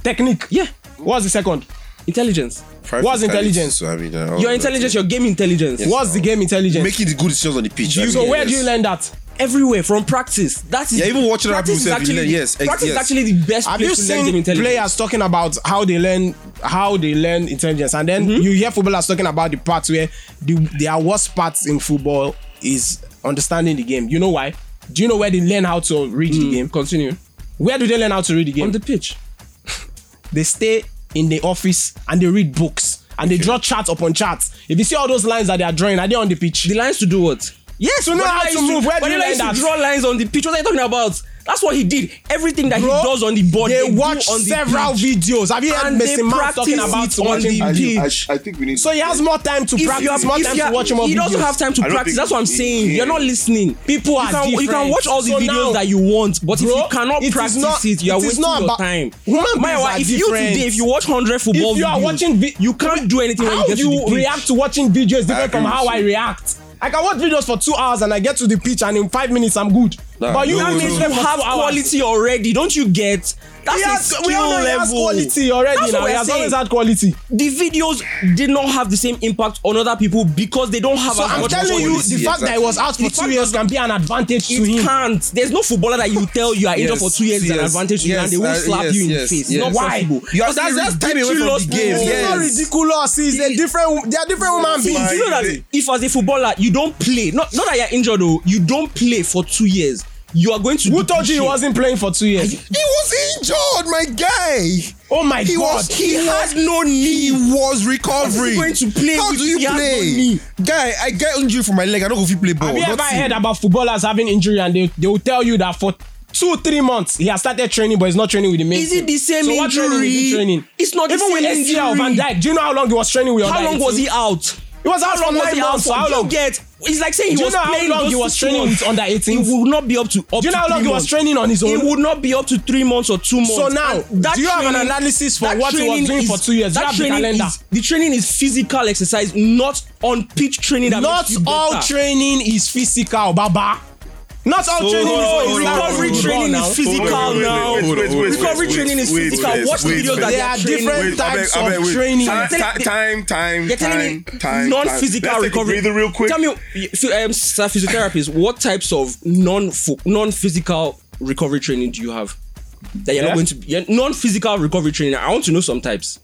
Speaker 2: technique?
Speaker 6: Yeah,
Speaker 2: What's the second?
Speaker 6: intelligence.
Speaker 2: What's intelligence?
Speaker 4: So, I mean, uh, all
Speaker 6: Your
Speaker 4: that.
Speaker 6: intelligence, your game intelligence. What?
Speaker 2: What's the game intelligence?
Speaker 4: making the good decisions on the pitch. I
Speaker 2: so
Speaker 4: mean,
Speaker 2: where
Speaker 4: yes.
Speaker 2: do you learn that?
Speaker 6: Everywhere from practice. That is
Speaker 4: Yeah, even watching other
Speaker 6: practice is
Speaker 4: people say
Speaker 6: actually
Speaker 4: you learn, yes, ex-
Speaker 6: practice is
Speaker 4: yes.
Speaker 6: actually the best
Speaker 2: Have
Speaker 6: place
Speaker 2: you
Speaker 6: to learn game
Speaker 2: seen
Speaker 6: intelligence.
Speaker 2: players talking about how they learn how they learn intelligence, and then you hear footballers talking about the parts where the their worst parts in football is understanding the game. You know why? Do you know where they learn how to read the game?
Speaker 6: Continue
Speaker 2: Where do they learn how to read the game?
Speaker 6: on the pitch.
Speaker 2: they stay in the office and they read books and they draw charts upon charts. If you see all those lines that they are drawing, are they on the pitch?
Speaker 6: The lines to do what?
Speaker 2: Yes, to know
Speaker 6: But
Speaker 2: how
Speaker 6: they
Speaker 2: to
Speaker 6: used
Speaker 2: move. Where do
Speaker 6: but
Speaker 2: you
Speaker 6: they
Speaker 2: learn
Speaker 6: used to
Speaker 2: that?
Speaker 6: draw lines on the pitch. What are you talking about? That's what he did. Everything that
Speaker 2: Bro,
Speaker 6: he does on the board,
Speaker 2: They,
Speaker 6: do
Speaker 2: watch
Speaker 6: on the
Speaker 2: several
Speaker 6: pitch.
Speaker 2: videos. Have you heard
Speaker 6: And they
Speaker 2: Messi Mount
Speaker 6: practice
Speaker 2: talking about
Speaker 6: it on
Speaker 2: watching
Speaker 6: the
Speaker 3: I,
Speaker 2: videos?
Speaker 3: think-
Speaker 6: pitch.
Speaker 3: I, I think we need.
Speaker 2: So he has more time to
Speaker 6: If
Speaker 2: practice,
Speaker 6: you have,
Speaker 2: more
Speaker 6: if
Speaker 2: time
Speaker 6: you
Speaker 2: to
Speaker 6: are-
Speaker 2: watch more
Speaker 6: he
Speaker 2: videos.
Speaker 6: doesn't have time to
Speaker 3: I don't
Speaker 6: practice.
Speaker 3: think
Speaker 6: That's what I'm
Speaker 3: he
Speaker 6: saying.
Speaker 3: can.
Speaker 6: You're not listening.
Speaker 2: People
Speaker 6: you
Speaker 2: are
Speaker 6: can, you can
Speaker 2: different.
Speaker 6: watch all the
Speaker 2: So
Speaker 6: videos
Speaker 2: now-
Speaker 6: that you want, but
Speaker 2: Bro,
Speaker 6: if you cannot
Speaker 2: it is
Speaker 6: practice
Speaker 2: not-
Speaker 6: it, you are
Speaker 2: it is
Speaker 6: wasting
Speaker 2: not
Speaker 6: your
Speaker 2: about-
Speaker 6: time.
Speaker 2: Human beings
Speaker 6: My
Speaker 2: are
Speaker 6: if you
Speaker 2: different.
Speaker 6: today, if you watch hundred football
Speaker 2: If you are
Speaker 6: videos,
Speaker 2: watching, vi-
Speaker 6: you can't do anything.
Speaker 2: how
Speaker 6: when you get
Speaker 2: you,
Speaker 6: to the pitch.
Speaker 2: react to watching videos different
Speaker 4: agree
Speaker 2: from
Speaker 4: with
Speaker 2: how
Speaker 4: you.
Speaker 2: I react. I can watch videos for two hours and I get to the pitch and in five minutes I'm good.
Speaker 4: Nah,
Speaker 2: but you
Speaker 4: no,
Speaker 2: have
Speaker 4: no,
Speaker 2: to
Speaker 4: no.
Speaker 2: spend for
Speaker 6: have
Speaker 2: two hours.
Speaker 6: quality already. Don't you get? That's
Speaker 2: He
Speaker 6: a
Speaker 2: has,
Speaker 6: skill
Speaker 2: we all know he has
Speaker 6: level.
Speaker 2: quality already.
Speaker 6: That's
Speaker 2: now.
Speaker 6: what
Speaker 2: He
Speaker 6: we're
Speaker 2: has
Speaker 6: saying.
Speaker 2: always had quality.
Speaker 6: the videos did not have the same impact on other people because they don't have
Speaker 2: So
Speaker 6: as
Speaker 2: I'm
Speaker 6: much
Speaker 2: telling you,
Speaker 6: quality.
Speaker 2: the fact that he was out for
Speaker 6: The
Speaker 2: two
Speaker 6: fact
Speaker 2: years can be an advantage to
Speaker 6: it
Speaker 2: him.
Speaker 6: can't. There's no footballer that you tell you are injured
Speaker 4: Yes,
Speaker 6: for two years is an
Speaker 4: yes,
Speaker 6: advantage to you, and they will
Speaker 4: yes, uh,
Speaker 6: slap
Speaker 4: yes,
Speaker 6: you in
Speaker 4: yes,
Speaker 6: the face.
Speaker 4: yes.
Speaker 6: Not
Speaker 2: Why?
Speaker 6: possible.
Speaker 4: You
Speaker 6: Because
Speaker 4: are still
Speaker 6: that's
Speaker 4: time away from
Speaker 6: ridiculous
Speaker 4: the game,
Speaker 2: It's
Speaker 6: bull.
Speaker 4: yes.
Speaker 2: not ridiculous. He's a different. They are different human
Speaker 6: Do
Speaker 2: beings.
Speaker 6: you know that if as a footballer you don't play, not not that you're injured, though, you don't play for two years. you are going to.
Speaker 2: Who
Speaker 6: do
Speaker 2: told you he
Speaker 6: shit.
Speaker 2: wasn't playing for two years?
Speaker 4: He was injured, my guy.
Speaker 2: Oh my
Speaker 4: He
Speaker 2: god.
Speaker 4: was. He, had no knee. He was recovering.
Speaker 6: How is he going to play
Speaker 4: How
Speaker 6: if
Speaker 4: do you
Speaker 6: he has no
Speaker 4: play,
Speaker 6: knee?
Speaker 4: guy? I get injury for my leg. I don't go fit play ball.
Speaker 2: Have you ever
Speaker 4: Nothing.
Speaker 2: heard about footballers having injury and they, they will tell you that for two, three months he has started training, but he's not training with the main
Speaker 6: Is it
Speaker 2: team.
Speaker 6: the same
Speaker 2: so what training is he
Speaker 6: injury?
Speaker 2: training?
Speaker 6: It's not the
Speaker 2: Even
Speaker 6: same
Speaker 2: with SDL
Speaker 6: injury.
Speaker 2: Van Dyke, do you know how long he was training with
Speaker 6: How
Speaker 2: United?
Speaker 6: long was he out?
Speaker 2: It was out
Speaker 6: How
Speaker 2: for
Speaker 6: long was
Speaker 2: nine
Speaker 6: he out
Speaker 2: months.
Speaker 6: for?
Speaker 2: How
Speaker 6: Do
Speaker 2: long?
Speaker 6: you get? It's like saying he
Speaker 2: Do you
Speaker 6: was
Speaker 2: know how
Speaker 6: playing.
Speaker 2: long
Speaker 6: those
Speaker 2: he was
Speaker 6: six
Speaker 2: training
Speaker 6: months.
Speaker 2: with under 18s?
Speaker 6: He would not be up to. Up
Speaker 2: Do you know
Speaker 6: to
Speaker 2: how long
Speaker 6: three
Speaker 2: he was
Speaker 6: months.
Speaker 2: training on his
Speaker 6: He
Speaker 2: own?
Speaker 6: would not be up to three months or two months.
Speaker 2: So now,
Speaker 6: And that
Speaker 2: do you have an analysis for
Speaker 6: that
Speaker 2: what he was
Speaker 6: training
Speaker 2: doing for two years? Do you
Speaker 6: that
Speaker 2: have the
Speaker 6: training
Speaker 2: calendar?
Speaker 6: Is, the training is physical exercise, not on pitch training. That makes
Speaker 2: Not
Speaker 6: you
Speaker 2: all
Speaker 6: better.
Speaker 2: training is physical, Baba. Not all
Speaker 4: So-
Speaker 2: training
Speaker 4: Oh,
Speaker 2: is
Speaker 4: hold
Speaker 2: physical.
Speaker 4: on,
Speaker 6: recovery
Speaker 4: hold on
Speaker 6: training is physical
Speaker 3: Hold on, wait,
Speaker 6: now.
Speaker 3: wait, wait, wait, wait,
Speaker 6: Recovery
Speaker 3: wait,
Speaker 6: training is
Speaker 3: wait, wait,
Speaker 6: physical.
Speaker 3: wait,
Speaker 6: Watch the
Speaker 3: wait,
Speaker 6: videos
Speaker 3: wait.
Speaker 6: that they
Speaker 2: There
Speaker 6: are
Speaker 2: are
Speaker 6: training.
Speaker 2: different
Speaker 3: Wait,
Speaker 2: types
Speaker 3: I beg- I beg,
Speaker 2: of
Speaker 3: wait.
Speaker 2: training.
Speaker 3: Time,
Speaker 6: You're
Speaker 3: time,
Speaker 6: telling
Speaker 3: time, time,
Speaker 6: You're telling me
Speaker 3: time, time.
Speaker 6: non-physical
Speaker 3: Let's take a
Speaker 6: recovery.
Speaker 3: breather real quick.
Speaker 6: Tell me, y- phy- um, sir, physiotherapists, what types of non non-physical recovery training do you have? That you're
Speaker 2: Yeah?
Speaker 6: not going to be yeah, non-physical recovery training. I want to know some types.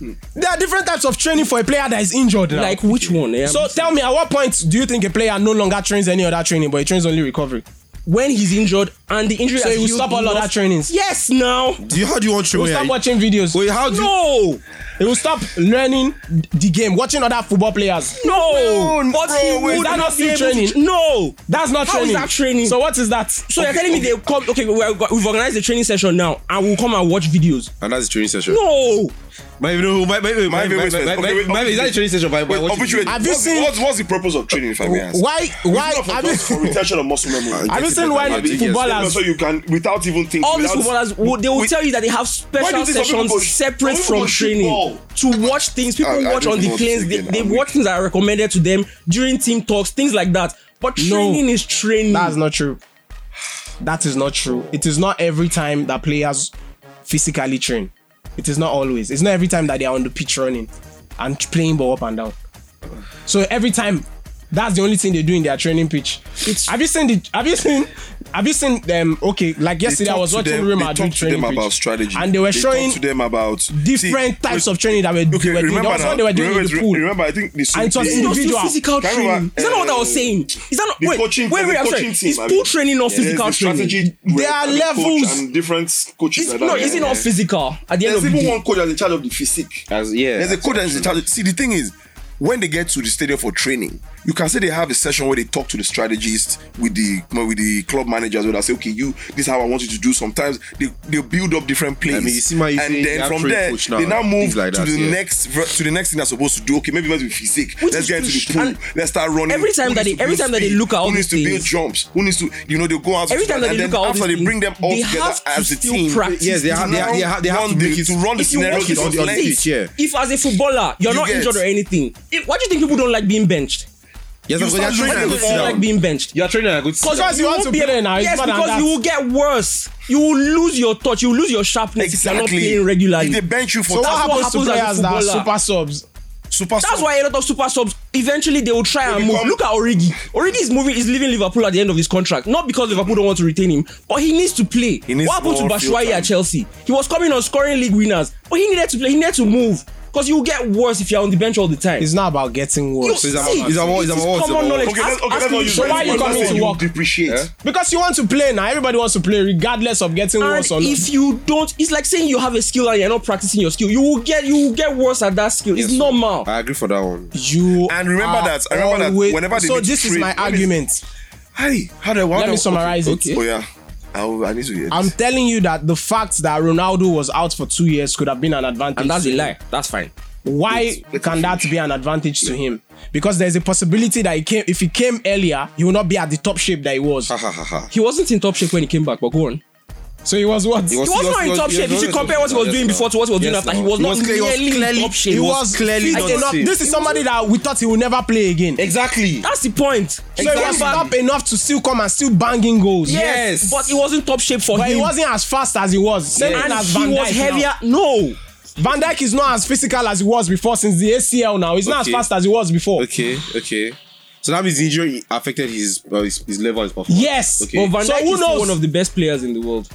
Speaker 2: There are different types of training for a player that is injured now.
Speaker 6: Like which one? Yeah?
Speaker 2: so tell me, at what point do you think a player no longer trains any other training, but he trains only recovery?
Speaker 6: Oh, when he's injured and the injury.
Speaker 2: So
Speaker 6: has
Speaker 2: he will
Speaker 6: healed
Speaker 2: stop all
Speaker 6: enough-
Speaker 2: other trainings.
Speaker 6: Yes, now.
Speaker 4: Do you, how do you want to
Speaker 2: He will stop
Speaker 4: train?
Speaker 2: watching
Speaker 6: Oh,
Speaker 2: videos.
Speaker 4: Wait, how do you?
Speaker 6: No,
Speaker 2: He will stop learning the game, watching other football players.
Speaker 6: no.
Speaker 3: No,
Speaker 6: but
Speaker 3: bro,
Speaker 6: he
Speaker 3: wait,
Speaker 6: would
Speaker 2: that's
Speaker 6: not
Speaker 2: not
Speaker 6: be able to-
Speaker 2: training.
Speaker 6: No,
Speaker 2: That's not
Speaker 6: How is
Speaker 2: training.
Speaker 6: that training?
Speaker 2: So what is that?
Speaker 6: So you're telling me they come? Okay, we have got- we've organized a training session now, and we'll come and watch videos.
Speaker 4: And that's the training session.
Speaker 6: No,
Speaker 4: My, no, my, my, my, my, my,
Speaker 3: wait,
Speaker 4: my,
Speaker 3: wait, wait.
Speaker 4: my,
Speaker 3: Okay, wait,
Speaker 4: my, is that the training session? By, by
Speaker 3: Wait,
Speaker 4: watching
Speaker 3: opportunity.
Speaker 2: Have you
Speaker 3: What's-
Speaker 2: seen-
Speaker 3: what's, what's the purpose of training, if I may ask?
Speaker 2: why? Why?
Speaker 3: Not for
Speaker 2: Have <laughs>
Speaker 3: just for
Speaker 2: you,
Speaker 3: retention of muscle memory.
Speaker 2: have you seen why
Speaker 4: Yes, yes.
Speaker 2: footballers?
Speaker 3: so you can without even thinking.
Speaker 6: all these
Speaker 3: without-
Speaker 6: footballers would- they will
Speaker 3: Wait,
Speaker 6: tell you that they have
Speaker 3: Why do
Speaker 6: special
Speaker 3: you think some
Speaker 6: sessions
Speaker 3: people go-
Speaker 6: separate
Speaker 3: some people
Speaker 6: from
Speaker 3: go shoot
Speaker 6: training
Speaker 3: ball?
Speaker 6: to watch things people
Speaker 3: I- I
Speaker 6: watch
Speaker 3: don't
Speaker 6: on
Speaker 3: know
Speaker 6: the
Speaker 3: what to
Speaker 6: planes.
Speaker 3: say
Speaker 6: They,
Speaker 3: again.
Speaker 6: they
Speaker 3: I'm
Speaker 6: watch
Speaker 3: weak.
Speaker 6: things that are recommended to them during team talks, things like that. But training is training.
Speaker 2: That's not true. That is not true. It is not every time that players physically train. It is not always. It's not every time that they are on the pitch running and playing ball up and down. So every time, that's the only thing they do in their training pitch.
Speaker 6: It's-
Speaker 2: have you seen the? Have you seen? Have you seen them? Okay, like yesterday I
Speaker 3: talk
Speaker 2: was
Speaker 3: to
Speaker 2: watching
Speaker 3: them-
Speaker 2: Real
Speaker 3: they
Speaker 2: Madrid
Speaker 3: talk to them
Speaker 2: training pitch,
Speaker 3: about strategy.
Speaker 2: and they were
Speaker 3: talk
Speaker 2: showing
Speaker 3: to them about
Speaker 2: different types of training that were, they
Speaker 3: Okay,
Speaker 2: were doing.
Speaker 3: remember
Speaker 2: That was
Speaker 3: now,
Speaker 2: what they were doing
Speaker 3: remember,
Speaker 2: in the pool.
Speaker 3: remember, I think
Speaker 2: And it
Speaker 3: the
Speaker 2: was
Speaker 6: It's not still
Speaker 2: individual.
Speaker 6: physical
Speaker 3: Can I
Speaker 6: training.
Speaker 3: remember,
Speaker 6: is that not what I was
Speaker 3: uh,
Speaker 6: saying? Is that not
Speaker 3: the
Speaker 6: wait,
Speaker 3: coaching-
Speaker 6: wait, wait,
Speaker 3: the
Speaker 6: I'm sorry.
Speaker 3: coaching team,
Speaker 6: Is
Speaker 3: I
Speaker 6: pool
Speaker 3: mean.
Speaker 6: training not physical training?
Speaker 3: strategy. rep
Speaker 2: There are
Speaker 3: and the coach
Speaker 2: levels.
Speaker 3: and different coaches.
Speaker 6: It's
Speaker 3: that
Speaker 6: no,
Speaker 3: are
Speaker 6: is it
Speaker 3: there.
Speaker 6: not physical at the end of
Speaker 3: There's
Speaker 6: the
Speaker 3: even
Speaker 6: day?
Speaker 3: one coach that's in charge of the physique.
Speaker 4: As- yeah,
Speaker 3: There's a
Speaker 4: that's
Speaker 3: coach that's in charge. of- See, the thing is, when they get to the stadium for training, you can say they have a session where they talk to the strategists with the with the club managers. Where they say, okay, you this is how I want you to do. Sometimes they they build up different plays,
Speaker 4: I mean, you see Man U say
Speaker 3: and
Speaker 4: they
Speaker 3: then
Speaker 4: have
Speaker 3: from
Speaker 4: three
Speaker 3: there
Speaker 4: coach now,
Speaker 3: they now move
Speaker 4: things like that,
Speaker 3: to the
Speaker 4: yeah.
Speaker 3: next ver- to the next thing they're supposed to do. Okay, maybe let's be physique.
Speaker 6: Which
Speaker 3: let's
Speaker 6: is
Speaker 3: get into
Speaker 6: push-
Speaker 3: the pool.
Speaker 6: and
Speaker 3: Let's start running.
Speaker 6: every time
Speaker 3: Who
Speaker 6: that they-
Speaker 3: needs to
Speaker 6: every
Speaker 3: build
Speaker 6: time that they
Speaker 3: speed?
Speaker 6: look at all
Speaker 3: who needs
Speaker 6: these
Speaker 3: to build
Speaker 6: things-
Speaker 3: jumps, who needs to you know they go out to
Speaker 6: Every
Speaker 3: the
Speaker 6: time that
Speaker 3: and
Speaker 6: they
Speaker 3: then
Speaker 6: look at all
Speaker 3: after
Speaker 6: these
Speaker 3: they bring them
Speaker 6: things,
Speaker 3: all
Speaker 6: they
Speaker 3: together
Speaker 6: have to
Speaker 3: as a
Speaker 6: still
Speaker 3: team.
Speaker 6: practice.
Speaker 4: Yes, they
Speaker 3: to
Speaker 4: have- they have-
Speaker 3: now
Speaker 4: they have- they have
Speaker 3: run
Speaker 4: to
Speaker 3: the-
Speaker 4: make it-
Speaker 3: to run the
Speaker 6: if you
Speaker 3: scenario
Speaker 6: watch it
Speaker 4: on
Speaker 6: on
Speaker 4: the
Speaker 3: length.
Speaker 4: pitch, yeah.
Speaker 6: if as a footballer you're
Speaker 3: You
Speaker 6: not
Speaker 3: get-
Speaker 6: injured or anything, if, why do you think people don't like being benched?
Speaker 4: Yes,
Speaker 3: You
Speaker 4: I'm going
Speaker 3: start
Speaker 4: to train
Speaker 3: training
Speaker 4: and
Speaker 3: and
Speaker 4: go
Speaker 6: People
Speaker 4: sit
Speaker 6: don't like
Speaker 4: down.
Speaker 6: being benched.
Speaker 4: You're training and go sit down.
Speaker 2: Because you want to
Speaker 6: won't be-
Speaker 2: play now, it's
Speaker 6: yes,
Speaker 2: more than
Speaker 6: because
Speaker 2: that.
Speaker 6: you will get worse. You will lose your touch. You will lose your sharpness if you're not playing regularly.
Speaker 3: If they bench you for
Speaker 2: So what
Speaker 6: That's
Speaker 2: happens,
Speaker 6: what
Speaker 2: to
Speaker 6: happens
Speaker 2: players
Speaker 6: as a
Speaker 2: that are
Speaker 6: footballer.
Speaker 2: super subs?
Speaker 3: super
Speaker 6: That's why a lot of super subs eventually they will try and move.
Speaker 3: become-
Speaker 6: Look at Origi. Origi is moving, is leaving Liverpool at the end of his contract. Not because Liverpool don't want to retain him, but he needs to play.
Speaker 3: needs
Speaker 6: what happened to
Speaker 3: more field
Speaker 6: Bashwai
Speaker 3: time.
Speaker 6: at Chelsea? He was coming on scoring league winners, but he needed to play. He needed to move because you get worse if you're on the bench all the time.
Speaker 2: It's not about getting worse.
Speaker 4: it's about- it's about-
Speaker 6: it
Speaker 4: it's
Speaker 6: is
Speaker 4: about- it's
Speaker 6: common
Speaker 4: about-
Speaker 6: knowledge.
Speaker 3: Okay,
Speaker 6: Ask-
Speaker 3: that's, okay,
Speaker 6: ask
Speaker 3: that's
Speaker 6: me,
Speaker 3: not you.
Speaker 2: why
Speaker 3: That's
Speaker 2: you
Speaker 3: not
Speaker 2: coming
Speaker 3: what
Speaker 2: to
Speaker 3: you
Speaker 2: work?
Speaker 3: Depreciate.
Speaker 4: Yeah.
Speaker 2: Because you want to play now, everybody wants to play regardless of getting
Speaker 6: And
Speaker 2: worse or not.
Speaker 6: if you don't, it's like saying you have a skill and you're not practicing your skill. You will get you will get worse at that skill. It's normal.
Speaker 4: I agree for that one. Ah,
Speaker 2: you
Speaker 3: And remember
Speaker 2: are
Speaker 3: that- I remember that
Speaker 2: Ah, always-
Speaker 3: whenever they
Speaker 2: so
Speaker 3: need to
Speaker 2: this is
Speaker 3: trade,
Speaker 2: my
Speaker 3: when is-
Speaker 2: argument.
Speaker 4: oh.
Speaker 3: Hey, how do I? how
Speaker 2: Let
Speaker 3: do I-
Speaker 2: me summarize
Speaker 3: okay,
Speaker 2: it.
Speaker 3: okay. Oh yeah, I, will- I need to. Hear
Speaker 2: I'm
Speaker 3: this.
Speaker 2: telling you that the fact that Ronaldo was out for two years could have been an advantage.
Speaker 6: And that's
Speaker 2: to
Speaker 6: a
Speaker 2: him.
Speaker 6: lie. That's fine.
Speaker 2: Why
Speaker 3: Let
Speaker 2: can
Speaker 3: me
Speaker 2: that
Speaker 3: finish.
Speaker 2: be an advantage to him? Because there's a possibility that he came if he came earlier, he would not be at the top shape that he was.
Speaker 3: Ah.
Speaker 4: Ha ha ha ha.
Speaker 6: He wasn't in top shape when he came back, but go on.
Speaker 2: so he was what? He
Speaker 4: was-
Speaker 6: He was not in top shape. You should compare what he was doing before to what he was doing after. He was not nearly in top shape.
Speaker 4: He was clearly
Speaker 2: fit
Speaker 4: not
Speaker 2: enough.
Speaker 4: safe.
Speaker 2: This is somebody that we thought he would never play again.
Speaker 4: Exactly.
Speaker 6: That's the point.
Speaker 2: So he was top enough to still come and still banging goals.
Speaker 6: Yes, but he wasn't top shape for
Speaker 2: But
Speaker 6: him.
Speaker 2: he wasn't as fast as he was. Same
Speaker 6: and
Speaker 2: thing as
Speaker 6: he
Speaker 2: Van
Speaker 6: was
Speaker 2: Dijk now.
Speaker 6: heavier. No,
Speaker 2: Van Dijk is not as physical as he was before since the ACL now. He's not as
Speaker 4: Okay.
Speaker 2: fast as he was before.
Speaker 4: Okay, okay. So that means the injury affected his uh, his, his level, his performance.
Speaker 2: Yes.
Speaker 6: but
Speaker 4: Okay.
Speaker 6: Van Dijk
Speaker 2: So who
Speaker 6: is still
Speaker 2: knows?
Speaker 6: one of the best players in the world.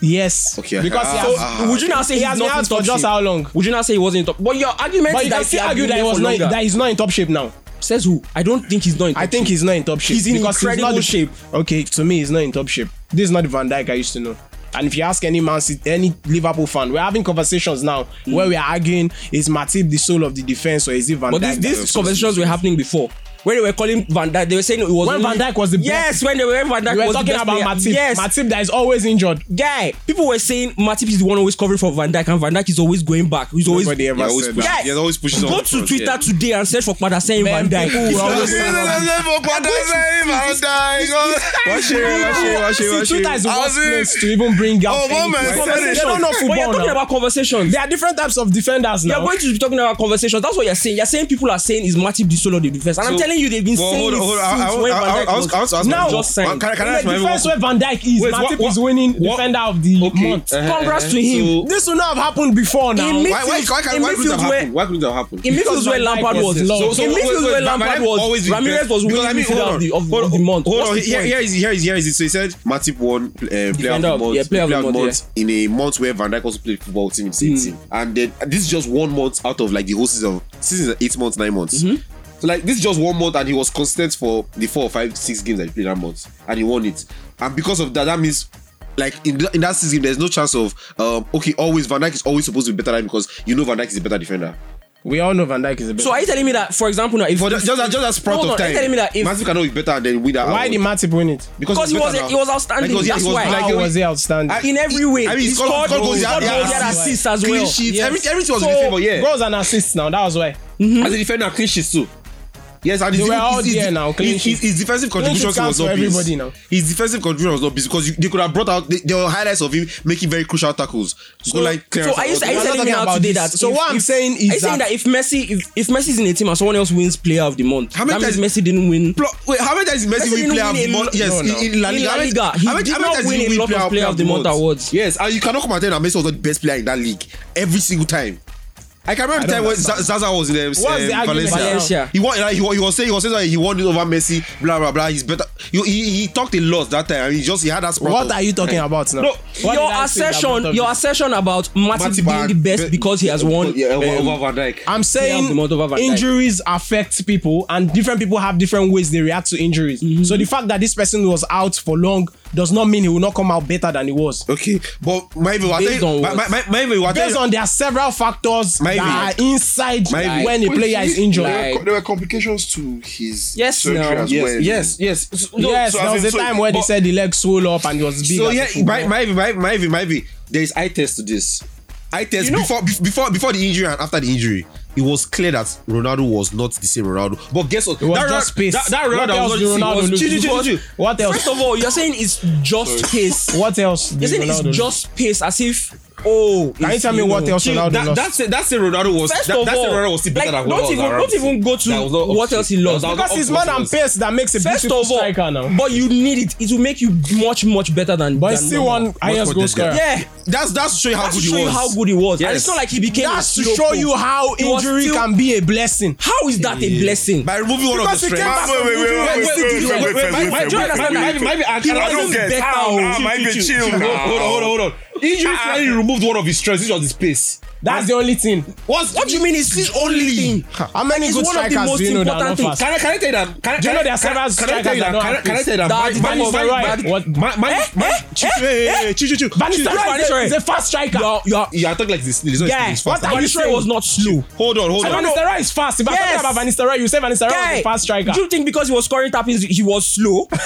Speaker 2: Yes.
Speaker 4: Okay,
Speaker 2: Because
Speaker 4: ah,
Speaker 2: he has,
Speaker 4: ah,
Speaker 6: Would you now say
Speaker 2: he
Speaker 6: he's
Speaker 2: has been
Speaker 6: not in
Speaker 2: out for
Speaker 6: top
Speaker 2: just
Speaker 6: shape?
Speaker 2: how long?
Speaker 6: Would you not say he wasn't in top? But your argument
Speaker 2: But
Speaker 6: is
Speaker 2: you
Speaker 6: that if
Speaker 2: can
Speaker 6: he
Speaker 2: still
Speaker 6: had
Speaker 2: argue
Speaker 6: been
Speaker 2: that he
Speaker 6: there
Speaker 2: was
Speaker 6: for
Speaker 2: not
Speaker 6: longer-
Speaker 2: that he's not in top shape now.
Speaker 6: Says who? I don't think he's not. In
Speaker 2: I think he's not in top shape.
Speaker 6: He's in
Speaker 2: because
Speaker 6: incredible
Speaker 2: not the,
Speaker 6: shape.
Speaker 2: Okay, to me, he's not in top shape. This is not the Van Dyke I used to know. And if you ask any Man City, any Liverpool fan, we're having conversations now
Speaker 6: Mm.
Speaker 2: where we are arguing is Matip the soul of the defense or is it Van
Speaker 6: But
Speaker 2: Dyke?
Speaker 6: these, these conversations were happening before. When they were calling Van Dyke, they were saying it was
Speaker 2: When
Speaker 6: only-
Speaker 2: Van Dijk was the best-
Speaker 6: yes. When they were when Van Dyke
Speaker 2: we were
Speaker 6: was the
Speaker 2: talking
Speaker 6: best
Speaker 2: about
Speaker 6: player.
Speaker 2: Matip.
Speaker 6: Yes,
Speaker 2: Matip that is always injured.
Speaker 6: guy. People were saying Matip is the one always covering for Van Dyke, and Van Dyke is always going back. He's always
Speaker 2: Nobody ever
Speaker 4: He always
Speaker 2: said
Speaker 4: pushes-
Speaker 2: that.
Speaker 6: Guy,
Speaker 4: he always pushes
Speaker 6: Go
Speaker 4: on
Speaker 6: to
Speaker 4: front,
Speaker 6: Twitter
Speaker 4: yeah.
Speaker 6: today and search for Kwada saying Van
Speaker 2: Man,
Speaker 6: Dyke.
Speaker 2: people will always
Speaker 6: It's-
Speaker 2: See, Twitter is the
Speaker 3: I
Speaker 2: worst
Speaker 3: mean-
Speaker 2: place to even bring out
Speaker 3: Oh, one
Speaker 2: anything.
Speaker 3: man said it.
Speaker 2: Conversations. They don't know
Speaker 6: But you're
Speaker 2: football
Speaker 6: talking
Speaker 2: now.
Speaker 6: about conversations.
Speaker 2: There are different types of defenders
Speaker 6: You're
Speaker 2: now.
Speaker 6: going to be talking about conversations. That's what you're saying. You're saying people are saying is Matip the soul of the defense, and I'm
Speaker 4: So-
Speaker 6: telling you they've been
Speaker 4: Well,
Speaker 6: saying
Speaker 4: hold on,
Speaker 6: this
Speaker 4: hold on. I- I-
Speaker 6: since
Speaker 4: I-
Speaker 6: when
Speaker 4: I-
Speaker 6: Van Dijk
Speaker 4: I was-
Speaker 6: was
Speaker 4: I was asking-
Speaker 6: now
Speaker 4: Well,
Speaker 6: just signed.
Speaker 4: can I- can I ask
Speaker 2: In the
Speaker 4: my
Speaker 2: defense
Speaker 4: one-
Speaker 2: where Van Dyke is,
Speaker 4: Wait,
Speaker 2: Matip
Speaker 4: what-
Speaker 2: is
Speaker 4: what-
Speaker 2: winning
Speaker 4: what-
Speaker 2: defender of the
Speaker 4: Okay,
Speaker 2: month.
Speaker 4: uh-huh,
Speaker 6: Congrats
Speaker 4: uh-huh.
Speaker 6: to him.
Speaker 4: So-
Speaker 2: This will not have happened before now.
Speaker 6: In mid-
Speaker 4: why, why, why,
Speaker 6: In
Speaker 4: can, why couldn't
Speaker 6: midfield
Speaker 4: that
Speaker 6: where-
Speaker 4: happen? Why couldn't that happen?
Speaker 6: In midfield
Speaker 2: Because
Speaker 6: where
Speaker 2: Van Dijk
Speaker 6: Lampard
Speaker 2: was
Speaker 6: was,
Speaker 2: in
Speaker 6: low.
Speaker 2: love.
Speaker 6: in
Speaker 4: wait,
Speaker 6: midfield
Speaker 4: wait,
Speaker 6: where
Speaker 4: wait,
Speaker 6: Lampard
Speaker 4: Van Dijk
Speaker 6: was,
Speaker 4: always
Speaker 6: Ramirez
Speaker 4: impressed.
Speaker 6: was
Speaker 4: Because,
Speaker 6: winning midfield
Speaker 4: hold
Speaker 6: of
Speaker 4: on.
Speaker 6: the of,
Speaker 4: Hold
Speaker 6: of the
Speaker 4: on,
Speaker 6: month.
Speaker 4: Hold
Speaker 6: What's
Speaker 4: on,
Speaker 6: the
Speaker 4: here,
Speaker 6: point?
Speaker 4: here, is, here is here is it. So he said Matip won uh, player of
Speaker 6: Defender
Speaker 4: the
Speaker 6: of-
Speaker 4: month,
Speaker 6: yeah, player of the month,
Speaker 4: in a month where Van Dijk also played football team, same
Speaker 6: Hmm.
Speaker 4: team, and then uh, this is just one month out of like the whole season, season is eight months, nine months.
Speaker 6: Mm-hmm.
Speaker 4: So like this is just one month, and he was consistent for the four or five, six games that he played that month, and he won it. And because of that, that means. Like in, th- in that season, there's no chance of um, okay. Always Van Dijk is always supposed to be better than him because you know Van Dijk is a better defender.
Speaker 2: we all know Van Dijk is a best.
Speaker 6: So are you telling me that, for example, now if
Speaker 4: For just, just, that- just that sprout
Speaker 6: Hold
Speaker 4: of
Speaker 6: on, are
Speaker 4: time,
Speaker 6: you telling me that if-
Speaker 4: Matip cannot be better than win that.
Speaker 2: why
Speaker 4: award.
Speaker 2: did Matip win it?
Speaker 6: Because he
Speaker 4: he's
Speaker 6: was-
Speaker 4: better now.
Speaker 6: he was outstanding,
Speaker 4: Like, he
Speaker 6: that's
Speaker 4: he
Speaker 6: why.
Speaker 4: like,
Speaker 2: How
Speaker 4: he
Speaker 2: was he outstanding?
Speaker 6: in every way,
Speaker 4: I mean,
Speaker 6: he
Speaker 4: he scored-
Speaker 6: scored
Speaker 4: scored
Speaker 6: goals,
Speaker 4: goals,
Speaker 6: he
Speaker 4: he
Speaker 6: scored
Speaker 4: had-
Speaker 6: goals, he
Speaker 4: he
Speaker 6: had
Speaker 4: had
Speaker 6: assists as well.
Speaker 4: Clean sheets,
Speaker 6: Yes.
Speaker 4: everything, everything was in
Speaker 6: So,
Speaker 4: his favor. Yeah,
Speaker 2: Goals and assists now. That was why.
Speaker 4: as a defender, clean sheets too. Yes, and his,
Speaker 2: They were all
Speaker 4: his,
Speaker 2: there
Speaker 4: his,
Speaker 2: now, clean
Speaker 4: his, his, his defensive contribution
Speaker 2: sheets counts
Speaker 4: was
Speaker 2: for
Speaker 4: not beast.
Speaker 2: everybody now.
Speaker 4: His defensive contribution was not beast because you, they could have brought out the, there were highlights of him making very crucial tackles. So, like clearance
Speaker 6: so are you,
Speaker 4: and all
Speaker 6: are you
Speaker 2: We're not
Speaker 4: that.
Speaker 6: telling me
Speaker 2: talking
Speaker 6: now
Speaker 2: about
Speaker 6: today
Speaker 2: this.
Speaker 6: that
Speaker 2: So
Speaker 6: if,
Speaker 2: what I'm
Speaker 6: if-
Speaker 2: saying
Speaker 6: are you
Speaker 2: is
Speaker 6: saying
Speaker 2: that-
Speaker 6: that if Messi if, if Messi's in a team and someone else wins Player of the Month,
Speaker 4: How many
Speaker 6: that means
Speaker 4: times-
Speaker 6: Messi didn't win.
Speaker 4: Pl- Wait, how many times did Messi
Speaker 6: Messi
Speaker 4: win
Speaker 6: didn't
Speaker 4: player of
Speaker 6: win
Speaker 4: the
Speaker 6: a
Speaker 4: month?
Speaker 6: lot-
Speaker 4: Yes,
Speaker 2: No, no.
Speaker 4: in, in La
Speaker 6: In
Speaker 4: Liga.
Speaker 6: La
Speaker 4: How many-
Speaker 6: Liga, he
Speaker 4: how many-
Speaker 6: did
Speaker 4: how many
Speaker 6: not
Speaker 4: times did
Speaker 6: win
Speaker 4: he
Speaker 6: a
Speaker 4: win
Speaker 6: lot of Player of the Month awards.
Speaker 4: Yes, and you cannot come and tell that Messi was not the best player in that league every single time. I can remember the
Speaker 2: I
Speaker 4: time
Speaker 2: don't
Speaker 4: when Za- Zaza was in um,
Speaker 2: the
Speaker 4: um,
Speaker 2: argument
Speaker 4: Valencia.
Speaker 2: now?
Speaker 6: Valencia.
Speaker 4: He, won, like, he, wa- he was saying he was saying that he won it over Messi, blah blah blah. He's better. He, he, he talked a lot that time. I mean, he just he had that. sprout
Speaker 2: What
Speaker 4: of-
Speaker 2: are you talking about now?
Speaker 4: No,
Speaker 6: your
Speaker 2: What did I say that both
Speaker 6: assertion,
Speaker 2: of
Speaker 6: your
Speaker 2: you-
Speaker 6: assertion about Matip,
Speaker 4: Matip
Speaker 6: being the
Speaker 4: and-
Speaker 6: best because he has won.
Speaker 4: Yeah, over,
Speaker 6: um,
Speaker 4: over Van Dijk.
Speaker 6: Player of
Speaker 2: I'm
Speaker 6: the
Speaker 2: saying
Speaker 6: month over Van Dijk.
Speaker 2: injuries affect people, and different people have different ways they react to injuries.
Speaker 6: Mm-hmm.
Speaker 2: So the fact that this person was out for long does not mean he will not come out better than he was.
Speaker 4: Okay, but my view, I
Speaker 6: Based
Speaker 4: tell you,
Speaker 6: on
Speaker 4: my,
Speaker 6: what?
Speaker 4: my, my, my view, I tell
Speaker 2: Based
Speaker 4: you,
Speaker 2: on there are several factors
Speaker 4: Maybe.
Speaker 2: that are inside
Speaker 4: Maybe.
Speaker 2: when a player is injured.
Speaker 6: Like-
Speaker 3: There were complications to his
Speaker 6: Yes,
Speaker 3: surgery
Speaker 6: no,
Speaker 3: as well.
Speaker 6: yes, yes, yes. So-
Speaker 2: yes,
Speaker 3: so
Speaker 2: there
Speaker 3: as
Speaker 2: was
Speaker 3: in-
Speaker 2: a
Speaker 3: so-
Speaker 2: time where they
Speaker 3: but-
Speaker 2: said the leg swelled up and it was big.
Speaker 4: so
Speaker 2: as a
Speaker 4: yeah,
Speaker 2: football.
Speaker 4: my, my view, my, my view, my view, there is eye test to this. Eye test before bef- before before the injury and after the injury, it was clear that Ronaldo was not the same Ronaldo. But guess what?
Speaker 2: It was
Speaker 4: that
Speaker 2: just
Speaker 4: Ronaldo,
Speaker 2: space.
Speaker 4: that, that
Speaker 2: what
Speaker 4: Ronaldo
Speaker 2: else
Speaker 4: was
Speaker 2: did
Speaker 4: not
Speaker 2: Ronaldo
Speaker 4: the
Speaker 2: lose?
Speaker 4: same.
Speaker 2: What-
Speaker 4: Was,
Speaker 2: What
Speaker 6: First
Speaker 2: else?
Speaker 6: of all, you're saying it's just pace.
Speaker 2: What else? did
Speaker 6: You're saying
Speaker 2: Ronaldo
Speaker 6: it's
Speaker 2: lose?
Speaker 6: just pace, as if oh.
Speaker 2: Can you
Speaker 6: it's,
Speaker 2: tell me what
Speaker 6: know,
Speaker 2: else
Speaker 4: Chill,
Speaker 2: Ronaldo
Speaker 4: that,
Speaker 2: lost?
Speaker 4: that's it. That's it. Ronaldo was.
Speaker 6: First
Speaker 4: that,
Speaker 6: of
Speaker 4: that's it.
Speaker 6: all,
Speaker 4: Ronaldo was still better
Speaker 6: like,
Speaker 4: than
Speaker 6: don't
Speaker 4: who
Speaker 6: even
Speaker 4: was
Speaker 6: don't even go
Speaker 4: That was
Speaker 6: to
Speaker 4: not
Speaker 6: what else he
Speaker 4: option.
Speaker 6: lost.
Speaker 4: That was
Speaker 2: because
Speaker 4: not
Speaker 2: it's
Speaker 4: option.
Speaker 2: man and pace that makes a
Speaker 6: First
Speaker 2: beautiful
Speaker 6: of all,
Speaker 2: striker now.
Speaker 6: but you need it. It will make you much much better than.
Speaker 2: But
Speaker 6: than
Speaker 2: it's still
Speaker 6: normal.
Speaker 2: one highest
Speaker 4: more
Speaker 2: goal
Speaker 4: than
Speaker 2: scorer.
Speaker 4: that.
Speaker 6: Yeah,
Speaker 4: That's that's to show you how
Speaker 6: that's to show
Speaker 4: good he
Speaker 6: you
Speaker 4: was.
Speaker 6: how good he was. And
Speaker 4: Yes.
Speaker 6: it's not like he became. a
Speaker 2: That's to
Speaker 6: slow
Speaker 2: show
Speaker 6: coach.
Speaker 2: you how
Speaker 6: He was
Speaker 2: injury
Speaker 6: still-
Speaker 2: can be a blessing.
Speaker 6: How is that a blessing?
Speaker 4: by removing one of the
Speaker 2: Because he came
Speaker 4: strengths.
Speaker 2: back from
Speaker 3: Wait, wait, wait, wait, wait, wait, wait, wait, wait, wait, wait, wait, wait, wait, wait.
Speaker 4: I
Speaker 3: I
Speaker 4: don't
Speaker 3: don't
Speaker 4: get.
Speaker 3: get
Speaker 6: better,
Speaker 3: how.
Speaker 6: oh.
Speaker 3: Ah, might be chill.
Speaker 4: Hold on, hold on, hold on, hold on. Injury
Speaker 3: Ah.
Speaker 4: clearly removed one of his strengths, which was his pace.
Speaker 2: That's the only thing.
Speaker 4: What's,
Speaker 6: What do you mean it's the only thing?
Speaker 2: How many
Speaker 6: It's
Speaker 2: good
Speaker 6: one of the
Speaker 2: strikers
Speaker 6: most
Speaker 2: do you know that are
Speaker 6: important
Speaker 2: not
Speaker 6: things.
Speaker 2: fast?
Speaker 4: Can I, can I tell you that? Can,
Speaker 2: Do you
Speaker 4: can
Speaker 2: know there are
Speaker 4: I-
Speaker 2: several
Speaker 4: can, can I
Speaker 2: strikers
Speaker 4: tell you
Speaker 2: that
Speaker 4: that?
Speaker 2: don't
Speaker 4: Can, I-
Speaker 2: have
Speaker 4: can I
Speaker 2: pace?
Speaker 4: tell you that?
Speaker 6: That
Speaker 4: Man-
Speaker 6: is
Speaker 4: Man-
Speaker 6: one of the
Speaker 4: Man-
Speaker 6: right-
Speaker 4: Man-
Speaker 2: what-
Speaker 4: Man- Man-
Speaker 6: Eh?
Speaker 4: Man-
Speaker 6: Eh?
Speaker 4: Chill,
Speaker 6: Eh?
Speaker 4: hey, hey,
Speaker 6: Eh?
Speaker 4: chill, chill, chill. Chill.
Speaker 2: Banistra is a-
Speaker 6: Banistra-
Speaker 2: is a fast striker.
Speaker 6: You're, you're,
Speaker 4: Yeah, I talk like this. this is
Speaker 6: Yeah,
Speaker 4: this
Speaker 2: what
Speaker 4: fast.
Speaker 2: are you
Speaker 6: Banistra
Speaker 2: saying?
Speaker 6: was not slow.
Speaker 4: Hold on, hold
Speaker 2: So
Speaker 4: on.
Speaker 2: Vanistera is fast. If I'm
Speaker 6: Yes.
Speaker 2: talking about Vanistera, you say Vanistera was
Speaker 6: Guy,
Speaker 2: a fast striker.
Speaker 6: Do you think because he was scoring tappings, he was slow? do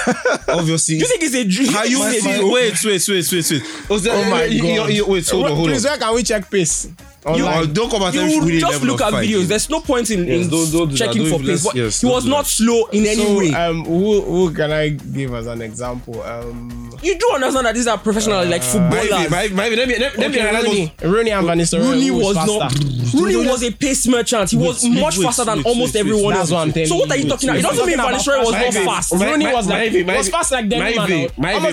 Speaker 4: Obviously.
Speaker 6: you think it's a dream?
Speaker 4: Are you
Speaker 6: it's a-
Speaker 4: wait, wait, wait, wait, wait, wait.
Speaker 2: Oh my God.
Speaker 4: Wait, hold on, hold on.
Speaker 2: Please, where can we check pace?
Speaker 4: Oh,
Speaker 2: Online.
Speaker 4: Don't come at
Speaker 6: you just look at videos. There's no point in, in
Speaker 4: Yes, don't- don't do that.
Speaker 6: checking
Speaker 4: Don't
Speaker 6: for
Speaker 4: even-
Speaker 6: pace.
Speaker 4: let's-
Speaker 6: But
Speaker 4: yes,
Speaker 6: he
Speaker 4: don't
Speaker 6: was
Speaker 4: do
Speaker 6: not
Speaker 4: that.
Speaker 6: slow in any way.
Speaker 2: So, um, who who can I give as an example? Um,
Speaker 6: you do understand that these are professional like footballers.
Speaker 4: Maybe, maybe, let me, let me
Speaker 2: okay,
Speaker 4: analyze
Speaker 2: Rooney. Rooney and Vanistera.
Speaker 6: Rooney was, not. Rooney was a pace merchant. He was
Speaker 4: wait,
Speaker 6: much
Speaker 4: wait,
Speaker 6: faster than
Speaker 4: wait,
Speaker 6: almost
Speaker 4: wait, wait.
Speaker 6: everyone
Speaker 2: That's what I'm
Speaker 6: else.
Speaker 2: telling
Speaker 6: So what are you
Speaker 2: you.
Speaker 6: talking about? It
Speaker 2: Wait,
Speaker 6: doesn't
Speaker 2: wait.
Speaker 6: mean Van Nistelrooy was not
Speaker 4: Maybe.
Speaker 6: fast.
Speaker 4: My-
Speaker 2: Rooney
Speaker 4: my-
Speaker 2: was like
Speaker 4: Maybe,
Speaker 2: was
Speaker 4: maybe.
Speaker 2: fast like them.
Speaker 4: Maybe, maybe,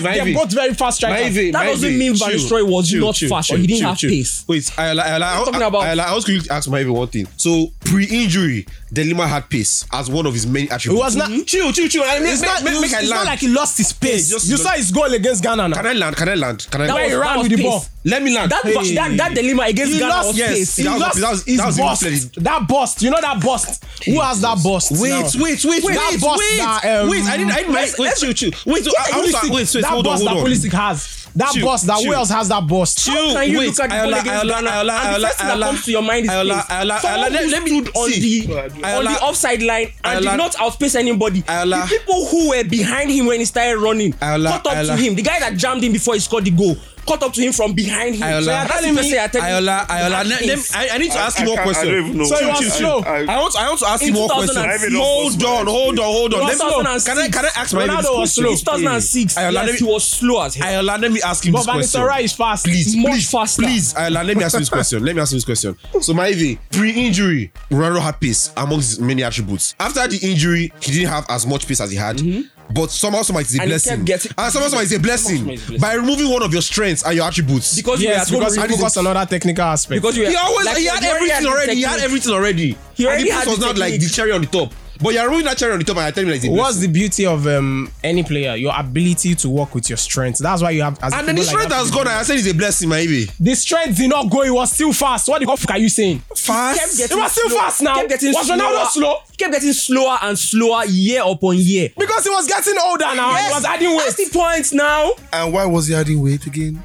Speaker 2: They're
Speaker 4: maybe.
Speaker 2: both very fast strikers.
Speaker 4: Maybe,
Speaker 6: That doesn't
Speaker 4: maybe.
Speaker 6: mean Van
Speaker 4: Chill,
Speaker 6: Nistelrooy was
Speaker 4: chill,
Speaker 6: not
Speaker 4: chill,
Speaker 6: fast or
Speaker 4: chill,
Speaker 6: he didn't
Speaker 4: chill,
Speaker 6: have
Speaker 4: chill.
Speaker 6: pace.
Speaker 4: Wait, I, I, I, I,
Speaker 6: talking
Speaker 4: I,
Speaker 6: about-
Speaker 4: I, I, I was going to ask Maivy one thing. So pre-injury, Delima had pace as one of his main attributes. Mm-hmm.
Speaker 2: It was not-
Speaker 4: chill, chill, chill. I mean,
Speaker 2: It's
Speaker 4: make-
Speaker 2: not,
Speaker 4: make- make I
Speaker 2: it's not
Speaker 4: land.
Speaker 2: like he lost his pace.
Speaker 4: just
Speaker 2: you
Speaker 4: look-
Speaker 2: saw his goal against Ghana now.
Speaker 4: Can I land? Can I land? Can I
Speaker 2: Where
Speaker 4: land?
Speaker 2: he
Speaker 6: was- that
Speaker 2: ran
Speaker 6: was
Speaker 2: with the
Speaker 6: pace.
Speaker 2: ball.
Speaker 4: Let me land.
Speaker 6: That,
Speaker 2: Hey.
Speaker 6: that that dilemma against
Speaker 2: He
Speaker 6: Ghana
Speaker 2: lost,
Speaker 6: was
Speaker 2: yes.
Speaker 6: pace.
Speaker 2: He
Speaker 4: That was-
Speaker 2: lost
Speaker 4: that was-
Speaker 2: his
Speaker 4: that was the
Speaker 2: bust.
Speaker 4: replay.
Speaker 2: That bust. You know that bust. Who has that bust?
Speaker 4: Wait,
Speaker 2: now?
Speaker 4: wait, wait, wait,
Speaker 2: That
Speaker 4: wait,
Speaker 2: bust
Speaker 4: wait,
Speaker 2: that, um,
Speaker 4: wait, I didn't, I didn't, wait, wait, chill, chill, wait, so I, I want to,
Speaker 2: Pulisic,
Speaker 4: wait, wait,
Speaker 2: that
Speaker 4: hold on,
Speaker 2: bust
Speaker 4: hold
Speaker 2: that
Speaker 4: on.
Speaker 2: Pulisic has. That
Speaker 4: Chill,
Speaker 2: bust that
Speaker 4: chill.
Speaker 2: who else has that bust?
Speaker 4: Chill,
Speaker 6: can you
Speaker 4: wait,
Speaker 6: look at the goal
Speaker 4: Ayola,
Speaker 6: against
Speaker 4: Ayola,
Speaker 6: Ghana?
Speaker 4: Ayola,
Speaker 6: And the
Speaker 4: Ayola,
Speaker 6: first thing that
Speaker 4: Ayola,
Speaker 6: comes to your mind is
Speaker 4: Ayola,
Speaker 6: pace.
Speaker 4: Ayola,
Speaker 6: Someone
Speaker 4: Ayola, let-
Speaker 6: who
Speaker 4: let me
Speaker 6: stood on
Speaker 4: see.
Speaker 6: the on
Speaker 4: Ayola.
Speaker 6: the offside line and
Speaker 4: Ayola.
Speaker 6: did not outpace anybody.
Speaker 4: Ayola.
Speaker 6: The people who were behind him when he started running
Speaker 4: Ayola,
Speaker 6: caught up
Speaker 4: Ayola.
Speaker 6: to him. The guy that jammed him before he scored the goal caught up to him from behind him. So
Speaker 4: Ayola,
Speaker 6: yeah, that's the person that I tell you-
Speaker 4: Ayola, Ayola, let- let me- I, I need to ask
Speaker 3: I
Speaker 4: you one
Speaker 3: can't- I
Speaker 4: question.
Speaker 3: don't even know.
Speaker 4: So you
Speaker 3: Chill,
Speaker 4: want
Speaker 3: chill,
Speaker 4: slow?
Speaker 3: chill.
Speaker 4: I want, I want to ask you one question.
Speaker 6: 2006. I
Speaker 3: even don't
Speaker 4: Hold
Speaker 3: know.
Speaker 4: on, hold on, hold on. Let me, can I, can I ask my
Speaker 2: Ronaldo
Speaker 4: this
Speaker 2: was
Speaker 4: question?
Speaker 2: slow.
Speaker 6: It's 2006.
Speaker 4: Ayola, let
Speaker 6: Yes,
Speaker 4: me-
Speaker 6: he was slow as hell.
Speaker 4: Ayola, let me ask him
Speaker 2: But
Speaker 4: this question.
Speaker 2: Vanisora is fast.
Speaker 4: please,
Speaker 6: Much
Speaker 4: please,
Speaker 6: faster.
Speaker 4: please, Ayla, let me ask you this question. Let me ask you this question. So, Maive, pre-injury, Ronaldo had pace amongst his many attributes. After the injury, he didn't have as much pace as he had. But somehow, somehow, it's a
Speaker 6: Mm-hmm. And he
Speaker 4: blessing.
Speaker 6: kept getting-
Speaker 4: and somehow, somehow, it's a blessing.
Speaker 6: Somehow, somehow, it's a blessing.
Speaker 4: By removing one of your strengths and your attributes.
Speaker 6: Because you were
Speaker 2: Yes,
Speaker 6: at home
Speaker 2: because he
Speaker 6: reading-
Speaker 2: focused on other technical aspects.
Speaker 6: because you were-
Speaker 4: he always
Speaker 6: like,
Speaker 4: he had
Speaker 6: you
Speaker 4: everything
Speaker 6: the
Speaker 4: already. He had
Speaker 6: technique.
Speaker 4: everything already.
Speaker 6: He already
Speaker 4: and the pace
Speaker 6: had
Speaker 4: was
Speaker 6: the
Speaker 4: not like the
Speaker 6: technique.
Speaker 4: cherry on the top. But you're removing that cherry on the top, and I tell you, like, it's a
Speaker 2: What's the
Speaker 4: blessing.
Speaker 2: beauty of um, any player? Your ability to work with your strengths. That's why you have. As a
Speaker 4: and then
Speaker 2: footballer,
Speaker 4: the
Speaker 2: you
Speaker 4: strength
Speaker 2: have
Speaker 4: has
Speaker 2: to-
Speaker 4: gone. and I said it's a blessing, Maive.
Speaker 2: The strength did not go. It was still fast. What the f are you saying?
Speaker 6: kept
Speaker 4: Fast.
Speaker 6: getting
Speaker 2: It was still
Speaker 6: slower-
Speaker 2: fast now.
Speaker 6: Kept getting
Speaker 2: Was Ronaldo
Speaker 6: slower-
Speaker 2: slow?
Speaker 6: Kept getting slower and slower year upon year.
Speaker 2: Because he was getting older now. He was adding weight.
Speaker 6: That's the point now.
Speaker 3: And why was he adding weight again?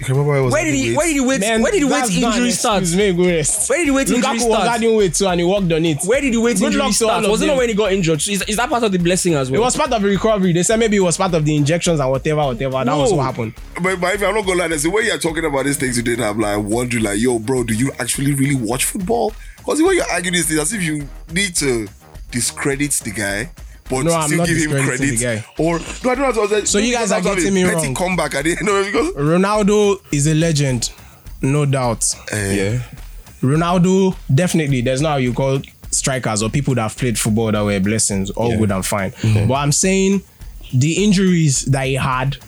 Speaker 3: You can remember why he was
Speaker 6: Where did
Speaker 3: adding
Speaker 6: he?
Speaker 3: weight?
Speaker 6: Where did he wait?
Speaker 2: Man,
Speaker 6: Where did he wait?
Speaker 2: that's done.
Speaker 6: Injury start.
Speaker 2: Excuse me, go rest.
Speaker 6: Where did he wait? Injury
Speaker 2: Lukaku was
Speaker 6: start.
Speaker 2: adding weight too, and he worked on it.
Speaker 6: Where did he wait?
Speaker 2: Good
Speaker 6: Injury
Speaker 2: luck to all
Speaker 6: start.
Speaker 2: of
Speaker 6: Was it
Speaker 2: them.
Speaker 6: not when he got injured? So is, is that part of the blessing as well?
Speaker 2: It was part of the recovery. They said maybe it was part of the injections and whatever, whatever. That was
Speaker 6: No.
Speaker 2: what happened.
Speaker 3: But, but if I'm not gonna lie, there's the way you're talking about these things today, and I'm like wondering, like, yo, bro, do you actually really watch football? Because the way you're arguing this thing, as if you need to discredit the guy, but
Speaker 2: No, I'm
Speaker 3: still
Speaker 2: not
Speaker 3: give him
Speaker 2: discrediting
Speaker 3: credit.
Speaker 2: the guy.
Speaker 3: Or no, I don't know. what I was like,
Speaker 2: So you guys are
Speaker 3: have to have
Speaker 2: getting
Speaker 3: a
Speaker 2: me
Speaker 3: petty
Speaker 2: wrong.
Speaker 3: Comeback at the end of it because
Speaker 2: Ronaldo is a legend, no doubt.
Speaker 3: yeah,
Speaker 2: Ronaldo, definitely. There's now you call strikers or people that have played football that were blessings, all good and fine. But I'm saying the injuries that he had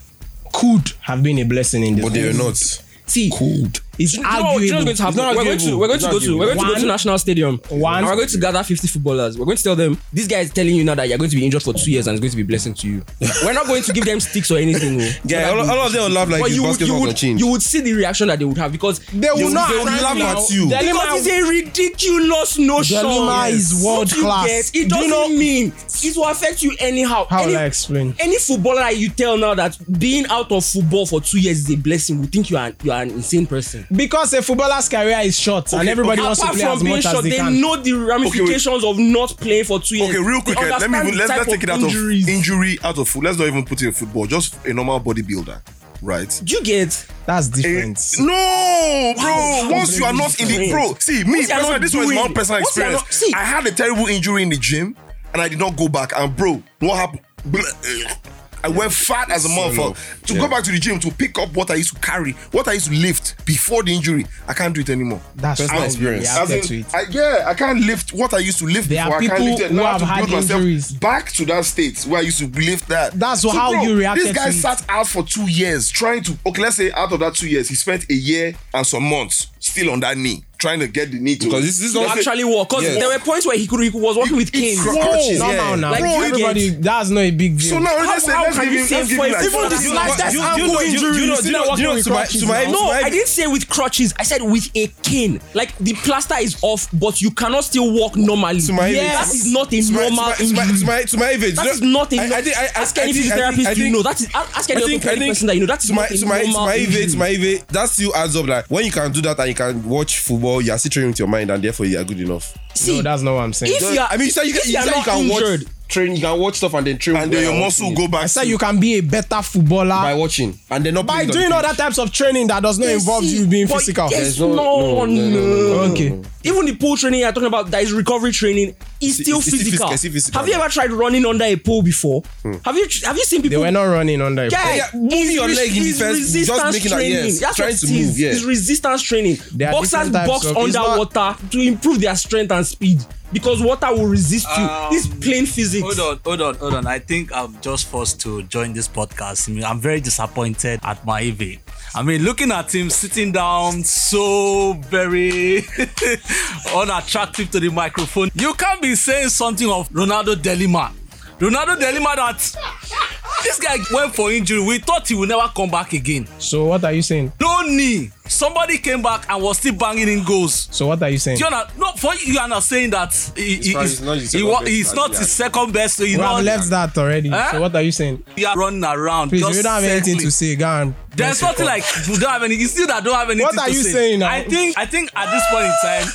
Speaker 2: could have been a blessing in this.
Speaker 4: But they were
Speaker 2: case.
Speaker 4: not.
Speaker 6: See,
Speaker 4: Cold.
Speaker 2: It's
Speaker 6: Do you know what- do you know what's going to happen? We're going to we're going to go to we're going to go to
Speaker 2: One-
Speaker 6: national stadium.
Speaker 2: one-
Speaker 6: And we're going to gather 50 footballers. We're going to tell them this guy is telling you now that you're going to be injured for two years and it's going to be a blessing to
Speaker 2: <laughs>
Speaker 6: you. we're not going to give them sticks or anything. oh.
Speaker 4: Yeah, all, all of them will laugh <laughs> like
Speaker 6: but
Speaker 4: the
Speaker 6: you would,
Speaker 4: basketball
Speaker 6: you,
Speaker 4: will
Speaker 6: would,
Speaker 4: change.
Speaker 6: you would see the reaction that they would have because
Speaker 2: They will not
Speaker 4: they will
Speaker 2: arrange
Speaker 4: laugh
Speaker 2: now.
Speaker 4: at you.
Speaker 2: Delima-
Speaker 6: Because it's a ridiculous notion.
Speaker 2: Delima is world
Speaker 6: What you
Speaker 2: class.
Speaker 6: get,
Speaker 2: Do you
Speaker 6: it doesn't
Speaker 2: know-
Speaker 6: mean it will affect you anyhow.
Speaker 2: How
Speaker 6: any,
Speaker 2: will I explain?
Speaker 6: Any footballer that you tell now that being out of football for two years is a blessing, we think you are you are an insane person.
Speaker 2: Because a footballer's career is short and everybody wants to
Speaker 6: Apart
Speaker 2: play
Speaker 6: from
Speaker 2: as
Speaker 6: being
Speaker 2: much
Speaker 6: short,
Speaker 2: as they
Speaker 6: they
Speaker 2: can.
Speaker 6: know the ramifications of not playing for two years.
Speaker 3: Okay, real quick,
Speaker 6: They
Speaker 3: eh, let me
Speaker 6: understand
Speaker 3: even- let's,
Speaker 6: the
Speaker 3: let's
Speaker 6: type
Speaker 3: take it out
Speaker 6: injuries.
Speaker 3: of injury out of food. Let's not even put it in football. Just a normal bodybuilder, right?
Speaker 6: Do you get?
Speaker 2: That's
Speaker 3: Eh,
Speaker 2: different.
Speaker 3: No, bro.
Speaker 6: How
Speaker 3: Once you are not in the
Speaker 6: strange.
Speaker 3: pro, see me.
Speaker 6: Once you are
Speaker 3: Personally,
Speaker 6: not
Speaker 3: this was my
Speaker 6: doing
Speaker 3: own personal
Speaker 6: it. Once you are
Speaker 3: experience.
Speaker 6: not- see.
Speaker 3: I had a terrible injury in the gym, and I did not go back. And bro, what happened? Blah, eh. I went fat as a motherfucker to go back to the gym to pick up what I used to carry, what I used to lift before the injury. I can't do it anymore.
Speaker 2: That's
Speaker 4: Personal
Speaker 2: how we
Speaker 4: experience.
Speaker 2: reacted
Speaker 3: As
Speaker 2: to
Speaker 3: in,
Speaker 2: it.
Speaker 3: I, yeah, I can't lift what I used to lift
Speaker 2: There
Speaker 3: before.
Speaker 2: are
Speaker 3: I can't
Speaker 2: people
Speaker 3: lift it.
Speaker 2: who
Speaker 3: Now I
Speaker 2: have had
Speaker 3: to build myself
Speaker 2: injuries.
Speaker 3: back to that state where I used to lift that.
Speaker 2: That's how you reacted
Speaker 3: This guy
Speaker 2: to it.
Speaker 3: sat out for two years trying to. Okay, let's say out of that two years, he spent a year and some months still on that knee trying to get the knee to
Speaker 4: Because this- this is
Speaker 6: To
Speaker 4: not-
Speaker 6: actually walk because
Speaker 4: Yes.
Speaker 6: there were points where he could he was working with
Speaker 3: It's
Speaker 6: Kane.
Speaker 3: cr-
Speaker 4: crutches,
Speaker 2: Normal
Speaker 4: yeah.
Speaker 2: now.
Speaker 6: Like,
Speaker 2: Bro,
Speaker 6: you get-
Speaker 2: everybody, that's not a big deal.
Speaker 3: So now
Speaker 6: How-
Speaker 3: let's say
Speaker 6: how
Speaker 3: let's
Speaker 6: can
Speaker 3: give
Speaker 6: you
Speaker 3: him
Speaker 6: say
Speaker 3: let's give
Speaker 6: for
Speaker 3: him
Speaker 6: a-
Speaker 3: like
Speaker 6: even
Speaker 3: one-
Speaker 6: the
Speaker 3: one-
Speaker 6: slightest
Speaker 2: That's
Speaker 4: you- you
Speaker 2: ankle
Speaker 4: know- you- you
Speaker 2: injuries.
Speaker 4: know-
Speaker 2: Still
Speaker 4: you know-
Speaker 2: not
Speaker 4: you know,
Speaker 2: working with
Speaker 4: to my-
Speaker 2: crutches
Speaker 4: to my-
Speaker 2: now.
Speaker 4: to
Speaker 6: No,
Speaker 4: my-
Speaker 6: I didn't say with crutches. I said with a cane. Like the plaster is off, but you cannot still walk normally.
Speaker 4: To my-
Speaker 6: yes, that is not a
Speaker 4: To my- to
Speaker 6: normal
Speaker 4: my- to my-
Speaker 6: injury.
Speaker 4: to my- to my even,
Speaker 6: That
Speaker 4: you
Speaker 6: is
Speaker 4: know-
Speaker 6: not a.
Speaker 4: I- I think- I- I-
Speaker 6: ask
Speaker 4: I
Speaker 6: any
Speaker 4: think- I think- I
Speaker 6: physiotherapist you
Speaker 4: think-
Speaker 6: know. That is ask ask any
Speaker 4: I think, I
Speaker 6: orthopedic
Speaker 4: think
Speaker 6: person that you know. That is
Speaker 4: to my
Speaker 6: not
Speaker 4: to
Speaker 6: a
Speaker 4: my to
Speaker 6: normal Mm-hmm.
Speaker 4: my
Speaker 6: injury.
Speaker 4: age, to my age, that still adds up. Like when you can do that and you can watch football, you are still training with your mind, and therefore you are good enough.
Speaker 6: See,
Speaker 2: No, that's not what I'm saying.
Speaker 6: if you are,
Speaker 4: I mean, you said you,
Speaker 6: if
Speaker 4: can- you,
Speaker 6: are
Speaker 4: said you
Speaker 6: not
Speaker 4: can
Speaker 6: injured,
Speaker 4: watch train, you can watch stuff and then train,
Speaker 3: and then
Speaker 4: well
Speaker 3: your
Speaker 4: and
Speaker 3: muscle
Speaker 4: watch
Speaker 3: go
Speaker 4: it
Speaker 3: back.
Speaker 2: I said
Speaker 3: to-
Speaker 2: you can be a better footballer
Speaker 4: by watching and then not
Speaker 2: by
Speaker 4: putting it on
Speaker 2: doing
Speaker 4: the
Speaker 2: other
Speaker 4: pitch.
Speaker 2: types of training that does not involve
Speaker 6: see,
Speaker 2: you being
Speaker 6: but
Speaker 2: physical.
Speaker 6: There's
Speaker 4: no-
Speaker 6: no,
Speaker 4: no,
Speaker 6: no,
Speaker 4: no, no,
Speaker 2: Okay.
Speaker 6: Even the pool training you're talking about, that is recovery training, is
Speaker 4: It's-
Speaker 6: still
Speaker 4: it's still
Speaker 6: physical.
Speaker 4: physical, it's still physical. Hmm.
Speaker 6: Have you ever tried running under a pool before? Have you have you seen
Speaker 2: They
Speaker 6: people?
Speaker 2: were not running under a
Speaker 6: Yeah,
Speaker 4: Yeah, moving your
Speaker 6: it's
Speaker 4: leg in the
Speaker 6: it's
Speaker 4: first- just
Speaker 6: resistance
Speaker 4: making that-
Speaker 6: training.
Speaker 4: yes,
Speaker 6: That's
Speaker 4: trying
Speaker 6: what
Speaker 4: to
Speaker 6: it is.
Speaker 4: move, yeah.
Speaker 6: It's resistance training.
Speaker 2: There are
Speaker 6: Boxers
Speaker 2: different types
Speaker 6: box
Speaker 2: of- it's not-
Speaker 6: underwater to improve their strength and speed because water will resist you.
Speaker 5: Um,
Speaker 6: this is plain physics.
Speaker 5: Hold on, hold on, hold on. I think I'm just forced to join this podcast. I mean, I'm very disappointed at my EV. I mean, looking at him sitting down so very <laughs> unattractive to the microphone, you can't be saying something of Ronaldo Delima. Ronaldo Delima that This guy went for injury. We thought he would never come back again.
Speaker 2: So what are you saying?
Speaker 5: No knee. Somebody came back and was still banging in goals.
Speaker 2: So what are you saying?
Speaker 5: You are not, no, for you, you are not saying that he, he,
Speaker 4: not-
Speaker 5: he's,
Speaker 4: he's not his
Speaker 5: he
Speaker 4: second best at the end.
Speaker 5: wa- he's not his second best. So you
Speaker 2: We
Speaker 5: know,
Speaker 2: have left that already.
Speaker 5: Huh?
Speaker 2: So what are you saying?
Speaker 5: you are running around.
Speaker 2: Please,
Speaker 5: just
Speaker 2: if you don't have anything
Speaker 5: circling.
Speaker 2: to say, go and
Speaker 5: There's nothing like you don't have any. It's still that don't have anything.
Speaker 2: What are
Speaker 5: to
Speaker 2: you
Speaker 5: say.
Speaker 2: saying now?
Speaker 5: I think I think at this point in time,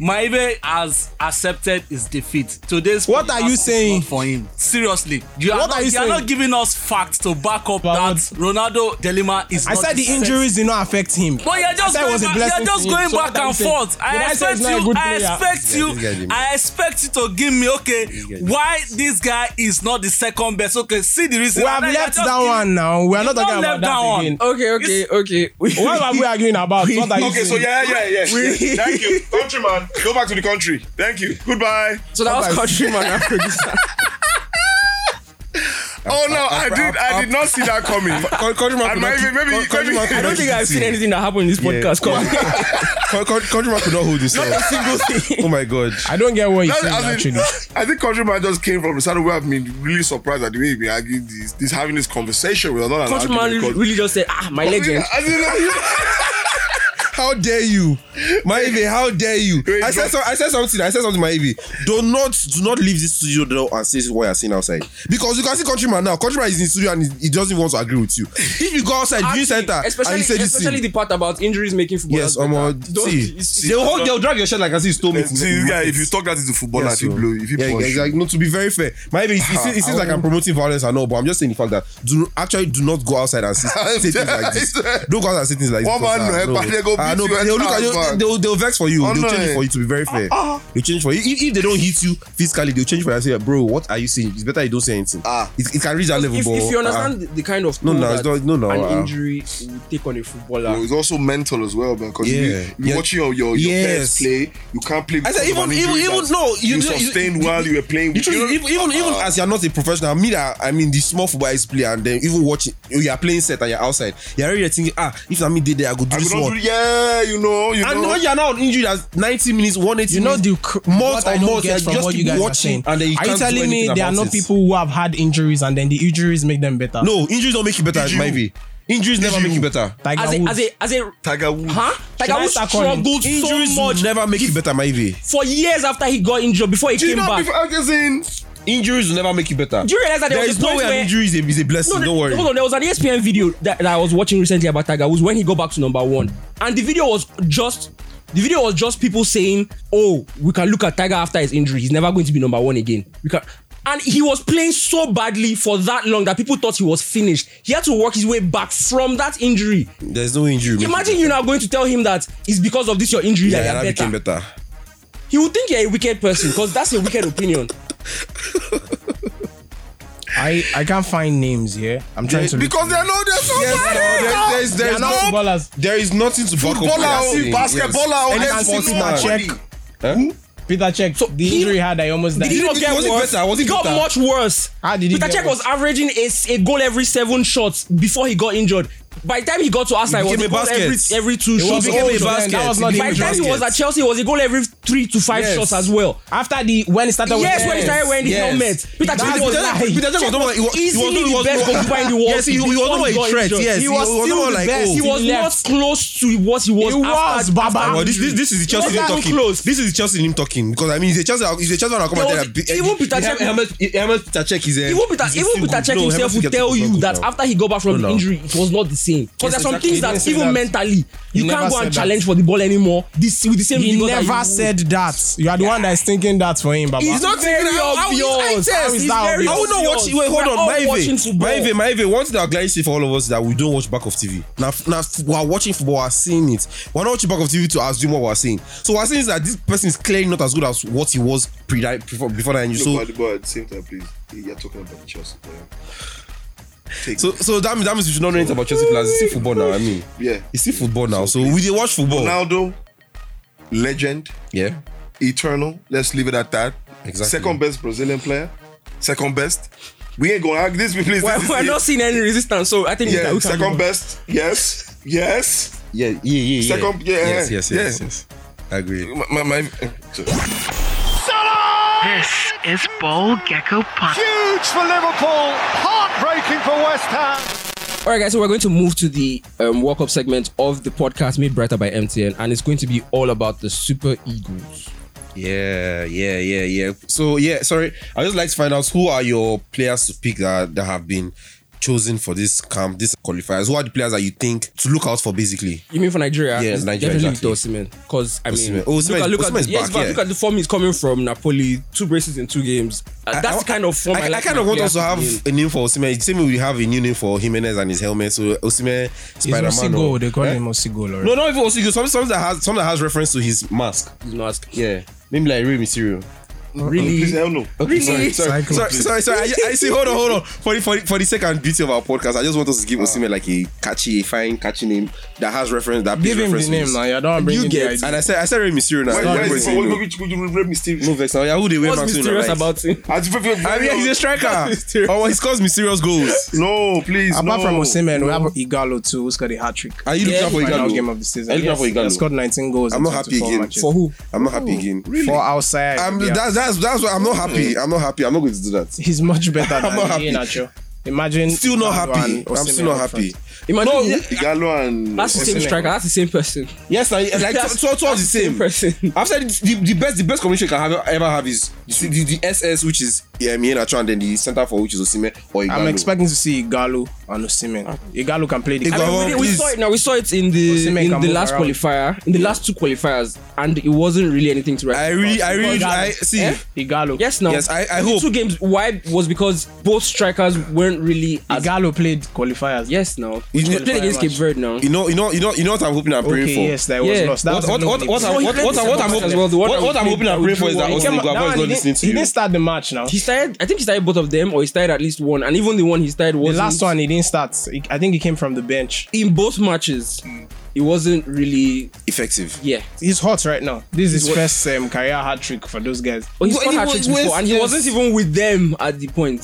Speaker 5: Maibe has accepted his defeat. Today's
Speaker 2: What
Speaker 5: podcast
Speaker 2: are you
Speaker 5: is
Speaker 2: saying?
Speaker 5: not for him? Seriously, you are
Speaker 2: What
Speaker 5: not,
Speaker 2: are you
Speaker 5: you are
Speaker 2: saying?
Speaker 5: not giving us facts to back up
Speaker 2: But
Speaker 5: that
Speaker 2: what-
Speaker 5: Ronaldo Delima is.
Speaker 2: I
Speaker 5: not
Speaker 2: said the
Speaker 5: set-
Speaker 2: injuries did not affect him.
Speaker 5: But you're just
Speaker 2: I said it
Speaker 5: going
Speaker 2: was a
Speaker 5: back,
Speaker 2: blessing
Speaker 5: you're just
Speaker 2: to him.
Speaker 5: going
Speaker 2: So
Speaker 5: back
Speaker 2: what are you
Speaker 5: and
Speaker 2: saying?
Speaker 5: forth.
Speaker 2: Did
Speaker 5: I
Speaker 2: say
Speaker 5: expect
Speaker 2: he's not a
Speaker 5: you.
Speaker 2: good
Speaker 5: I
Speaker 2: player?
Speaker 5: expect you.
Speaker 4: this guy didn't-
Speaker 5: I expect you to give me okay.
Speaker 4: didn't-
Speaker 5: Why this guy is not the second best? Okay, see the reason.
Speaker 2: We have
Speaker 5: And then you're
Speaker 2: left
Speaker 5: just
Speaker 2: that
Speaker 5: giving-
Speaker 2: one now. We are not
Speaker 5: You've
Speaker 2: talking
Speaker 5: not
Speaker 2: about
Speaker 5: left that
Speaker 2: that
Speaker 5: one.
Speaker 2: again.
Speaker 6: Okay, okay, okay. We,
Speaker 2: What are we arguing about?
Speaker 5: <laughs>
Speaker 2: What are you
Speaker 3: Okay, so
Speaker 2: saying?
Speaker 3: yeah, yeah, yeah. yeah. Thank
Speaker 2: <laughs>
Speaker 3: you, countryman. Go back to the country. Thank you. Goodbye.
Speaker 6: so that was
Speaker 2: <laughs>
Speaker 6: countryman and producer.
Speaker 3: Oh no, I did. I did not see that coming.
Speaker 2: <laughs>
Speaker 4: Call, call him
Speaker 3: And maybe, maybe, maybe.
Speaker 6: I don't think I've seen anything that happened in this podcast. Come <laughs> on.
Speaker 4: Countryman could not hold himself. <laughs> Oh my god.
Speaker 2: I don't get what you're
Speaker 3: That-
Speaker 2: saying
Speaker 3: as in,
Speaker 2: actually.
Speaker 3: <laughs> I think countryman just came from the side where I've been really surprised at the way he been arguing this, this having this conversation with another
Speaker 6: Countryman really just said, ah, my legend.
Speaker 4: How dare you? Maive, how dare you?
Speaker 3: Wait,
Speaker 4: I said,
Speaker 3: but-
Speaker 4: some, I said something. I said something, Maive. Do not do not leave this studio door and say what you're saying outside. Because you can see countryman now. Countryman is in studio and he, he doesn't want to agree with you. If you go outside, you
Speaker 6: Actually,
Speaker 4: center
Speaker 6: especially,
Speaker 4: and you say this
Speaker 6: especially
Speaker 4: thing.
Speaker 6: the part about injuries making football.
Speaker 4: Yes, um, uh, see, they'll, hold, they'll drag your shirt like I see you stole me.
Speaker 3: See, this guy, if you talk that into footballer, if you blow, if Ah, you
Speaker 4: yeah,
Speaker 3: punch,
Speaker 4: exactly. No, to be very fair, maybe it, it, seems- it seems like I'm promoting violence and all, but I'm just saying the fact that do actually do not go outside and
Speaker 3: <laughs>
Speaker 4: say, say things like this. Don't go outside and say things like this.
Speaker 3: One man
Speaker 4: because,
Speaker 3: will help and they go
Speaker 4: Ah,
Speaker 3: beat you
Speaker 4: they'll look at
Speaker 3: and
Speaker 4: you.
Speaker 3: back.
Speaker 4: They'll, they'll vex for you.
Speaker 3: Oh,
Speaker 4: they'll
Speaker 3: no,
Speaker 4: change it
Speaker 3: eh. Ah.
Speaker 4: for you. To be very fair, they'll change for you. If, if they don't hit you physically, they'll change for you and say, "Bro, what are you saying? It's better you don't say anything."
Speaker 3: Ah.
Speaker 4: it, it can reach that level.
Speaker 6: if,
Speaker 4: but,
Speaker 6: if you
Speaker 4: ah,
Speaker 6: understand the- the kind of
Speaker 4: No,
Speaker 6: toll
Speaker 4: no, it's
Speaker 6: that
Speaker 4: not- no, no,
Speaker 6: an
Speaker 4: uh,
Speaker 6: injury will take on a footballer.
Speaker 3: Well, it's also mental as well, man. Because
Speaker 4: Yeah.
Speaker 3: you, you
Speaker 4: Yeah.
Speaker 3: watch your your, your
Speaker 4: Yes.
Speaker 3: best play, you can't play.
Speaker 4: I said
Speaker 3: because of
Speaker 4: even
Speaker 3: an
Speaker 4: even
Speaker 3: injury
Speaker 4: even
Speaker 3: that
Speaker 4: no
Speaker 3: you,
Speaker 4: know,
Speaker 3: sustained while you uh, were playing.
Speaker 4: The truth is, even even, even as you're not a professional, me that I mean the small football is play and then even watching you are playing set and you're outside, you're already thinking, ah, if I mean did there, I could do
Speaker 3: I
Speaker 4: this
Speaker 3: could not
Speaker 4: one.
Speaker 3: do, yeah, you know, you
Speaker 4: and
Speaker 3: know.
Speaker 4: when you're now on injury that's 90 minutes, 180
Speaker 2: You know
Speaker 4: minutes,
Speaker 2: the cr-
Speaker 4: months
Speaker 2: what I
Speaker 4: or
Speaker 2: don't
Speaker 4: months,
Speaker 2: get
Speaker 4: like,
Speaker 2: from
Speaker 4: just
Speaker 2: what you
Speaker 4: keep
Speaker 2: guys are
Speaker 4: watching
Speaker 2: saying.
Speaker 4: and then you
Speaker 2: are you
Speaker 4: can't do
Speaker 2: telling me
Speaker 4: anything
Speaker 2: there are
Speaker 4: about
Speaker 2: no
Speaker 4: it?
Speaker 2: people who have had injuries and then the injuries make them better?
Speaker 4: No, injuries don't make you better,
Speaker 3: Did you-
Speaker 4: maybe. Injuries never
Speaker 3: you-
Speaker 4: make you better.
Speaker 2: Tiger
Speaker 6: As a,
Speaker 2: Woods.
Speaker 6: as a, as a,
Speaker 3: Tiger Woods.
Speaker 6: huh?
Speaker 2: Should I
Speaker 6: Tiger Woods
Speaker 2: start calling?
Speaker 6: struggled
Speaker 4: Injuries
Speaker 6: so much
Speaker 4: never make you better, maybe.
Speaker 6: for years after he got injured before he
Speaker 3: Do you
Speaker 6: came
Speaker 3: know
Speaker 6: back.
Speaker 3: before I was in?
Speaker 4: Injuries will never make you better.
Speaker 6: Do you realize that there,
Speaker 4: there
Speaker 6: was a
Speaker 4: is no
Speaker 6: point
Speaker 4: way
Speaker 6: where
Speaker 4: an injury is a, is a blessing,
Speaker 6: No,
Speaker 4: don't
Speaker 6: no,
Speaker 4: worry.
Speaker 6: Hold on, there was an E ESPN video that, that I was watching recently about Tiger Woods when he got back to number one, and the video was just the video was just people saying, "Oh, we can look at Tiger after his injury; he's never going to be number one again." We can. And he was playing so badly for that long that people thought he was finished. He had to work his way back from that injury.
Speaker 4: There's no injury. make you
Speaker 6: Imagine
Speaker 4: better.
Speaker 6: you now going to tell him that it's because of this your injury
Speaker 4: yeah,
Speaker 6: that
Speaker 4: that
Speaker 6: you're
Speaker 4: became
Speaker 6: better.
Speaker 4: better.
Speaker 6: He would think you're a wicked person because that's a wicked opinion.
Speaker 2: I, I can't find names here. I'm trying to look.
Speaker 3: Because they know they're so
Speaker 4: Yes, no,
Speaker 3: bad.
Speaker 4: there- there's-
Speaker 2: They are
Speaker 4: there's
Speaker 2: not
Speaker 4: no
Speaker 2: footballers.
Speaker 4: There is nothing to back up. what
Speaker 3: Footballer,
Speaker 6: oh,
Speaker 4: you're saying, yes.
Speaker 3: basketballer,
Speaker 4: Any
Speaker 3: yes,
Speaker 4: sportsman.
Speaker 3: nobody.
Speaker 2: Check. Peter Check.
Speaker 6: So
Speaker 2: the
Speaker 6: he-
Speaker 2: injury he had, I almost died.
Speaker 6: Did he not
Speaker 4: it-
Speaker 6: get
Speaker 4: was it
Speaker 6: worse?
Speaker 4: better? Was it
Speaker 6: He got
Speaker 4: better?
Speaker 6: much worse.
Speaker 2: How did he
Speaker 6: Peter
Speaker 2: get
Speaker 6: Cech
Speaker 2: worse?
Speaker 6: was averaging a, a goal every seven shots before he got injured. By the time he got to Arsenal,
Speaker 4: He
Speaker 6: it was a
Speaker 4: became a
Speaker 6: goal every,
Speaker 4: basket.
Speaker 6: every two
Speaker 2: It
Speaker 6: shots.
Speaker 2: was
Speaker 4: became
Speaker 2: old
Speaker 4: a
Speaker 2: then.
Speaker 4: basket.
Speaker 2: That was not
Speaker 4: He
Speaker 2: the
Speaker 6: By the
Speaker 2: injury.
Speaker 4: became
Speaker 6: time he was
Speaker 4: basket.
Speaker 6: at Chelsea, it was a goal every three to five
Speaker 4: Yes.
Speaker 6: shots as well.
Speaker 2: After the when he started
Speaker 6: Yes,
Speaker 2: with
Speaker 6: when he
Speaker 2: Yes.
Speaker 6: started wearing the
Speaker 4: Yes.
Speaker 6: helmet, Peter
Speaker 2: That's
Speaker 6: Cech
Speaker 2: the
Speaker 6: was
Speaker 2: thing.
Speaker 6: like,
Speaker 4: Peter Cech was the one- he was- he was
Speaker 6: easily
Speaker 4: not- he
Speaker 6: the
Speaker 4: was
Speaker 6: best
Speaker 4: not-
Speaker 6: goalkeeper in the world.
Speaker 4: Yes, he- he was
Speaker 6: before
Speaker 4: not a
Speaker 6: got
Speaker 4: threat,
Speaker 6: injured.
Speaker 4: yes.
Speaker 6: he
Speaker 4: He
Speaker 6: was,
Speaker 4: was
Speaker 6: still
Speaker 4: not
Speaker 6: the
Speaker 4: like,
Speaker 6: best.
Speaker 4: oh.
Speaker 6: He was
Speaker 2: He
Speaker 6: not
Speaker 2: left.
Speaker 6: close to what he was.
Speaker 2: He was,
Speaker 6: after,
Speaker 2: Baba.
Speaker 6: after
Speaker 4: Well, this, this,
Speaker 6: injury.
Speaker 4: this is the Chelsea
Speaker 6: Wasn't
Speaker 4: name talking.
Speaker 6: close.
Speaker 4: This is the Chelsea name talking because I mean, he's a Chelsea. He's a Chelsea man. I'll come and
Speaker 6: There
Speaker 4: tell
Speaker 6: was-
Speaker 4: that bi-
Speaker 6: even Peter
Speaker 4: Hem-
Speaker 6: Cech-
Speaker 4: Hem- Hem- Peter Cech is a-
Speaker 6: even Peter,
Speaker 4: is still
Speaker 6: even Peter
Speaker 4: good.
Speaker 6: Check
Speaker 4: No,
Speaker 6: himself
Speaker 4: Hem-
Speaker 6: will
Speaker 4: Peter Cech
Speaker 6: tell
Speaker 4: is not
Speaker 6: you
Speaker 4: good
Speaker 6: that
Speaker 4: now.
Speaker 6: after he got back from
Speaker 4: No,
Speaker 6: the
Speaker 4: no.
Speaker 6: injury, it was not the same. Because there's some
Speaker 2: exactly. He
Speaker 6: things
Speaker 2: didn't
Speaker 6: that
Speaker 2: say
Speaker 6: even
Speaker 2: that.
Speaker 6: mentally
Speaker 2: He
Speaker 6: you
Speaker 2: never
Speaker 6: can't go and
Speaker 2: said
Speaker 6: challenge
Speaker 2: that.
Speaker 6: for the ball anymore. This with the same.
Speaker 2: He
Speaker 6: vigor that
Speaker 2: never
Speaker 6: you-
Speaker 2: said that. You are the one that is thinking that for him, Baba.
Speaker 6: He's not very
Speaker 4: thinking that. How- how is
Speaker 6: obvious.
Speaker 4: ITS?
Speaker 6: How is
Speaker 2: He's
Speaker 6: that
Speaker 2: very
Speaker 6: obvious?
Speaker 4: I will not watch. Wait, hold
Speaker 6: We're
Speaker 4: on,
Speaker 6: all
Speaker 4: Maive.
Speaker 6: watching football.
Speaker 4: Maive, Maive. One thing that Glenn say for all of us is that we don't watch back of TV. Now, now we are watching football, we are seeing it. We are not watching back of TV to assume what we are seeing. So what we are saying is that this person is clearly not as good as what he was pre before, before that injury. So,
Speaker 3: Nobody, but at the same time, please, you're talking about Chelsea. yeah. Take
Speaker 4: so, so that means that means we should not know anything about Chelsea players. It's still football now. I mean,
Speaker 3: Yeah.
Speaker 4: it's still football now. So we dey watch football.
Speaker 3: Ronaldo, legend,
Speaker 4: yeah.
Speaker 3: eternal. Let's leave it at that.
Speaker 4: Exactly.
Speaker 3: Second best Brazilian player. Second best. We ain't gonna argue this. Please,
Speaker 6: We're,
Speaker 3: this
Speaker 6: <laughs>
Speaker 3: is
Speaker 6: we're
Speaker 3: it.
Speaker 6: not seeing any resistance, so I think we
Speaker 3: Yeah,
Speaker 6: can- we can
Speaker 3: second
Speaker 6: move on.
Speaker 3: best. Yes, yes.
Speaker 4: Yeah, yeah, yeah, yeah.
Speaker 3: Second- yeah,
Speaker 4: yes,
Speaker 3: yeah,
Speaker 4: yes, yes,
Speaker 3: yeah.
Speaker 4: yes, yes. I agree.
Speaker 3: My, my, my,
Speaker 7: This is Bold Gecko Podcast.
Speaker 1: Huge for Liverpool. Heart breaking for West Ham.
Speaker 6: All right, guys, so we're going to move to the um, World Cup segment of the podcast made brighter by MTN, and it's going to be all about the Super Eagles.
Speaker 4: Yeah, yeah, yeah, yeah. So yeah, sorry. I just like to find out who are your players to pick that, that have been chosen for this camp, this qualifiers. Who are the players that you think to look out for basically?
Speaker 6: You mean for Nigeria?
Speaker 4: Yeah,
Speaker 6: It's
Speaker 4: Nigeria,
Speaker 6: Definitely
Speaker 4: exactly.
Speaker 6: Osimhen, because I mean,
Speaker 4: Osimhen. Oh, Osimhen
Speaker 6: look at
Speaker 4: is-
Speaker 6: look at
Speaker 4: Osimhen is
Speaker 6: yes,
Speaker 4: back,
Speaker 6: but
Speaker 4: yeah.
Speaker 6: look at the form he's coming from. Napoli, two braces in two games. Uh, that's
Speaker 4: I-
Speaker 6: the kind of form.
Speaker 4: I,
Speaker 6: I,
Speaker 4: I
Speaker 6: like
Speaker 4: kind of want
Speaker 6: my
Speaker 4: us to have
Speaker 6: players
Speaker 4: a name for Osimhen. The Same way we have a new name for Jimenez and his helmet. So Osimhen, Spider Man.
Speaker 2: Osigo, they call
Speaker 4: Eh?
Speaker 2: him Osigo, Lord.
Speaker 4: No, not even Osigo. Something, something that has something that has reference to his mask.
Speaker 6: in. His mask.
Speaker 4: Yeah, maybe like Ray Mysterio.
Speaker 6: Really?
Speaker 3: Please, hell no.
Speaker 4: Okay, sorry, sorry,
Speaker 2: Cyclone,
Speaker 4: sorry,
Speaker 2: please.
Speaker 4: sorry, sorry. I, I see. Hold on, hold on. For the, for, the, for the sake and beauty of our podcast, I just want us to give Osimhen like a catchy, a fine, catchy name that has reference. That
Speaker 2: Give him
Speaker 4: reference
Speaker 2: the
Speaker 4: to his-
Speaker 2: name now. You don't bring
Speaker 4: You
Speaker 2: in the
Speaker 4: get.
Speaker 2: idea.
Speaker 4: And I said, I said Ray Mysterio now.
Speaker 3: Why-
Speaker 4: Everybody
Speaker 3: why is
Speaker 4: say
Speaker 3: it-
Speaker 4: no.
Speaker 3: why- which- which- which- which mistake?
Speaker 4: No vex now. Yeah, who they wear
Speaker 6: What's
Speaker 4: Matthew
Speaker 6: mysterious
Speaker 4: right?
Speaker 6: about him?
Speaker 3: I just-
Speaker 6: Ah,
Speaker 4: I mean, Ah, he's a striker.
Speaker 6: mysterious?
Speaker 4: oh, he scores mysterious goals.
Speaker 3: No, please.
Speaker 2: Apart
Speaker 3: no.
Speaker 2: from Osimhen, we have Igalo too, who scored a hat trick.
Speaker 4: Are you looking out for
Speaker 2: Final
Speaker 4: Igalo?
Speaker 2: game of the season.
Speaker 4: Are you looking out
Speaker 2: Yes,
Speaker 4: for Igalo?
Speaker 2: He scored 19 goals.
Speaker 4: I'm
Speaker 2: in
Speaker 4: not happy
Speaker 2: 24
Speaker 4: again.
Speaker 2: matches.
Speaker 6: For who?
Speaker 4: I'm not happy again.
Speaker 2: For outside.
Speaker 4: I'm,
Speaker 2: yeah.
Speaker 4: that's that's that's why I'm not happy. I'm not happy. I'm not going to do that.
Speaker 2: He's much
Speaker 4: <laughs>
Speaker 2: better than
Speaker 4: not
Speaker 2: Ian
Speaker 4: happy.
Speaker 2: Nacho. Imagine.
Speaker 4: Still not
Speaker 2: Igalo
Speaker 4: happy.
Speaker 2: and
Speaker 4: I'm
Speaker 2: Osimhen
Speaker 4: still not
Speaker 2: up front.
Speaker 4: happy.
Speaker 6: Imagine
Speaker 3: Igalo and
Speaker 6: that's the same
Speaker 2: Osimhen.
Speaker 6: striker. That's the same person.
Speaker 4: Yes, I, like
Speaker 6: That's-
Speaker 4: two out of the
Speaker 6: that's the same
Speaker 4: same.
Speaker 6: person.
Speaker 4: I've said the, the best the best combination you can have, ever have is the, the, the SS which is yeah, Iheanacho and then the center for which is Osimhen or Igalo.
Speaker 2: I'm expecting to see Igalo and Osimhen. Igalo can play the.
Speaker 4: Igalo-
Speaker 6: I mean, we, we
Speaker 4: please.
Speaker 6: saw it now. We saw it in the
Speaker 2: Osimhen
Speaker 6: in
Speaker 2: can
Speaker 6: the
Speaker 2: move
Speaker 6: last
Speaker 2: around.
Speaker 6: qualifier, in the last two qualifiers, and it wasn't really anything to write.
Speaker 4: I really I really I see.
Speaker 6: Eh?
Speaker 2: Igalo.
Speaker 6: yes, now.
Speaker 4: Yes, I, I
Speaker 6: The
Speaker 4: hope.
Speaker 6: two games. Why was because both strikers weren't really as
Speaker 2: Igalo played qualifiers.
Speaker 6: Yes, now.
Speaker 4: You
Speaker 6: He
Speaker 4: need-
Speaker 6: played against Cape
Speaker 2: match.
Speaker 6: Verde now.
Speaker 4: You know, you know, you know, you know what I'm hoping I'm praying
Speaker 2: Okay,
Speaker 4: for.
Speaker 2: yes, that was
Speaker 6: Yeah.
Speaker 2: lost. That
Speaker 4: What,
Speaker 2: was
Speaker 4: what,
Speaker 2: the
Speaker 4: what,
Speaker 2: only
Speaker 4: what,
Speaker 2: play.
Speaker 4: I'm- what, what, what, I'm
Speaker 6: As
Speaker 4: hoping,
Speaker 6: well, the one
Speaker 4: what,
Speaker 6: that
Speaker 4: what
Speaker 6: we
Speaker 4: I'm
Speaker 6: played
Speaker 4: hoping
Speaker 6: that
Speaker 4: I'm
Speaker 6: we
Speaker 4: praying for
Speaker 6: drew
Speaker 4: is that
Speaker 6: one. He
Speaker 4: Austin
Speaker 6: came-
Speaker 2: Now,
Speaker 4: Guava is
Speaker 2: he
Speaker 4: not
Speaker 2: didn't-
Speaker 4: listening to
Speaker 2: He
Speaker 4: you.
Speaker 2: didn't start the match now.
Speaker 6: He started, I think he started both of them, or he started at least one, and even the one he started
Speaker 2: The
Speaker 6: was
Speaker 2: last one, he didn't start. He- I think he came from the bench.
Speaker 6: in both matches. It wasn't really,
Speaker 4: Effective.
Speaker 6: yeah.
Speaker 2: He's hot right now. This is his
Speaker 6: What-
Speaker 2: first um, career hat trick for those guys.
Speaker 6: But he
Speaker 4: Well,
Speaker 6: scored
Speaker 4: he
Speaker 6: hat-tricks
Speaker 4: was-
Speaker 6: before, and he
Speaker 4: yes.
Speaker 6: wasn't even with them at the point.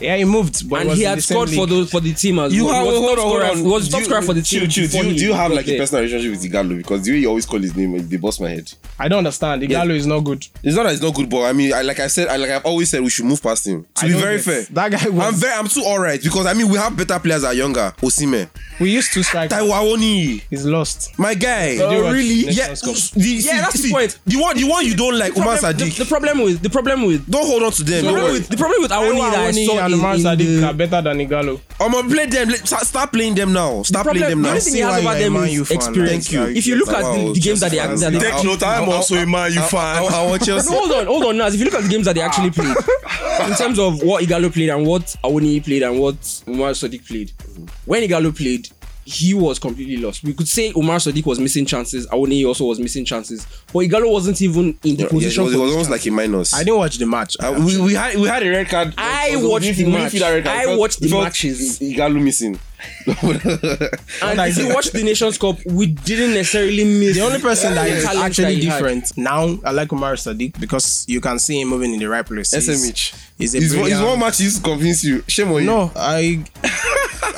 Speaker 2: Yeah, he moved, but it
Speaker 6: And
Speaker 2: was
Speaker 6: he
Speaker 2: in
Speaker 6: had
Speaker 2: the same
Speaker 6: scored for
Speaker 2: league.
Speaker 6: the for the team as
Speaker 4: You
Speaker 6: well.
Speaker 4: have
Speaker 6: He was
Speaker 4: hold
Speaker 6: top
Speaker 4: on, hold
Speaker 6: scorer-
Speaker 4: on.
Speaker 6: he was top
Speaker 4: Do you-
Speaker 6: scorer for the team.
Speaker 4: chill, chill. Do
Speaker 6: before
Speaker 4: you,
Speaker 6: he
Speaker 4: do you have
Speaker 6: got
Speaker 4: like a
Speaker 6: there.
Speaker 4: personal relationship with Igalo? Because the way you always call his name, they bust my head.
Speaker 2: I don't understand. Igalo is not good.
Speaker 4: It's not that it's not good, but I mean, I, like I said, I, like I've always said, we should move past him. To
Speaker 2: I
Speaker 4: be
Speaker 2: don't
Speaker 4: very
Speaker 2: get-
Speaker 4: fair,
Speaker 2: That guy
Speaker 4: I'm
Speaker 2: was.
Speaker 4: very, I'm too alright because I mean, we have better players that are younger. Osimhen,
Speaker 2: we used to
Speaker 4: <laughs>
Speaker 2: strike.
Speaker 4: Taiwo Awoniyi,
Speaker 2: He's lost.
Speaker 4: my guy.
Speaker 2: you watch
Speaker 4: really?
Speaker 2: next
Speaker 4: Yeah,
Speaker 2: man's
Speaker 4: the,
Speaker 2: cup?
Speaker 6: Yeah, that's the
Speaker 4: see,
Speaker 6: point.
Speaker 4: The one, the one you don't like, Umar
Speaker 6: Problem- the,
Speaker 4: Sadiq.
Speaker 6: the problem with the problem with
Speaker 4: don't hold on to them.
Speaker 6: the
Speaker 4: don't
Speaker 6: problem
Speaker 4: worry.
Speaker 6: with the problem with Awoni that I
Speaker 2: Awoniyi
Speaker 6: saw in,
Speaker 2: and Omar
Speaker 6: in
Speaker 2: Sadiq
Speaker 6: the,
Speaker 2: are better than Igalo.
Speaker 4: I'm gonna play them. Let- Start, start playing them now. Start
Speaker 6: problem,
Speaker 4: playing them
Speaker 6: the
Speaker 4: now.
Speaker 6: only thing he
Speaker 2: See why
Speaker 6: has
Speaker 2: you're
Speaker 6: over
Speaker 2: a
Speaker 6: them
Speaker 2: Man U
Speaker 6: is
Speaker 2: fan,
Speaker 6: experience.
Speaker 2: like,
Speaker 6: If you look at
Speaker 4: Wow,
Speaker 6: the, the games that they
Speaker 4: just
Speaker 6: that they
Speaker 4: fans.
Speaker 3: Take note, I'm also a Man U fan.
Speaker 4: I want
Speaker 6: No,
Speaker 4: Chelsea.
Speaker 6: hold on, hold on, Naz. If you look at the games that they actually played, in terms of what Igalo played and what Awoni played and what Umar Sadiq played, when Igalo played, he was completely lost. We could say Umar Sadiq was missing chances, Awoni also was missing chances, but Igalo wasn't even in the
Speaker 4: Yeah, it was,
Speaker 6: position. for
Speaker 4: it was
Speaker 6: the
Speaker 4: almost
Speaker 6: chance.
Speaker 4: like a minus.
Speaker 2: I didn't watch the match.
Speaker 4: Uh, we, we had we had a red card.
Speaker 6: I
Speaker 4: Also,
Speaker 6: watched
Speaker 4: we
Speaker 6: the
Speaker 4: didn't
Speaker 6: match.
Speaker 4: feel that red card
Speaker 6: I
Speaker 4: because
Speaker 6: watched the
Speaker 4: we felt
Speaker 6: matches.
Speaker 4: I- Igalo <laughs> missing.
Speaker 6: and if you watch the Nations Cup, we didn't necessarily miss
Speaker 2: The only person that is
Speaker 6: talent that
Speaker 2: actually
Speaker 6: he had.
Speaker 2: different now, I like Umar Sadiq because you can see him moving in the right place. He's-
Speaker 4: SMH.
Speaker 2: He's a
Speaker 4: It's one, it's
Speaker 2: brilliant-
Speaker 4: one match he used to convince you. Shame on you.
Speaker 2: No, I.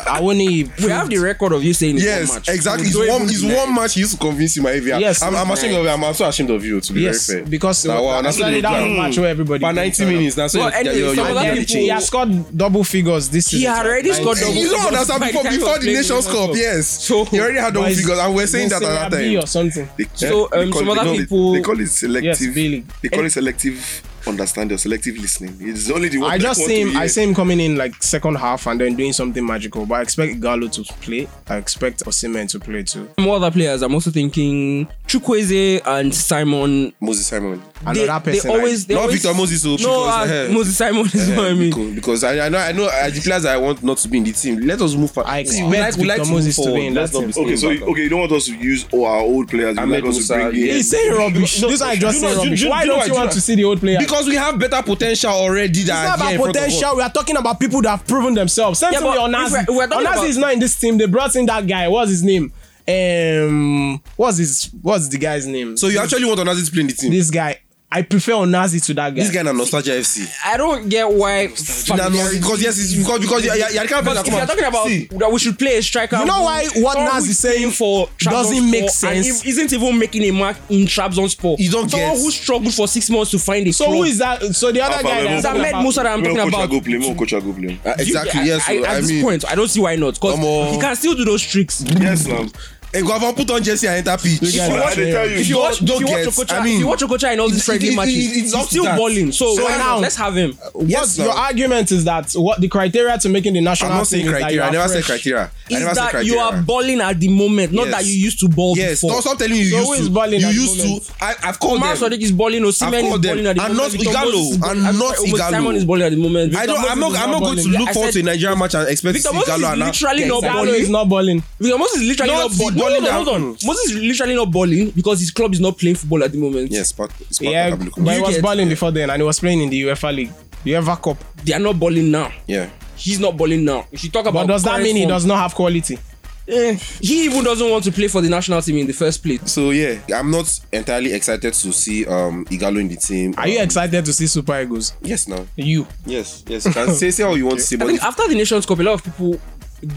Speaker 2: I only.
Speaker 6: <laughs> We have the record of you saying it's
Speaker 4: Yes,
Speaker 6: one match.
Speaker 4: exactly.
Speaker 6: We
Speaker 4: It's
Speaker 6: don't
Speaker 4: one,
Speaker 6: even
Speaker 4: it's
Speaker 6: deny it.
Speaker 4: one match he used to convince you, my AVR.
Speaker 2: Yes,
Speaker 4: I'm, I'm ashamed of you. I'm also ashamed of you, to be
Speaker 2: Yes,
Speaker 4: very fair.
Speaker 2: because
Speaker 4: Now, wow, that's what
Speaker 2: actually
Speaker 4: they
Speaker 2: that
Speaker 4: do.
Speaker 2: was a match where everybody. uh,
Speaker 4: By 90 minutes, that's
Speaker 6: Well,
Speaker 4: what
Speaker 6: anyway, some
Speaker 4: you're- you're-
Speaker 6: other
Speaker 4: you're-
Speaker 6: people-
Speaker 2: He has scored double figures this season.
Speaker 6: He had already scored double.
Speaker 4: You don't understand
Speaker 6: by
Speaker 4: before,
Speaker 6: time
Speaker 4: before
Speaker 6: of
Speaker 4: the
Speaker 6: playing
Speaker 4: Nations Cup,
Speaker 6: Cup.
Speaker 4: yes.
Speaker 6: So-
Speaker 4: he already had double
Speaker 2: But
Speaker 4: figures, and we're saying that
Speaker 2: Serie
Speaker 4: at that
Speaker 2: B
Speaker 4: time.
Speaker 2: or something.
Speaker 3: They-
Speaker 6: So,
Speaker 3: they
Speaker 6: um,
Speaker 3: call
Speaker 6: some
Speaker 3: it-
Speaker 6: other
Speaker 3: they call it-
Speaker 6: people-
Speaker 3: they call it
Speaker 2: Yes,
Speaker 3: selective.
Speaker 2: Bailey.
Speaker 3: they call it selective understanding, or selective listening. It's only the one.
Speaker 2: I
Speaker 3: that
Speaker 2: just
Speaker 3: want
Speaker 2: see
Speaker 3: to
Speaker 2: him. I
Speaker 3: hear.
Speaker 2: see him coming in like second half and then doing something magical. But I expect Gallo to play. I expect Osimhen to play too.
Speaker 6: More other players, I'm also thinking Chukwueze and Simon.
Speaker 4: Moses Simon.
Speaker 6: They, they
Speaker 2: Another person. I-
Speaker 6: always, they
Speaker 4: Not
Speaker 6: always,
Speaker 4: Victor Moses, oh,
Speaker 6: No,
Speaker 4: because,
Speaker 6: uh,
Speaker 4: eh,
Speaker 6: Moses Simon <laughs> is what I mean.
Speaker 4: Because- because I, I know I know uh, the players I want not to be in the team. Let us move past.
Speaker 2: I
Speaker 4: See,
Speaker 2: expect Victor Moses to be in that
Speaker 4: Let's not
Speaker 2: team.
Speaker 4: be
Speaker 3: Okay,
Speaker 4: staying
Speaker 3: so
Speaker 4: back up.
Speaker 3: okay, you don't want us to use all our old players. You
Speaker 4: Ahmed
Speaker 3: like us to
Speaker 4: Musa,
Speaker 3: bring in.
Speaker 4: yeah.
Speaker 2: He's saying rubbish.
Speaker 4: No,
Speaker 2: this one is
Speaker 4: do
Speaker 2: just
Speaker 4: you
Speaker 2: saying
Speaker 4: know- do-
Speaker 2: rubbish.
Speaker 4: do-
Speaker 2: Why
Speaker 4: do you know
Speaker 2: don't you
Speaker 4: why- do you
Speaker 2: want
Speaker 4: know-
Speaker 2: to see the old players?
Speaker 4: because we have better potential already.
Speaker 2: It's
Speaker 4: That
Speaker 2: not
Speaker 4: are here in
Speaker 2: about
Speaker 4: front of us.
Speaker 2: potential. We are talking about people that have proven themselves. Same
Speaker 6: Yeah,
Speaker 2: thing with
Speaker 6: but if
Speaker 2: Onazi.
Speaker 6: we're- we're talking
Speaker 2: Onazi
Speaker 6: about-
Speaker 2: is not in this team. They brought in that guy. What's his name? Um, what's his? What's the guy's name?
Speaker 4: So you actually want Onazi to play in the team?
Speaker 2: this guy. I prefer Onazi to that guy.
Speaker 4: This guy na Nostalgia FC.
Speaker 6: I don't get why.
Speaker 4: Na, no,
Speaker 6: familiarity-
Speaker 4: because yes, it's because because yeah, yeah, yeah, the kind of
Speaker 6: Because if
Speaker 4: person
Speaker 6: you're
Speaker 4: that come
Speaker 6: talking about
Speaker 4: See,
Speaker 6: that we should play a striker.
Speaker 2: You know
Speaker 6: who-
Speaker 2: why what
Speaker 6: someone
Speaker 2: Naz
Speaker 6: who
Speaker 2: is saying
Speaker 6: for
Speaker 2: doesn't
Speaker 6: Trabzonspor
Speaker 2: make
Speaker 6: and
Speaker 2: sense.
Speaker 6: if- isn't even making a mark in Trabzonspor.
Speaker 4: You don't
Speaker 6: someone
Speaker 4: get.
Speaker 6: who struggled for six months to find a
Speaker 2: so
Speaker 6: club.
Speaker 2: who is that? So the other
Speaker 3: Alpha
Speaker 2: guy
Speaker 3: Level.
Speaker 6: It's
Speaker 2: that I'm
Speaker 6: Ahmed
Speaker 2: talking about-
Speaker 6: Musa that I'm
Speaker 3: Make
Speaker 6: talking
Speaker 3: coach I
Speaker 6: about.
Speaker 3: go play. Make coach I go play.
Speaker 4: uh, exactly.
Speaker 6: You-
Speaker 4: yes.
Speaker 6: I,
Speaker 4: so,
Speaker 6: I,
Speaker 4: I,
Speaker 6: at this
Speaker 4: mean,
Speaker 6: point, I don't see why not. Because
Speaker 4: Omo.
Speaker 6: he can still do those tricks.
Speaker 3: Yes, now.
Speaker 4: hey, go have put on jersey and enter pitch.
Speaker 2: guys are
Speaker 3: I dey tell you.
Speaker 6: If you watch,
Speaker 4: don't
Speaker 6: if you watch
Speaker 4: get.
Speaker 6: Okocha,
Speaker 4: I mean,
Speaker 6: if you watch Okocha in all these
Speaker 4: it's-
Speaker 6: friendly
Speaker 4: it- it-
Speaker 6: matches,
Speaker 4: it's up
Speaker 6: he's
Speaker 4: to
Speaker 6: still
Speaker 4: that.
Speaker 6: balling. So,
Speaker 4: So
Speaker 6: why
Speaker 4: now-
Speaker 6: not? let's have him.
Speaker 4: Yes,
Speaker 2: What's your
Speaker 4: now.
Speaker 2: argument is that what the criteria to making the
Speaker 4: I'm
Speaker 2: national
Speaker 4: not saying
Speaker 2: team is that you
Speaker 4: criteria. I
Speaker 2: are
Speaker 4: never said
Speaker 2: fresh.
Speaker 4: criteria. I
Speaker 6: Is
Speaker 4: never said
Speaker 6: that
Speaker 4: criteria.
Speaker 6: you are balling at the moment, not
Speaker 4: Yes.
Speaker 6: that you used to ball
Speaker 4: Yes,
Speaker 6: before.
Speaker 4: no, stop telling you.
Speaker 2: So
Speaker 4: You
Speaker 2: who is
Speaker 4: used to.
Speaker 2: balling
Speaker 4: You
Speaker 2: at the
Speaker 4: used
Speaker 2: moment?
Speaker 4: to. I, I've called
Speaker 6: Omar
Speaker 4: them.
Speaker 6: Sadiq is balling,
Speaker 4: I've
Speaker 6: Osimhen is
Speaker 4: called them.
Speaker 6: balling at the
Speaker 4: And
Speaker 6: moment.
Speaker 4: not
Speaker 6: Victor
Speaker 4: Igalo.
Speaker 6: Moses is balling-
Speaker 4: And not
Speaker 6: Victor Moses-
Speaker 4: Igalo.
Speaker 6: Simon is balling at the moment.
Speaker 4: I don't.
Speaker 6: Victor
Speaker 4: I'm
Speaker 6: Moses
Speaker 4: not.
Speaker 6: is
Speaker 4: I'm not going to
Speaker 2: balling.
Speaker 4: look
Speaker 6: I
Speaker 4: forward to a
Speaker 6: said-
Speaker 4: Nigerian match and expect
Speaker 6: Victor
Speaker 4: to see
Speaker 6: Moses
Speaker 4: Igalo.
Speaker 6: is
Speaker 4: and now-
Speaker 6: literally not
Speaker 2: Igalo
Speaker 6: balling.
Speaker 2: is not balling.
Speaker 6: Because Moses is literally
Speaker 4: Not
Speaker 6: not, balling.
Speaker 4: balling
Speaker 6: No, no,
Speaker 4: at
Speaker 6: hold on.
Speaker 4: all.
Speaker 6: Moses is literally not balling because his club is not playing football at the moment.
Speaker 4: Yes, Park. it's Park
Speaker 2: Yeah,
Speaker 4: Avenue.
Speaker 2: but he was
Speaker 6: get-
Speaker 2: balling before then, and he was playing in the UEFA League, the UEFA Cup.
Speaker 6: They are not balling now.
Speaker 4: Yeah.
Speaker 6: He's not balling now. If you talk about
Speaker 2: But does that
Speaker 6: current
Speaker 2: mean he
Speaker 6: form,
Speaker 2: does not have quality?
Speaker 6: eh, he even doesn't want to play for the national team in the first place.
Speaker 4: So yeah, I'm not entirely excited to see um Igalo in the team.
Speaker 2: Are you
Speaker 4: Um,
Speaker 2: excited to see Super Eagles?
Speaker 4: Yes, now.
Speaker 2: You.
Speaker 4: Yes, yes. You can say say all you want to say,
Speaker 6: I
Speaker 4: but
Speaker 6: think
Speaker 4: if-
Speaker 6: after the Nations Cup, a lot of people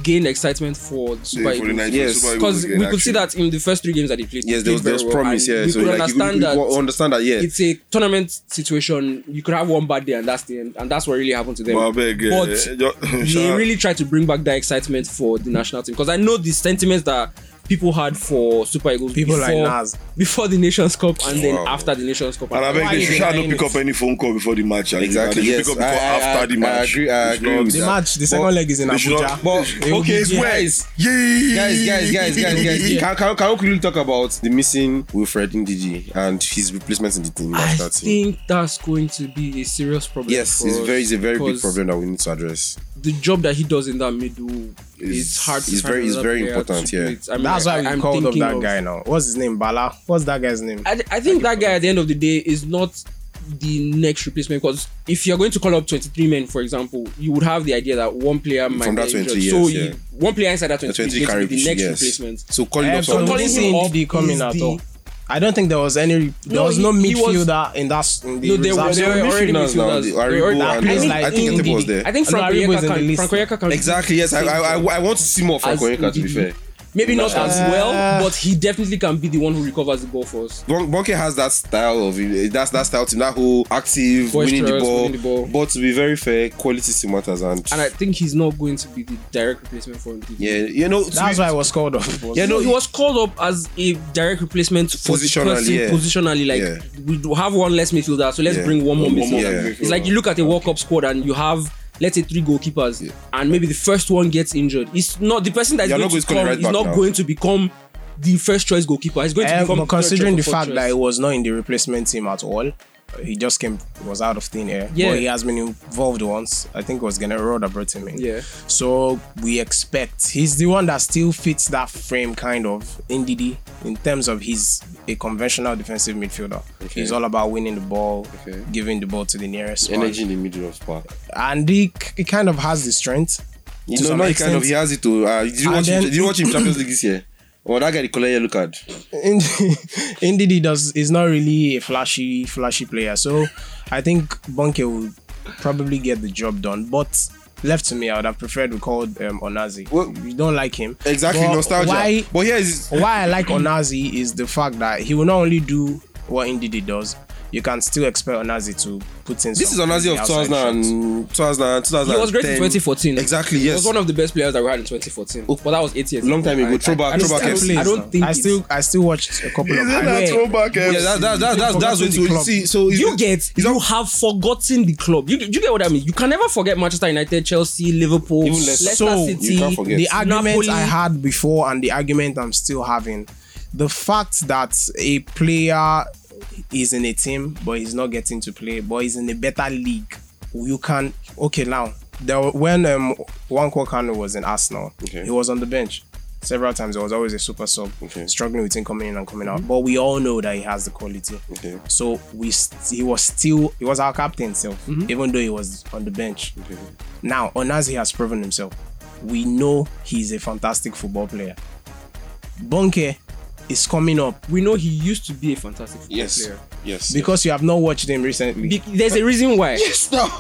Speaker 6: gain excitement for the Super
Speaker 3: for the
Speaker 6: Eagles.
Speaker 3: Nigerian
Speaker 4: yes,
Speaker 3: Super Eagles
Speaker 6: Because we
Speaker 3: again,
Speaker 6: could see
Speaker 3: actually.
Speaker 6: that in the first three games that they played.
Speaker 4: yes,
Speaker 6: they
Speaker 4: there was there
Speaker 6: played
Speaker 4: was
Speaker 6: very well,
Speaker 4: promise.
Speaker 6: and
Speaker 4: Yeah,
Speaker 6: we
Speaker 4: so
Speaker 6: could
Speaker 4: like you,
Speaker 6: understand
Speaker 4: you,
Speaker 6: that
Speaker 4: you understand that. Yeah,
Speaker 6: it's a tournament situation. You could have one bad day, and that's the end, and that's what really happened to them.
Speaker 3: Well, I beg, <laughs> eh,
Speaker 6: but
Speaker 3: eh, just-
Speaker 6: they
Speaker 3: Sha-
Speaker 6: really tried to bring back that excitement for the national team because I know the sentiments that people had for Super Eagles
Speaker 2: People like
Speaker 6: before,
Speaker 2: Nas.
Speaker 6: before the Nations Cup and then
Speaker 4: Wow.
Speaker 6: after the Nations Cup.
Speaker 3: And I beg
Speaker 2: Why
Speaker 3: they
Speaker 2: is
Speaker 3: should
Speaker 2: he
Speaker 3: not
Speaker 2: lying
Speaker 3: pick
Speaker 2: it?
Speaker 3: up any phone call before the match. and
Speaker 4: exactly.
Speaker 3: They
Speaker 4: Yes,
Speaker 3: should pick up before after the match.
Speaker 4: I agree. I
Speaker 3: It's
Speaker 4: agree
Speaker 3: <laughs> not-
Speaker 4: with
Speaker 2: The
Speaker 4: that.
Speaker 2: match, the second leg is in
Speaker 4: they should
Speaker 2: Abuja.
Speaker 4: not- but-
Speaker 2: It will
Speaker 4: okay,
Speaker 2: be
Speaker 4: it's
Speaker 2: here.
Speaker 4: where-
Speaker 3: Guys, yay!
Speaker 4: guys, guys, guys, guys, guys. Can, can, can we quickly talk about the missing Wilfred Ndidi and his replacement in the team?
Speaker 6: I
Speaker 4: national team?
Speaker 6: think that's going to be a serious problem.
Speaker 4: Yes,
Speaker 6: for
Speaker 4: it's very,
Speaker 6: us
Speaker 4: it's a very big
Speaker 6: because
Speaker 4: problem that we need to address.
Speaker 6: The job that he does in that middle is hard. to
Speaker 4: it's
Speaker 6: find
Speaker 4: very- it's
Speaker 6: another
Speaker 4: very
Speaker 6: player to
Speaker 4: important,
Speaker 6: do
Speaker 4: yeah.
Speaker 6: it. I mean,
Speaker 2: That's why
Speaker 6: I-
Speaker 2: we
Speaker 6: I'm
Speaker 2: called up
Speaker 6: thinking
Speaker 2: that
Speaker 6: of-
Speaker 2: guy now. What's his name? Bala. What's that guy's name?
Speaker 6: I, I think that guy at the end of the day is not the next replacement because if you're going to call up 23 men, for example, you would have the idea that one player might
Speaker 4: that
Speaker 6: be
Speaker 4: 20
Speaker 6: injured.
Speaker 4: years,
Speaker 6: so
Speaker 4: yeah.
Speaker 6: you, one player inside that
Speaker 4: The
Speaker 6: 23
Speaker 4: 20
Speaker 6: is going
Speaker 4: carry
Speaker 6: to be the next
Speaker 4: yes.
Speaker 6: replacement.
Speaker 4: So calling
Speaker 2: Eh,
Speaker 4: up
Speaker 2: so
Speaker 4: someone.
Speaker 6: calling him up
Speaker 2: Ndidi coming
Speaker 6: is
Speaker 2: at
Speaker 6: the-
Speaker 2: all. I don't think there was any. There
Speaker 6: No,
Speaker 2: was
Speaker 6: he-
Speaker 2: no
Speaker 6: he was-
Speaker 2: midfielder in that. In the
Speaker 6: No, they were,
Speaker 2: reserves.
Speaker 6: they were already
Speaker 4: midfielders now,
Speaker 6: midfielders.
Speaker 4: the
Speaker 6: They were
Speaker 4: Aribo
Speaker 6: already-
Speaker 4: and,
Speaker 2: I think-
Speaker 4: uh, I think
Speaker 2: I think
Speaker 4: Etebo was
Speaker 2: Ndidi-
Speaker 4: there.
Speaker 6: I think
Speaker 2: No,
Speaker 6: Frank
Speaker 2: Aribo is
Speaker 6: Oyeka
Speaker 2: in the
Speaker 6: can,
Speaker 2: list.
Speaker 6: Frank Oyeka can
Speaker 4: Exactly. Yes, I, I, I, I want to see more from
Speaker 6: As
Speaker 4: Koyeka. To be
Speaker 6: Ndidi.
Speaker 4: fair,
Speaker 6: maybe not
Speaker 4: Uh,
Speaker 6: as well, but he definitely can be the one who recovers the ball for us.
Speaker 4: Bon- Bonke has that style of that's that style team, that whole active winning the,
Speaker 6: Boisterous,
Speaker 4: ball,
Speaker 6: winning the ball.
Speaker 4: But to be very fair, quality still matters, and,
Speaker 6: And I think he's not going to be the direct replacement for him.
Speaker 4: yeah, you know, to
Speaker 2: That's
Speaker 4: be-
Speaker 2: why I was called up.
Speaker 4: yeah,
Speaker 6: No,
Speaker 4: no,
Speaker 6: he was called up as a direct replacement for the
Speaker 4: Positionally,
Speaker 6: person
Speaker 4: yeah.
Speaker 6: positionally. Like
Speaker 4: Yeah.
Speaker 6: we do have one less midfielder, so let's
Speaker 4: Yeah.
Speaker 6: bring one more
Speaker 3: One more
Speaker 6: midfielder.
Speaker 4: Yeah.
Speaker 3: midfielder.
Speaker 6: It's like you look at a World Cup squad and you have let's say three goalkeepers, and maybe the first one gets injured. It's not the person that's
Speaker 4: You're
Speaker 6: going
Speaker 4: not
Speaker 6: to
Speaker 4: going to call a
Speaker 6: come
Speaker 4: right
Speaker 6: is
Speaker 4: back
Speaker 6: not
Speaker 4: now.
Speaker 6: going to become the first choice goalkeeper. It's going to
Speaker 2: Eh,
Speaker 6: become
Speaker 2: but considering the fact that
Speaker 6: I
Speaker 2: he was not in the replacement team at all, he just came was out of thin air.
Speaker 6: Yeah.
Speaker 2: But he has been involved once. I think it was Gennaro that brought him in.
Speaker 6: Yeah.
Speaker 2: So we expect he's the one that still fits that frame kind of NDD in terms of he's a conventional defensive midfielder. He's all about winning the ball,
Speaker 4: Okay.
Speaker 2: giving the ball to the nearest one.
Speaker 4: energy in the middle of park.
Speaker 2: And he, he kind of has the strength.
Speaker 4: You
Speaker 2: To
Speaker 4: know,
Speaker 2: some
Speaker 4: now he kind
Speaker 2: extent.
Speaker 4: of he has it to. Uh, did you
Speaker 2: And
Speaker 4: watch? him,
Speaker 2: then-
Speaker 4: did you
Speaker 2: <clears throat>
Speaker 4: watch him Champions League this year? Well, that guy the color yellow card.
Speaker 2: Ndidi does is not really a flashy flashy player, so I think Bonke will probably get the job done. But left to me, I would have preferred we called um, Onazi.
Speaker 4: Well-
Speaker 2: we don't like him
Speaker 4: Exactly,
Speaker 2: But
Speaker 4: nostalgia.
Speaker 2: Why? Oh,
Speaker 4: But here is
Speaker 2: Why I like Onazi is the fact that he will not only do what Ndidi does. You can still expect Onazi to put in.
Speaker 4: this is
Speaker 2: some
Speaker 4: Onazi of
Speaker 2: outside
Speaker 4: 2000,
Speaker 2: shots.
Speaker 4: 2000, 2000.
Speaker 6: He was great in 2014.
Speaker 4: Exactly.
Speaker 6: He
Speaker 4: Yes. Oh.
Speaker 6: was one of the best players that we had in 2014. But that was eight years.
Speaker 4: Long time ago.
Speaker 6: I-
Speaker 4: Throwback-
Speaker 6: I- I don't
Speaker 4: throwback
Speaker 6: think-
Speaker 4: FC.
Speaker 6: I don't think
Speaker 2: I
Speaker 6: it's-
Speaker 2: still I still watched a couple of. highlights.
Speaker 3: eh?
Speaker 4: yeah, that, that, that, that's that's
Speaker 2: Forgotten
Speaker 4: when
Speaker 2: the
Speaker 4: to
Speaker 2: club.
Speaker 4: see. So it's-
Speaker 6: you get
Speaker 4: it's
Speaker 6: you
Speaker 4: not-
Speaker 6: have forgotten the club. You, you get what I mean? You can never forget Manchester United, Chelsea, Liverpool,
Speaker 4: Even
Speaker 6: Leicester,
Speaker 4: Leicester.
Speaker 2: So, you
Speaker 6: City.
Speaker 4: can't forget.
Speaker 2: the argument
Speaker 6: Napoli.
Speaker 2: I had before and the argument I'm still having, the fact that a player is in a team but he's not getting to play, but he's in a better league, you can okay now. There were- when um Wanko Kanu was in Arsenal,
Speaker 4: Okay.
Speaker 2: he was on the bench. Several times there was always a super sub
Speaker 4: Okay.
Speaker 2: struggling with him coming in and coming out. But we all know that he has the quality.
Speaker 4: Okay.
Speaker 2: So we st- he was still he was our captain self,
Speaker 6: Mm-hmm.
Speaker 2: even though he was on the bench. Now Onazi has proven himself. We know he's a fantastic football player. Bonke is coming up
Speaker 6: We know he used to be a fantastic football
Speaker 4: Yes.
Speaker 6: player.
Speaker 4: Yes.
Speaker 2: because you have not watched him recently.
Speaker 6: Be- there's a reason why.
Speaker 4: yes. Now.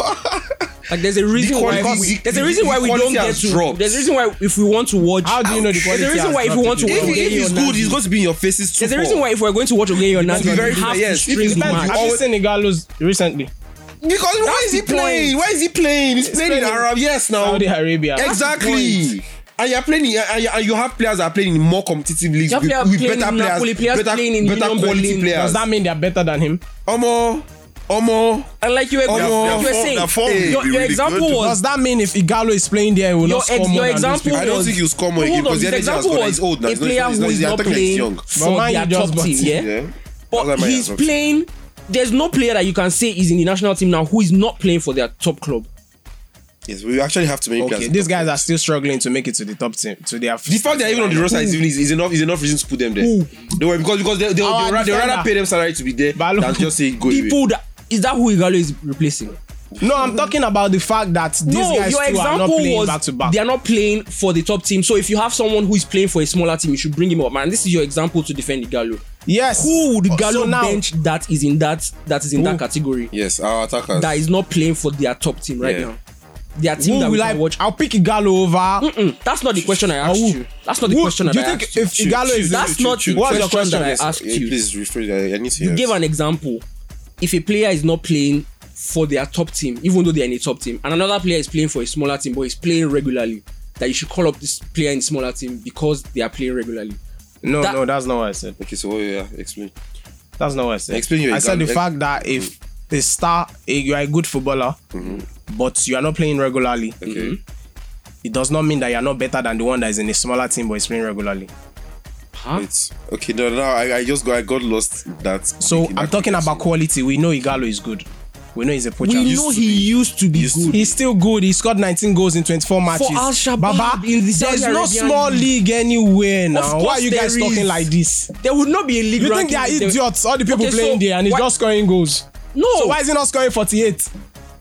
Speaker 6: Like there's a reason why.
Speaker 4: quality-
Speaker 6: We,
Speaker 4: the-
Speaker 6: there's a
Speaker 4: the-
Speaker 6: reason
Speaker 4: the
Speaker 6: why we don't
Speaker 4: quality
Speaker 6: get
Speaker 4: has
Speaker 6: to.
Speaker 4: dropped.
Speaker 6: There's a reason why if we want to watch.
Speaker 2: How do you know the quality?
Speaker 6: There's a reason
Speaker 2: has
Speaker 6: why if we
Speaker 2: dropped
Speaker 6: want to
Speaker 2: it?
Speaker 6: watch.
Speaker 4: <laughs> if, he- if
Speaker 6: Ogeye
Speaker 4: he's
Speaker 6: or
Speaker 4: good,
Speaker 6: Nandi-
Speaker 4: he's going to be in your faces too.
Speaker 6: There's a reason why if we're going to watch Ogeye or Nandi,
Speaker 4: be very
Speaker 6: we have
Speaker 4: clear, yes.
Speaker 6: to string the
Speaker 4: Depends.
Speaker 6: match.
Speaker 2: Have you seen Igalo's recently?
Speaker 4: Because why is he
Speaker 6: the point.
Speaker 4: playing? Why is he playing? He's playing in
Speaker 2: playing in
Speaker 4: Arab. Yes, now.
Speaker 2: Saudi
Speaker 6: Um,
Speaker 2: Arabia.
Speaker 4: Exactly. And you're playing, in- and you- and you have players that are playing in more competitive leagues
Speaker 6: You have
Speaker 4: with,
Speaker 6: player
Speaker 4: with
Speaker 6: playing
Speaker 4: better
Speaker 6: in Napoli,
Speaker 4: players,
Speaker 6: players
Speaker 4: better,
Speaker 6: playing in
Speaker 4: better
Speaker 6: Union
Speaker 4: quality
Speaker 6: Berlin.
Speaker 4: players.
Speaker 2: Does that mean they're better than him?
Speaker 4: Omo, Omo,
Speaker 6: And like you were,
Speaker 4: Oh,
Speaker 6: you were
Speaker 4: their
Speaker 6: saying,
Speaker 3: form- their form
Speaker 6: your,
Speaker 3: will be
Speaker 6: your
Speaker 3: really
Speaker 6: example
Speaker 3: good.
Speaker 2: Does
Speaker 6: was
Speaker 2: that mean if Igalo is playing there, he will
Speaker 6: your,
Speaker 2: not score
Speaker 6: ex-
Speaker 2: more
Speaker 6: your
Speaker 2: than those
Speaker 6: example.
Speaker 2: people?
Speaker 4: I don't
Speaker 6: was-
Speaker 4: think he'll score more
Speaker 6: Hold
Speaker 4: again
Speaker 6: on,
Speaker 4: because the
Speaker 6: his
Speaker 4: energy has
Speaker 6: example
Speaker 4: gone.
Speaker 6: was
Speaker 4: He's old now.
Speaker 6: A
Speaker 4: He's not-
Speaker 6: player
Speaker 4: he's not-
Speaker 6: who is
Speaker 4: he's- I
Speaker 6: not
Speaker 4: think he's
Speaker 6: playing
Speaker 4: young.
Speaker 2: But
Speaker 6: for
Speaker 2: man,
Speaker 6: their
Speaker 2: you just
Speaker 6: top
Speaker 2: bought
Speaker 6: team,
Speaker 2: him.
Speaker 6: yeah. But
Speaker 4: That's why my
Speaker 6: he's
Speaker 4: assumption.
Speaker 6: playing. There's no player that you can say is in the national team now who is not playing for their top club.
Speaker 4: Yes, we actually have to make
Speaker 2: Okay,
Speaker 4: players.
Speaker 2: these guys are still struggling to make it to the top team. To their
Speaker 4: the fact they're even on the roster is, even, is, is enough is enough reason to put them there. Don't worry because because they they
Speaker 2: Our
Speaker 4: will rather, rather
Speaker 2: defender.
Speaker 4: pay them salary to be there
Speaker 2: Balogun.
Speaker 4: than just say go away.
Speaker 6: People that is that who Igalo is replacing?
Speaker 2: No, I'm talking about the fact that these
Speaker 6: no,
Speaker 2: guys
Speaker 6: your
Speaker 2: too are not
Speaker 6: example
Speaker 2: playing
Speaker 6: was
Speaker 2: back to back.
Speaker 6: they are not playing for the top team. So if you have someone who is playing for a smaller team, you should bring him up. Man, this is your example to defend Igalo.
Speaker 2: Yes.
Speaker 6: Who would Igalo
Speaker 2: so now-
Speaker 6: bench that is in that that is in that category
Speaker 4: Yes, our attackers.
Speaker 6: that is not playing for their top team right
Speaker 4: Yeah.
Speaker 6: now? Their team
Speaker 2: Who
Speaker 6: that we
Speaker 2: will
Speaker 6: can
Speaker 2: I
Speaker 6: watch. Mm,
Speaker 2: I'll pick Igalo over.
Speaker 6: Mm-mm, that's not the question I asked
Speaker 2: who-
Speaker 6: you. That's not the
Speaker 2: who-
Speaker 6: question that
Speaker 2: do you
Speaker 6: I
Speaker 2: think
Speaker 6: asked you.
Speaker 2: if Igalo is
Speaker 6: That's not the
Speaker 2: What's your
Speaker 6: question,
Speaker 2: question?
Speaker 6: that
Speaker 4: Yes,
Speaker 6: I asked
Speaker 4: eh,
Speaker 6: you.
Speaker 4: Please rephrase. I, I need to
Speaker 6: You
Speaker 4: hear.
Speaker 6: gave
Speaker 4: this.
Speaker 6: an example. If a player is not playing for their top team, even though they're in a top team, and another player is playing for a smaller team but is playing regularly, that you should call up this player in smaller team because they are playing regularly.
Speaker 2: No,
Speaker 6: That-
Speaker 2: no, that's not what I said.
Speaker 4: okay, so what- yeah, explain.
Speaker 2: That's not what I said.
Speaker 4: Explain your
Speaker 2: I said
Speaker 4: example.
Speaker 2: the
Speaker 4: Ex-
Speaker 2: fact that if Mm-hmm. a star, eh, you are a good footballer, but you are not playing regularly, Mm-hmm.
Speaker 4: Okay.
Speaker 2: it does not mean that you are not better than the one that is in a smaller team but is playing regularly.
Speaker 6: Huh?
Speaker 4: It's okay. No, no, I, I just got I got lost. That
Speaker 2: So
Speaker 4: in that
Speaker 2: I'm talking about quality.
Speaker 4: conversation.
Speaker 2: We know Igalo is good. We know he's a poacher.
Speaker 6: We know
Speaker 4: to
Speaker 6: he used to be
Speaker 4: used to
Speaker 6: good.
Speaker 2: He's still good. He scored 19 goals in 24 matches.
Speaker 6: Al Shabaab
Speaker 2: Baba,
Speaker 6: in the Saudi
Speaker 2: there's no
Speaker 6: Arabian
Speaker 2: small
Speaker 6: league.
Speaker 2: league anywhere now. Why
Speaker 6: course
Speaker 2: are you guys
Speaker 6: there
Speaker 2: talking
Speaker 6: is.
Speaker 2: like this?
Speaker 6: There would not be a league
Speaker 2: You think
Speaker 6: ranking
Speaker 2: they are
Speaker 6: if there-
Speaker 2: idiots? All the people
Speaker 6: Okay, so
Speaker 2: playing there and he's
Speaker 6: why- Oh.
Speaker 2: just scoring goals.
Speaker 6: No,
Speaker 2: So why is he not scoring 48?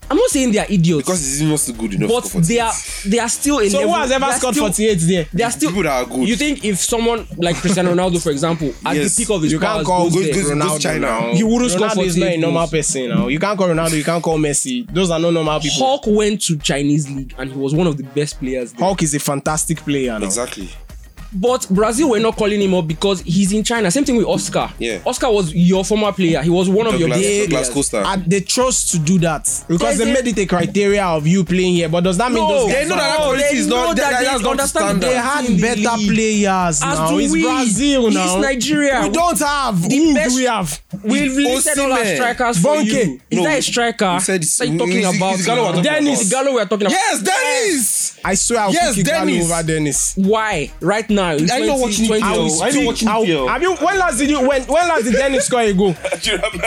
Speaker 6: I'm not saying they are idiots,
Speaker 4: because he's not so good enough.
Speaker 6: but
Speaker 4: to score
Speaker 6: they are
Speaker 4: 48.
Speaker 6: they are still a
Speaker 2: So
Speaker 6: level.
Speaker 2: who has
Speaker 6: they
Speaker 2: ever
Speaker 6: are
Speaker 2: scored
Speaker 6: still-
Speaker 2: 48 there?
Speaker 6: They are still
Speaker 4: People that are good.
Speaker 6: You think if someone like Cristiano Ronaldo, for example, at
Speaker 4: Yes.
Speaker 6: the peak of his
Speaker 2: You can't
Speaker 6: powers
Speaker 2: call
Speaker 6: goes
Speaker 4: good-
Speaker 6: there,
Speaker 4: good-
Speaker 2: Ronaldo
Speaker 4: China.
Speaker 2: now.
Speaker 6: He wouldn't score
Speaker 2: Ronaldo is not a
Speaker 6: 48
Speaker 2: normal
Speaker 6: goals.
Speaker 2: person now. You can't call Ronaldo. You can't call Messi. Those are not normal people. Hulk,
Speaker 6: Hulk went to Chinese league and he was one of the best players. There.
Speaker 2: is a fantastic player now.
Speaker 4: exactly.
Speaker 6: But Brazil were not calling him up because he's in China. Same thing with Oscar.
Speaker 4: Yeah.
Speaker 6: Oscar was your former player. He was one of your
Speaker 4: Douglas,
Speaker 6: best
Speaker 4: Douglas
Speaker 6: players.
Speaker 4: Costa.
Speaker 2: And they chose to do that
Speaker 6: There's
Speaker 2: because they
Speaker 6: a-
Speaker 2: made it a criteria of you playing here. But does that mean
Speaker 6: No,
Speaker 2: those
Speaker 4: They
Speaker 2: guys
Speaker 4: know
Speaker 2: are-
Speaker 4: that that
Speaker 6: No,
Speaker 4: quality
Speaker 6: they
Speaker 4: is
Speaker 6: know that
Speaker 4: not. That,
Speaker 6: they
Speaker 4: that's not the
Speaker 6: understand
Speaker 4: standard.
Speaker 2: they had
Speaker 6: in the
Speaker 2: better
Speaker 6: league.
Speaker 2: players
Speaker 6: As
Speaker 2: now.
Speaker 6: do
Speaker 2: It's
Speaker 6: we.
Speaker 2: Brazil
Speaker 6: It's
Speaker 2: now.
Speaker 6: Nigeria.
Speaker 2: We don't have.
Speaker 6: The
Speaker 2: Who
Speaker 6: best-
Speaker 2: do we have?
Speaker 6: We've listed all our
Speaker 4: Osimhen.
Speaker 6: strikers for
Speaker 2: Bonke.
Speaker 6: you. Is
Speaker 4: No,
Speaker 6: that a striker?
Speaker 4: we said it's-
Speaker 6: that you're
Speaker 4: we-
Speaker 6: talking
Speaker 4: it's- it's
Speaker 6: about.
Speaker 4: Igalo we're talking
Speaker 6: Dennis
Speaker 4: about.
Speaker 6: Igalo we're talking about.
Speaker 4: Yes, Dennis.
Speaker 2: I swear I'll
Speaker 4: Yes,
Speaker 2: pick Igalo
Speaker 4: Dennis.
Speaker 2: over Dennis.
Speaker 6: Why? Right now. In
Speaker 4: Are you not watching
Speaker 6: 2020,
Speaker 4: Igalo? Are you not
Speaker 6: speak-
Speaker 4: watching
Speaker 2: I'll-
Speaker 4: Igalo?
Speaker 2: Have you? When last did you? When? When last did Dennis score a goal?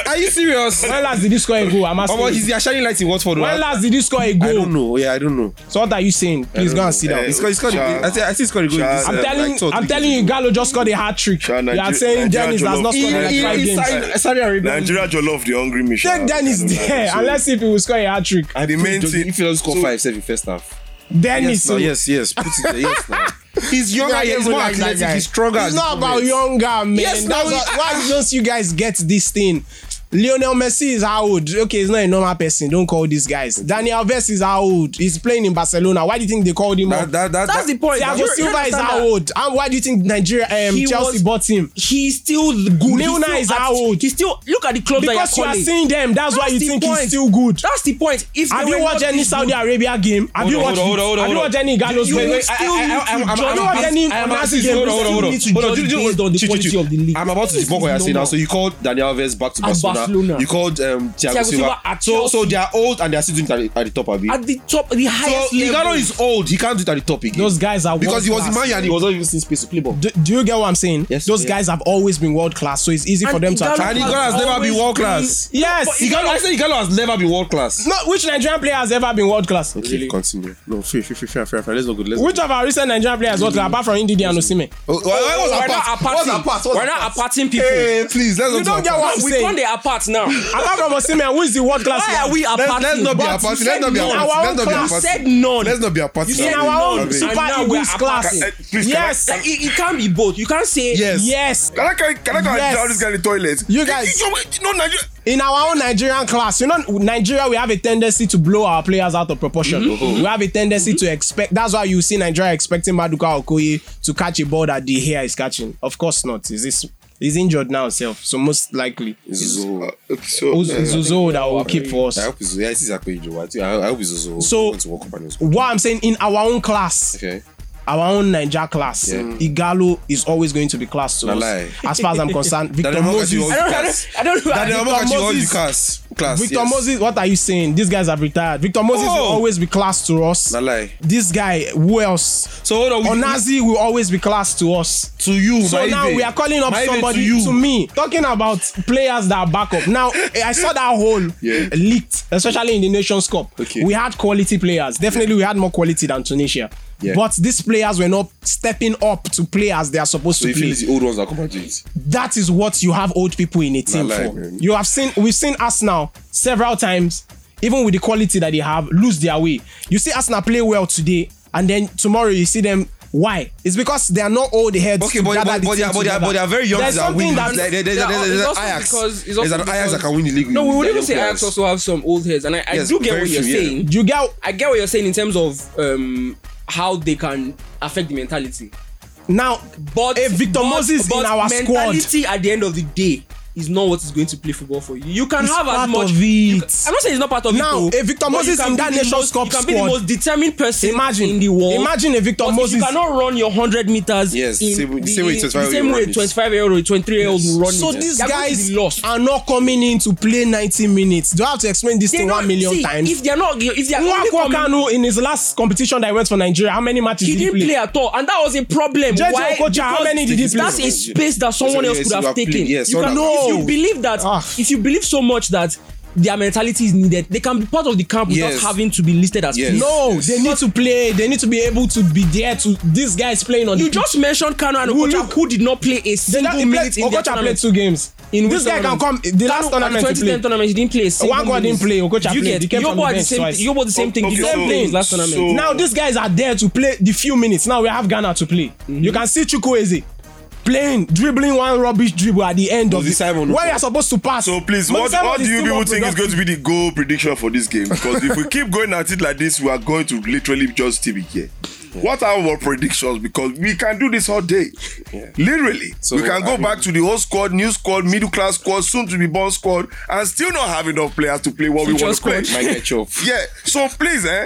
Speaker 4: Are you <laughs> serious?
Speaker 2: When last did he score a goal? I'm asking.
Speaker 4: Oh,
Speaker 2: you.
Speaker 4: he's the shining light in Watford. right?
Speaker 2: when last did he score a
Speaker 4: I
Speaker 2: goal?
Speaker 4: don't know. Yeah, I don't know.
Speaker 2: So what are you saying? Please go and sit down.
Speaker 3: Eh,
Speaker 4: It's called. It's called.
Speaker 3: Child.
Speaker 4: I think. I think it's called.
Speaker 3: Child.
Speaker 2: I'm
Speaker 3: uh,
Speaker 2: telling, I'm telling you, Gallo just scored a hat trick. You
Speaker 3: Sure,
Speaker 2: are
Speaker 3: Nigeria-
Speaker 2: saying
Speaker 3: Nigeria
Speaker 2: Dennis has
Speaker 3: Jolo-
Speaker 2: not scored
Speaker 3: He-
Speaker 2: in
Speaker 3: he-
Speaker 2: five
Speaker 3: he
Speaker 2: games.
Speaker 3: signed-
Speaker 4: Saudi Arabia.
Speaker 3: Nigeria Jollof, the hungry mission.
Speaker 2: Take Dennis there, and let's see if he will score a hat trick.
Speaker 3: The main thing.
Speaker 4: If he doesn't score
Speaker 3: So-
Speaker 4: five, seven in first half.
Speaker 2: Dennis,
Speaker 4: Yes, now, yes, yes. Put it there. Yes, now. He's younger. He's more athletic. He's stronger.
Speaker 2: It's not about younger man.
Speaker 4: Yes, ah.
Speaker 2: That's
Speaker 4: now,
Speaker 2: why- why don't you guys get this thing? Lionel Messi is how old? Okay, he's not a normal person. Don't call these guys. Daniel Alves is how old? He's playing in Barcelona. Why do you think they called him?
Speaker 4: That,
Speaker 2: up?
Speaker 4: that, that,
Speaker 6: That's the
Speaker 4: that,
Speaker 6: point.
Speaker 2: Thiago
Speaker 6: You- you
Speaker 2: Silva is
Speaker 6: understand
Speaker 2: how
Speaker 6: that?
Speaker 2: old? And why do you think Nigeria, um,
Speaker 6: He
Speaker 2: Chelsea
Speaker 6: was-
Speaker 2: bought him?
Speaker 6: He's still good.
Speaker 2: Milner
Speaker 6: He's
Speaker 2: is
Speaker 6: still
Speaker 2: how old?
Speaker 6: He's still look at the club
Speaker 2: Because
Speaker 6: that
Speaker 2: you
Speaker 6: you're
Speaker 2: are
Speaker 6: calling.
Speaker 2: seeing them, that's, why
Speaker 6: That's
Speaker 2: you
Speaker 6: the
Speaker 2: think
Speaker 6: point.
Speaker 2: he's still good.
Speaker 6: That's the point. If
Speaker 2: Have
Speaker 6: they
Speaker 2: you
Speaker 6: were
Speaker 2: watched
Speaker 6: not
Speaker 2: any
Speaker 6: this
Speaker 2: Saudi
Speaker 6: good,
Speaker 2: Arabia game? Have you
Speaker 4: on,
Speaker 2: watched?
Speaker 4: hold
Speaker 2: it?
Speaker 4: on, hold on,
Speaker 2: Have
Speaker 4: hold
Speaker 2: you
Speaker 4: on.
Speaker 2: watched any Gallo's
Speaker 6: You
Speaker 2: game?
Speaker 6: would still
Speaker 4: I- I-
Speaker 6: need
Speaker 4: I- I'm-
Speaker 6: to
Speaker 4: I'm-
Speaker 6: judge.
Speaker 4: I'm-
Speaker 6: You
Speaker 4: I'm-
Speaker 2: any
Speaker 4: I'm
Speaker 2: Nazi
Speaker 4: asking-
Speaker 2: game, you
Speaker 4: hold on, hold on,
Speaker 2: still
Speaker 4: hold on.
Speaker 2: need to
Speaker 4: Hold on,
Speaker 6: judge
Speaker 4: do- do-
Speaker 6: based on the
Speaker 4: Chichi,
Speaker 6: quality
Speaker 4: Chichi,
Speaker 6: of the league.
Speaker 4: I'm about to
Speaker 6: This
Speaker 4: debunk what
Speaker 6: is
Speaker 4: you're saying
Speaker 6: normal.
Speaker 4: now. So you called Daniel Alves back to Barcelona.
Speaker 6: Barcelona.
Speaker 4: You called um, Thiago
Speaker 6: Thiago Silva
Speaker 4: Silva.
Speaker 6: at
Speaker 4: So, so
Speaker 6: Chelsea.
Speaker 4: they are old and they are still doing it at the- at the top, Abi.
Speaker 6: at the top, the highest
Speaker 4: So
Speaker 6: level.
Speaker 4: Igalo is old. He can't do it at the top again.
Speaker 2: Those guys are
Speaker 4: because he was in
Speaker 2: world-class.
Speaker 4: Man and he was not even seeing space to play ball.
Speaker 2: Do, do you get what I'm saying?
Speaker 4: Yes,
Speaker 2: Those
Speaker 4: yeah.
Speaker 2: guys have always been world class, so it's easy for
Speaker 6: And
Speaker 2: them to
Speaker 6: Igalo
Speaker 2: attract.
Speaker 4: And Igalo has never been
Speaker 6: always
Speaker 4: world
Speaker 6: been-
Speaker 4: class.
Speaker 2: Yes,
Speaker 4: Igalo, I said Igalo has never been world class.
Speaker 2: no, which Nigerian player has ever been world class?
Speaker 4: Okay, continue. No, free, free, free, fair, fair, fair. Let's not go. Let's
Speaker 2: Which of our recent Nigerian players world class apart from Ndidi and Osimhen?
Speaker 4: Oh, why, why was
Speaker 6: We're
Speaker 4: our
Speaker 6: not
Speaker 4: part? What's our
Speaker 6: aparting.
Speaker 4: part? What's
Speaker 6: We're
Speaker 4: our
Speaker 6: not
Speaker 4: part?
Speaker 6: aparting people. Ah,
Speaker 4: Hey, please, let's
Speaker 2: You
Speaker 4: not
Speaker 2: don't
Speaker 4: do
Speaker 2: get
Speaker 4: our part.
Speaker 2: what I'm
Speaker 6: We
Speaker 2: saying.
Speaker 6: can't dey apart
Speaker 2: <laughs>
Speaker 6: now?
Speaker 2: apart from Osimhen, who is the world class?
Speaker 6: Why are we apart?
Speaker 4: Let's, let's not be apart. Let's not be
Speaker 2: none.
Speaker 4: apart.
Speaker 2: Our
Speaker 4: Let's
Speaker 2: own
Speaker 4: not be
Speaker 2: class.
Speaker 4: apart.
Speaker 6: You said none.
Speaker 4: Let's not be apart.
Speaker 6: You
Speaker 4: now.
Speaker 6: said
Speaker 2: in our own
Speaker 4: Okay.
Speaker 6: And
Speaker 2: Super
Speaker 6: now we are
Speaker 2: Eagles class?
Speaker 6: apart.
Speaker 3: Uh, please, can I-
Speaker 2: Yes,
Speaker 6: Like, it, it can't be both. You can't say
Speaker 4: Yes.
Speaker 2: yes.
Speaker 3: Can I can I can I go
Speaker 2: Yes.
Speaker 3: and drown this guy in the toilet?
Speaker 2: You guys-
Speaker 3: You, you know, Nigeria,
Speaker 2: in our own Nigerian class, you know, Nigeria, we have a tendency to blow our players out of proportion.
Speaker 4: Mm-hmm.
Speaker 2: We have a tendency to expect. That's why you see Nigeria expecting Maduka Okoye to catch a ball that the hair is catching. Of course not. Is this? He's injured now himself, so most likely it's
Speaker 4: Zozo.
Speaker 3: Uh, so,
Speaker 2: Uz- it's Uzo that will keep for us.
Speaker 4: I hope it's yeah, this is Akpe Ijo. I think- I I hope it's Zozo.
Speaker 2: So-
Speaker 4: I want to work up on his-
Speaker 2: What I'm saying in our own class,
Speaker 4: Okay.
Speaker 2: our own Niger class,
Speaker 4: Yeah.
Speaker 2: Igalo is always going to be class to
Speaker 4: Na
Speaker 2: us.
Speaker 4: lie.
Speaker 2: As far as I'm
Speaker 4: <laughs>
Speaker 2: concerned, Victor
Speaker 4: Daniel
Speaker 2: Moses.
Speaker 4: Moses, you
Speaker 6: <laughs>
Speaker 4: all-
Speaker 6: I don't, I don't, I don't know.
Speaker 4: That
Speaker 2: Victor
Speaker 4: the Amaka all the
Speaker 2: Moses-
Speaker 4: class. Class.
Speaker 2: Victor
Speaker 4: yes.
Speaker 2: Moses, what are you saying? These guys have retired. Victor Moses will
Speaker 4: Oh.
Speaker 2: always be class to us.
Speaker 4: Na lie.
Speaker 2: this guy, who else?
Speaker 4: So hold on. we-
Speaker 2: Onazi will always be class to us.
Speaker 4: to you.
Speaker 2: So
Speaker 4: Maive.
Speaker 2: now we are calling up
Speaker 4: Maive
Speaker 2: somebody
Speaker 4: to you.
Speaker 2: to, me, talking about players that are backup. Now eh, I saw that hole
Speaker 4: <laughs> Yeah.
Speaker 2: leaked, especially in the Nations Cup.
Speaker 4: Okay.
Speaker 2: We had quality players. Definitely, we had more quality than Tunisia.
Speaker 4: Yeah.
Speaker 2: But these players were not stepping up to play as they are supposed
Speaker 4: So
Speaker 2: to
Speaker 4: you feel
Speaker 2: play.
Speaker 4: it's the old ones that come and do it.
Speaker 2: That is what you have old people in a team
Speaker 4: lie,
Speaker 2: for.
Speaker 4: man.
Speaker 2: You have seen we've seen Arsenal several times, even with the quality that they have, lose their way. You see Arsenal play well today, and then tomorrow you see them. Why? It's because they are not old heads.
Speaker 4: Okay,
Speaker 2: to
Speaker 4: but,
Speaker 2: gather
Speaker 4: but,
Speaker 2: the
Speaker 4: but,
Speaker 2: team
Speaker 4: they are, but, they are,
Speaker 2: together.
Speaker 4: but they are very young.
Speaker 2: There's
Speaker 4: that are
Speaker 2: something
Speaker 4: winning.
Speaker 2: that
Speaker 4: Like, there- there-
Speaker 6: Yeah,
Speaker 4: there-
Speaker 6: it's
Speaker 4: there's an
Speaker 6: also
Speaker 4: Ajax.
Speaker 6: because- it's
Speaker 4: There's
Speaker 6: also
Speaker 4: an Ajax
Speaker 6: because-
Speaker 4: that can win the league.
Speaker 6: No, we
Speaker 4: with
Speaker 6: would
Speaker 4: their
Speaker 6: even
Speaker 4: young
Speaker 6: say Ajax
Speaker 4: players.
Speaker 6: also have some old heads, and I, I
Speaker 4: Yes,
Speaker 6: do get
Speaker 4: very
Speaker 6: what you're
Speaker 4: few, yeah.
Speaker 6: saying.
Speaker 2: you get
Speaker 6: I get what you're saying in terms of um, how they can affect the mentality.
Speaker 2: now.
Speaker 6: But
Speaker 2: Hey, Victor
Speaker 6: but,
Speaker 2: Moses in
Speaker 6: but
Speaker 2: our squad.
Speaker 6: mentality at the end of the day is not what is going to play football for you. You can
Speaker 2: It's
Speaker 6: have as
Speaker 2: part
Speaker 6: much.
Speaker 2: of it.
Speaker 6: you can- I'm not saying it's not part of
Speaker 2: Now,
Speaker 6: it. though,
Speaker 2: a Victor
Speaker 6: but
Speaker 2: Moses
Speaker 6: you can
Speaker 2: in
Speaker 6: be
Speaker 2: that
Speaker 6: the
Speaker 2: Nations
Speaker 6: most-
Speaker 2: Cup
Speaker 6: You can be the
Speaker 2: squad.
Speaker 6: most determined person
Speaker 2: Imagine
Speaker 6: in the world.
Speaker 2: Imagine a Victor
Speaker 6: But if
Speaker 2: Moses.
Speaker 6: You cannot run your 100 meters.
Speaker 4: Yes,
Speaker 6: in
Speaker 4: same way-
Speaker 6: the,
Speaker 4: same way 25
Speaker 6: the
Speaker 4: year
Speaker 6: same
Speaker 4: old
Speaker 6: way
Speaker 4: run it.
Speaker 6: 25 year old, 23 year old will run.
Speaker 2: So
Speaker 6: it.
Speaker 2: these
Speaker 6: They are going to
Speaker 2: guys ah,
Speaker 6: be lost.
Speaker 2: are not coming in to play 90 minutes. Do I have to explain this
Speaker 6: They
Speaker 2: to
Speaker 6: don't-
Speaker 2: one million
Speaker 6: see,
Speaker 2: times?
Speaker 6: If they're not, if they're only
Speaker 2: Nwankwo
Speaker 6: coming-
Speaker 2: Kanu in his last competition that he went for Nigeria, how many matches
Speaker 6: he
Speaker 2: did he
Speaker 6: didn't
Speaker 2: play?
Speaker 6: play at all, and that was a problem.
Speaker 2: JJ
Speaker 6: Why?
Speaker 2: Okocha, how
Speaker 6: Because
Speaker 2: many did he play?
Speaker 6: That's a space that someone else
Speaker 4: Yes,
Speaker 6: could
Speaker 4: you
Speaker 6: have
Speaker 4: have
Speaker 6: taken.
Speaker 4: played, yes,
Speaker 6: you
Speaker 4: someone
Speaker 6: can,
Speaker 2: else-
Speaker 6: if
Speaker 2: No.
Speaker 6: you believe that,
Speaker 2: Ah.
Speaker 6: if you believe so much that their mentality is needed, they can be part of the camp without
Speaker 4: Yes.
Speaker 6: having to be listed as.
Speaker 4: Yes.
Speaker 6: players.
Speaker 2: No, they need to play. They need to be able to be there to these guys playing on
Speaker 6: You
Speaker 2: the
Speaker 6: just mentioned Kanu and
Speaker 2: Who
Speaker 6: Okocha,
Speaker 2: look-
Speaker 6: who did not play a
Speaker 2: They
Speaker 6: single
Speaker 2: just- he
Speaker 6: minute in
Speaker 2: played,
Speaker 6: their
Speaker 2: Okocha played
Speaker 6: tournament.
Speaker 2: two games.
Speaker 6: In
Speaker 2: this
Speaker 6: which
Speaker 2: guy can
Speaker 6: tournament?
Speaker 2: come. The last
Speaker 6: Kanu at
Speaker 2: tournament he
Speaker 6: 2010
Speaker 2: played.
Speaker 6: tournament, he didn't play a single
Speaker 2: Nwankwo
Speaker 6: minute.
Speaker 2: didn't play, Okocha
Speaker 6: you
Speaker 2: played. He
Speaker 6: get
Speaker 2: came from
Speaker 6: Yobo
Speaker 2: the
Speaker 6: had the
Speaker 2: bench
Speaker 6: same.
Speaker 2: twice.
Speaker 6: Yobo the same thing.
Speaker 3: Okay,
Speaker 6: He
Speaker 3: so-
Speaker 6: didn't play his last tournament.
Speaker 3: so-
Speaker 2: Now these guys are there to play the few minutes. Now we have Ghana to play.
Speaker 6: Mm-hmm.
Speaker 2: You can see Chukwueze playing, dribbling one rubbish dribble at the end of
Speaker 4: Mozi
Speaker 2: the
Speaker 4: Simon
Speaker 2: where you're supposed to pass.
Speaker 3: so please,
Speaker 2: Mozi
Speaker 3: what,
Speaker 2: Simon
Speaker 3: what do you
Speaker 2: still
Speaker 3: people
Speaker 2: more
Speaker 3: think is
Speaker 2: productive.
Speaker 3: going to be the goal prediction for this game?
Speaker 2: <laughs>
Speaker 3: Because if we keep going at it like this, we are going to literally just still be here. What are our predictions? Because we can do this all day. Literally. we can go back to the old squad, new squad, middle class squad, soon to be born squad, and still not have enough players to play what we
Speaker 6: Future
Speaker 3: want to play.
Speaker 6: squad.
Speaker 4: Might get chopped.
Speaker 3: <laughs> Yeah. So please, eh?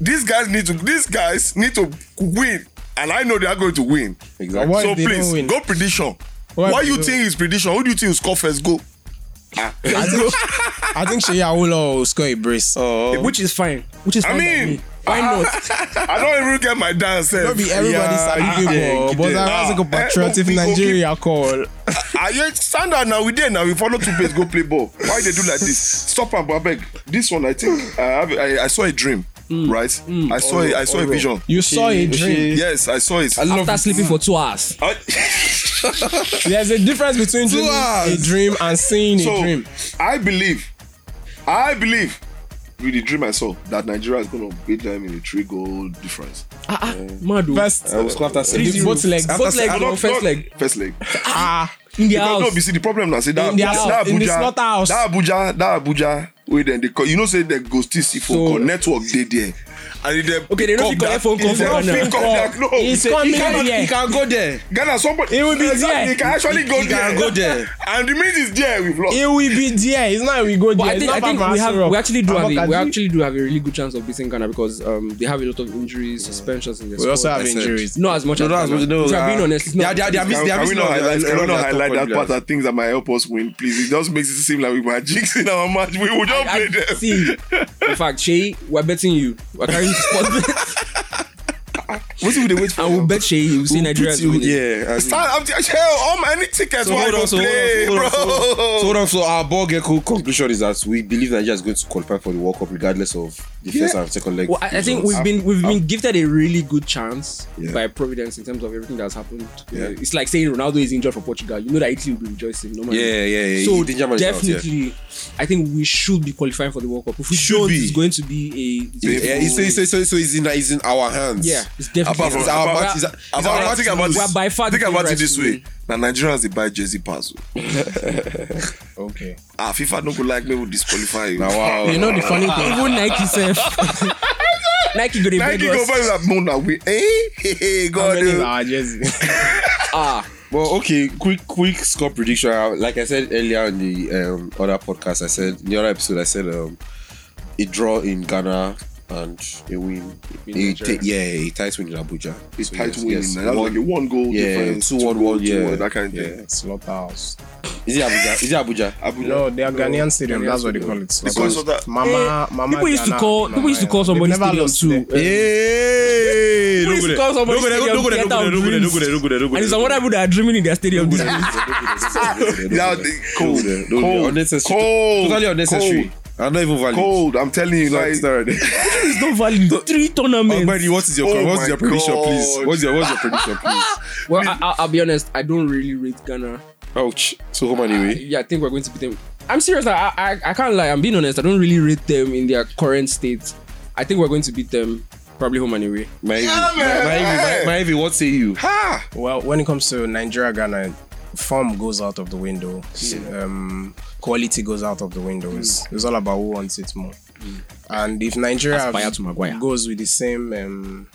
Speaker 3: These guys need to. These guys need to win, and I know they are going to win.
Speaker 4: Exactly.
Speaker 2: What
Speaker 3: so
Speaker 2: if they don't
Speaker 3: please,
Speaker 2: win?
Speaker 3: go prediction.
Speaker 2: What if
Speaker 3: What,
Speaker 2: they
Speaker 3: you
Speaker 2: don't
Speaker 3: think is prediction? Who do you think will score first? Go.
Speaker 2: I think, I think Shea Awolo will score a brace.
Speaker 4: Oh.
Speaker 6: which is fine. Which is
Speaker 3: I
Speaker 6: fine. by
Speaker 3: mean,
Speaker 6: me. why not?
Speaker 3: I don't even get my dance. eh.
Speaker 2: Not be everybody's
Speaker 4: Yeah,
Speaker 2: yeah,
Speaker 4: yeah,
Speaker 2: but
Speaker 4: yeah.
Speaker 2: that's like
Speaker 3: Ah,
Speaker 2: a
Speaker 3: eh,
Speaker 2: patriotic
Speaker 3: okay, okay.
Speaker 2: Nigeria call.
Speaker 3: Are you ah, stand out now? We there now. We follow two players. Go play ball. Why they do like this? Stop and Babeg. This one, I think. I, have, I, I saw a dream.
Speaker 6: Mm.
Speaker 3: Right. I saw. a, I saw a vision.
Speaker 2: You saw a dream.
Speaker 3: Yes, I saw it.
Speaker 6: After sleeping for two hours.
Speaker 3: I-
Speaker 2: There's a difference between dreaming a
Speaker 4: hours.
Speaker 2: dream and seeing a
Speaker 3: so
Speaker 2: dream.
Speaker 3: I believe, I believe, with the dream I saw that Nigeria is going to beat them in a three-goal difference.
Speaker 6: Ah, ah, mad oh.
Speaker 2: First,
Speaker 4: I was clapped as a-
Speaker 2: 3-0. Both legs.
Speaker 4: After-
Speaker 6: Both legs.
Speaker 4: after-
Speaker 6: No, first leg.
Speaker 3: First leg.
Speaker 2: ah,
Speaker 6: in the
Speaker 3: Because
Speaker 6: house.
Speaker 3: no, you see the problem now. Say that,
Speaker 2: In their
Speaker 3: that
Speaker 2: house,
Speaker 3: Abuja,
Speaker 2: in the slaughterhouse.
Speaker 3: that Abuja, that Abuja. Wait, then they call. You know, say they go still see phone
Speaker 6: So-
Speaker 3: call network they there. And if they
Speaker 6: Okay, they no fit collect phone call for Ghana.
Speaker 3: Ghana. No,
Speaker 2: It's
Speaker 3: He
Speaker 2: coming
Speaker 3: cannot-
Speaker 2: here.
Speaker 4: You can go there.
Speaker 3: Ghana, somebody.
Speaker 2: It will be
Speaker 3: Exactly,
Speaker 2: there.
Speaker 3: He can actually go
Speaker 4: He
Speaker 3: there.
Speaker 4: can go there.
Speaker 3: <laughs> And the minute is there, we've lost.
Speaker 2: it will be there. It's not we go there.
Speaker 6: But I
Speaker 2: It's
Speaker 6: think,
Speaker 2: not
Speaker 6: I think
Speaker 2: Papa
Speaker 6: we have
Speaker 2: Asuro.
Speaker 6: we actually do have a, we
Speaker 2: Amokadi.
Speaker 6: actually do have a really good chance of beating Ghana because um they have a lot of injuries, suspensions in their
Speaker 2: We also
Speaker 6: squad.
Speaker 2: have
Speaker 4: I said.
Speaker 2: injuries.
Speaker 6: not as much
Speaker 4: No,
Speaker 6: as
Speaker 4: no, as
Speaker 6: Ghana.
Speaker 4: much- no,
Speaker 6: If I'm
Speaker 4: uh,
Speaker 6: being honest, it's
Speaker 4: they
Speaker 6: not
Speaker 4: are- they are- they are
Speaker 3: Can,
Speaker 4: missing-
Speaker 3: can we
Speaker 4: missing
Speaker 3: not
Speaker 4: all the
Speaker 3: highlight,
Speaker 4: guys-
Speaker 3: can we
Speaker 4: all the
Speaker 3: not
Speaker 4: guys
Speaker 3: highlight
Speaker 4: top
Speaker 3: that part
Speaker 4: guys.
Speaker 3: of things that might help us win, please? It just makes it seem like we <laughs> were jinxing our match. We will just play
Speaker 6: I,
Speaker 3: them.
Speaker 6: see. In fact, Shay, we're betting you. We're carrying the
Speaker 4: <laughs>
Speaker 6: spot.
Speaker 4: What if they wait for?
Speaker 6: and
Speaker 3: <laughs>
Speaker 6: we'll bet Shay. We'll see
Speaker 4: We'll
Speaker 6: Nigeria
Speaker 4: put
Speaker 6: is
Speaker 4: you-
Speaker 6: winning.
Speaker 4: Yeah. as in-
Speaker 3: Stand up, hell, all my any tickets.
Speaker 4: So
Speaker 3: why I
Speaker 4: hold
Speaker 3: go
Speaker 4: on, so hold on,
Speaker 3: play,
Speaker 4: hold on,
Speaker 3: bro?
Speaker 4: so So hold on. So our ball gecko conclusion is that we believe Nigeria is going to qualify for the World Cup regardless of the first and second leg.
Speaker 6: Well, I, I think we've
Speaker 4: results.
Speaker 6: been we've been gifted a really good chance
Speaker 4: Yeah.
Speaker 6: by Providence in terms of everything that's happened. Uh, It's like saying Ronaldo is injured for Portugal. You know that Italy will be rejoicing. No matter.
Speaker 4: Ah, Yeah, yeah, yeah.
Speaker 6: So
Speaker 4: He did Germany out, yeah.
Speaker 6: definitely, I think we should be qualifying for the World Cup. If we
Speaker 4: Should
Speaker 6: don't,
Speaker 4: be.
Speaker 6: it's going to be a
Speaker 4: Yeah, it's, it's, it's, it's, it's, in, it's in our hands.
Speaker 6: yeah, it's definitely
Speaker 3: Apart from-
Speaker 4: It's our
Speaker 3: apart-
Speaker 4: match- it's- it's
Speaker 3: About,
Speaker 4: our
Speaker 3: about,
Speaker 4: match-
Speaker 3: think about
Speaker 6: we're
Speaker 3: this.
Speaker 6: by far the
Speaker 3: think about it
Speaker 6: favourites
Speaker 3: this
Speaker 6: to
Speaker 3: way.
Speaker 6: win.
Speaker 3: Now Nigerians they buy jersey pass. oh.
Speaker 4: Okay.
Speaker 3: Ah, FIFA don't go like me will disqualify you.
Speaker 4: Now, wow.
Speaker 2: You know the funny thing.
Speaker 6: even Nike self. <laughs> Nike gonna beg
Speaker 3: Nike go
Speaker 6: us.
Speaker 3: buy you that moon now. We eh, hey, hey, God.
Speaker 2: Many
Speaker 3: oh.
Speaker 2: are just-
Speaker 6: Ah,
Speaker 4: Well, okay. Quick, quick score prediction. Uh, Like I said earlier in the um, other podcast, I said in the other episode, I said um, a draw in Ghana and a win. A
Speaker 6: Nigeria.
Speaker 4: t- yeah, a tight win in Abuja.
Speaker 3: It's
Speaker 4: So,
Speaker 3: tight
Speaker 4: yes,
Speaker 3: win.
Speaker 4: yes.
Speaker 3: That was like a one goal
Speaker 4: Yeah,
Speaker 3: difference.
Speaker 4: two one,
Speaker 3: goal,
Speaker 4: one,
Speaker 3: two
Speaker 4: yeah.
Speaker 3: one, That kind of thing.
Speaker 4: Yeah.
Speaker 2: Slaughterhouse.
Speaker 4: Is it Abuja? Is it <laughs> Abuja?
Speaker 3: Abuja.
Speaker 2: No, they are Ghanaian stadium.
Speaker 4: Ghanaian
Speaker 2: that's what they
Speaker 4: stadium.
Speaker 2: call it.
Speaker 3: Because of that-
Speaker 2: Mama, Mama.
Speaker 6: Eh, people used to
Speaker 2: Ghana,
Speaker 6: call people
Speaker 2: Mama,
Speaker 6: used to
Speaker 2: yeah.
Speaker 6: call
Speaker 2: They've
Speaker 6: somebody
Speaker 2: never
Speaker 6: stadium
Speaker 2: lost
Speaker 6: too.
Speaker 2: there.
Speaker 4: Hey,
Speaker 6: Who
Speaker 4: no
Speaker 6: is
Speaker 4: go there.
Speaker 6: called somebody
Speaker 4: No go there,
Speaker 6: stadium
Speaker 4: no go there,
Speaker 6: theater
Speaker 4: no go there, no go there,
Speaker 6: of
Speaker 4: no go there, no go there, no go
Speaker 6: and
Speaker 4: there,
Speaker 6: it's some
Speaker 4: no
Speaker 6: other
Speaker 4: go there.
Speaker 6: people that are dreaming in their
Speaker 2: <laughs>
Speaker 6: stadium.
Speaker 4: No go there, no go there, no go there, no go there, no go there, no go there, no go
Speaker 3: Now, they-
Speaker 4: there. No go
Speaker 3: cold,
Speaker 4: there, no go there.
Speaker 3: cold,
Speaker 4: Unnecessary.
Speaker 3: cold,
Speaker 4: Totally unnecessary. And not even valid.
Speaker 3: cold. I'm telling you, like,
Speaker 6: It's not valid. Three tournaments.
Speaker 4: Ogbeni, what is your
Speaker 3: Oh
Speaker 4: what's
Speaker 3: my
Speaker 4: your prediction,
Speaker 3: God.
Speaker 4: please? What's your what's your prediction, please?
Speaker 6: Well, I, I'll, I'll be honest. I don't really rate Ghana.
Speaker 4: Ouch. So home anyway.
Speaker 6: Yeah, I think we're going to beat them. I'm serious. I, I I can't lie. I'm being honest. I don't really rate them in their current state. I think we're going to beat them probably home and away.
Speaker 4: My Ivy, my my Ivy, what say you?
Speaker 3: ha!
Speaker 2: Well, when it comes to Nigeria, Ghana, form goes out of the window. Um, quality goes out of the window. It's,
Speaker 6: Mm.
Speaker 2: it's all about who wants it more. And if Nigeria
Speaker 6: Aspire to Maguire.
Speaker 2: goes with the same um,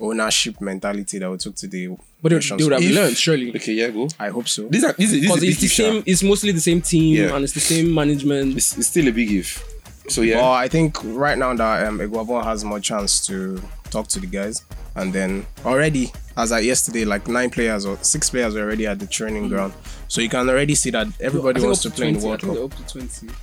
Speaker 2: ownership mentality that we took to the
Speaker 6: But they,
Speaker 2: Nations
Speaker 6: they would have
Speaker 2: League,
Speaker 6: learned surely.
Speaker 4: Okay, yeah, go.
Speaker 2: I hope so.
Speaker 4: These are this is this
Speaker 6: Because
Speaker 4: is a
Speaker 6: it's the
Speaker 4: big
Speaker 6: same.
Speaker 4: if.
Speaker 6: It's mostly the same team
Speaker 4: Yeah.
Speaker 6: and it's the same management.
Speaker 4: It's, it's still a big if. So yeah.
Speaker 2: Well, I think right now that um, Iguabon has more chance to talk to the guys, and then already as at yesterday, like nine players or six players were already at the training ground, so you can already see that everybody
Speaker 6: Mm. I think
Speaker 2: wants to
Speaker 6: up
Speaker 2: play in the
Speaker 6: 20,
Speaker 2: World
Speaker 6: I think
Speaker 2: Cup.
Speaker 6: they're Up to twenty.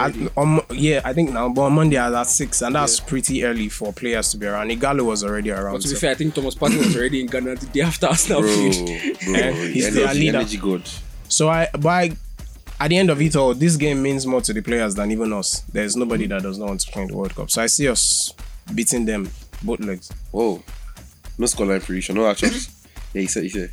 Speaker 2: At- on, yeah, I think now, but on Monday I was at six, and that's pretty early for players to be around. Igalo was already around.
Speaker 6: But to be
Speaker 2: so-
Speaker 6: fair, I think Thomas Partey was already in Ghana the day after Arsenal
Speaker 4: bro, <laughs> bro,
Speaker 6: <laughs> played.
Speaker 2: he's their
Speaker 4: energy,
Speaker 2: leader.
Speaker 4: energy god.
Speaker 2: So I, but I, at the end of it all, this game means more to the players than even us. There's
Speaker 4: Mm-hmm.
Speaker 2: nobody that does not want to play in the World Cup. So I see us beating them both legs.
Speaker 4: Whoa. No scoreline prediction, no actions. <laughs> yeah, he said he <laughs> said.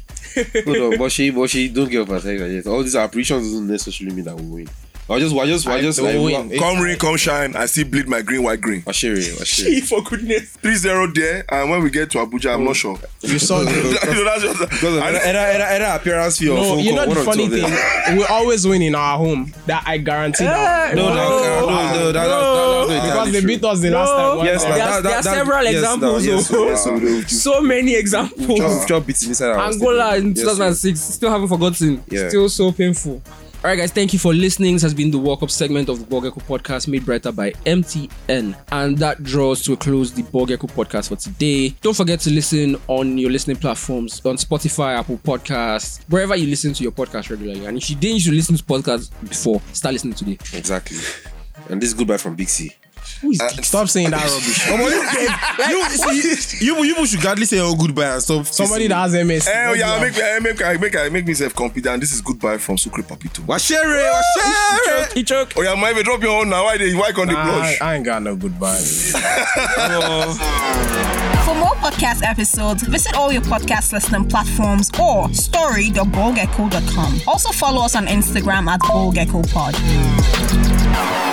Speaker 4: No, no, but she but she don't get overtaken yet. All these are predictions doesn't necessarily mean that we win. I just I just I, just
Speaker 2: don't
Speaker 4: like
Speaker 2: win.
Speaker 4: we are-
Speaker 3: Come rain, come shine. I still bleed my green, white, green.
Speaker 4: Ashiri,
Speaker 2: <laughs>
Speaker 4: Ashiri.
Speaker 6: Gee, for goodness.
Speaker 3: 3 0 there, and when we get to Abuja,
Speaker 4: Oh.
Speaker 3: I'm not sure.
Speaker 2: You saw the
Speaker 3: You know, <laughs> that's
Speaker 4: <laughs>
Speaker 3: just-
Speaker 4: Because of
Speaker 3: I
Speaker 4: either,
Speaker 3: know-
Speaker 4: either, either appearance fee or
Speaker 2: No,
Speaker 4: phone
Speaker 2: Oh, you know
Speaker 4: call, one
Speaker 2: the
Speaker 4: or two
Speaker 2: funny
Speaker 4: of
Speaker 2: thing. <laughs>
Speaker 4: them.
Speaker 2: we always win in our home. That I guarantee. that.
Speaker 4: No, no,
Speaker 2: Oh,
Speaker 4: no, no, no, that, that, that, that's
Speaker 2: because they
Speaker 4: not entirely
Speaker 2: beat
Speaker 4: true.
Speaker 2: us the last time. wasn't
Speaker 4: Yes,
Speaker 2: it?
Speaker 4: now,
Speaker 6: There are-
Speaker 4: that, that,
Speaker 6: there are
Speaker 4: that,
Speaker 6: several
Speaker 4: yes,
Speaker 6: examples,
Speaker 4: Now, yes,
Speaker 6: oh.
Speaker 4: yes, so we've just-
Speaker 6: So many
Speaker 4: we've just,
Speaker 6: examples.
Speaker 4: we've just beaten inside our
Speaker 6: Angola in
Speaker 4: stadium. Yes,
Speaker 6: 2006,
Speaker 4: yes.
Speaker 6: still haven't forgotten.
Speaker 4: Yeah.
Speaker 6: Still so painful. All right, guys, thank you for listening. This has been the Walk Up segment of the Ball Gecko podcast, made brighter by MTN. And that draws to a close the Ball Gecko podcast for today. Don't forget to listen on your listening platforms on Spotify, Apple Podcasts, wherever you listen to your podcast regularly. And if you didn't used to listen to podcasts before, start listening today.
Speaker 4: Exactly. And this is goodbye from Big C.
Speaker 6: Who is
Speaker 2: Stop saying that rubbish.
Speaker 4: you, see, you, you should gladly say oh goodbye and stop.
Speaker 2: Somebody that has MS.
Speaker 3: Eh, oh, yeah, make, eh, make, eh, make, eh, make myself compete, and this is goodbye from Sukri Papito.
Speaker 4: Washere, Washere.
Speaker 6: He choked.
Speaker 3: Oh, yeah, my baby, drop your own now. Why they why on the
Speaker 2: I,
Speaker 3: blush?
Speaker 2: I ain't got no goodbye.
Speaker 7: For more podcast episodes, visit all your podcast listening platforms or story.ballgecko.com. Also follow us on Instagram at ballgeckopod.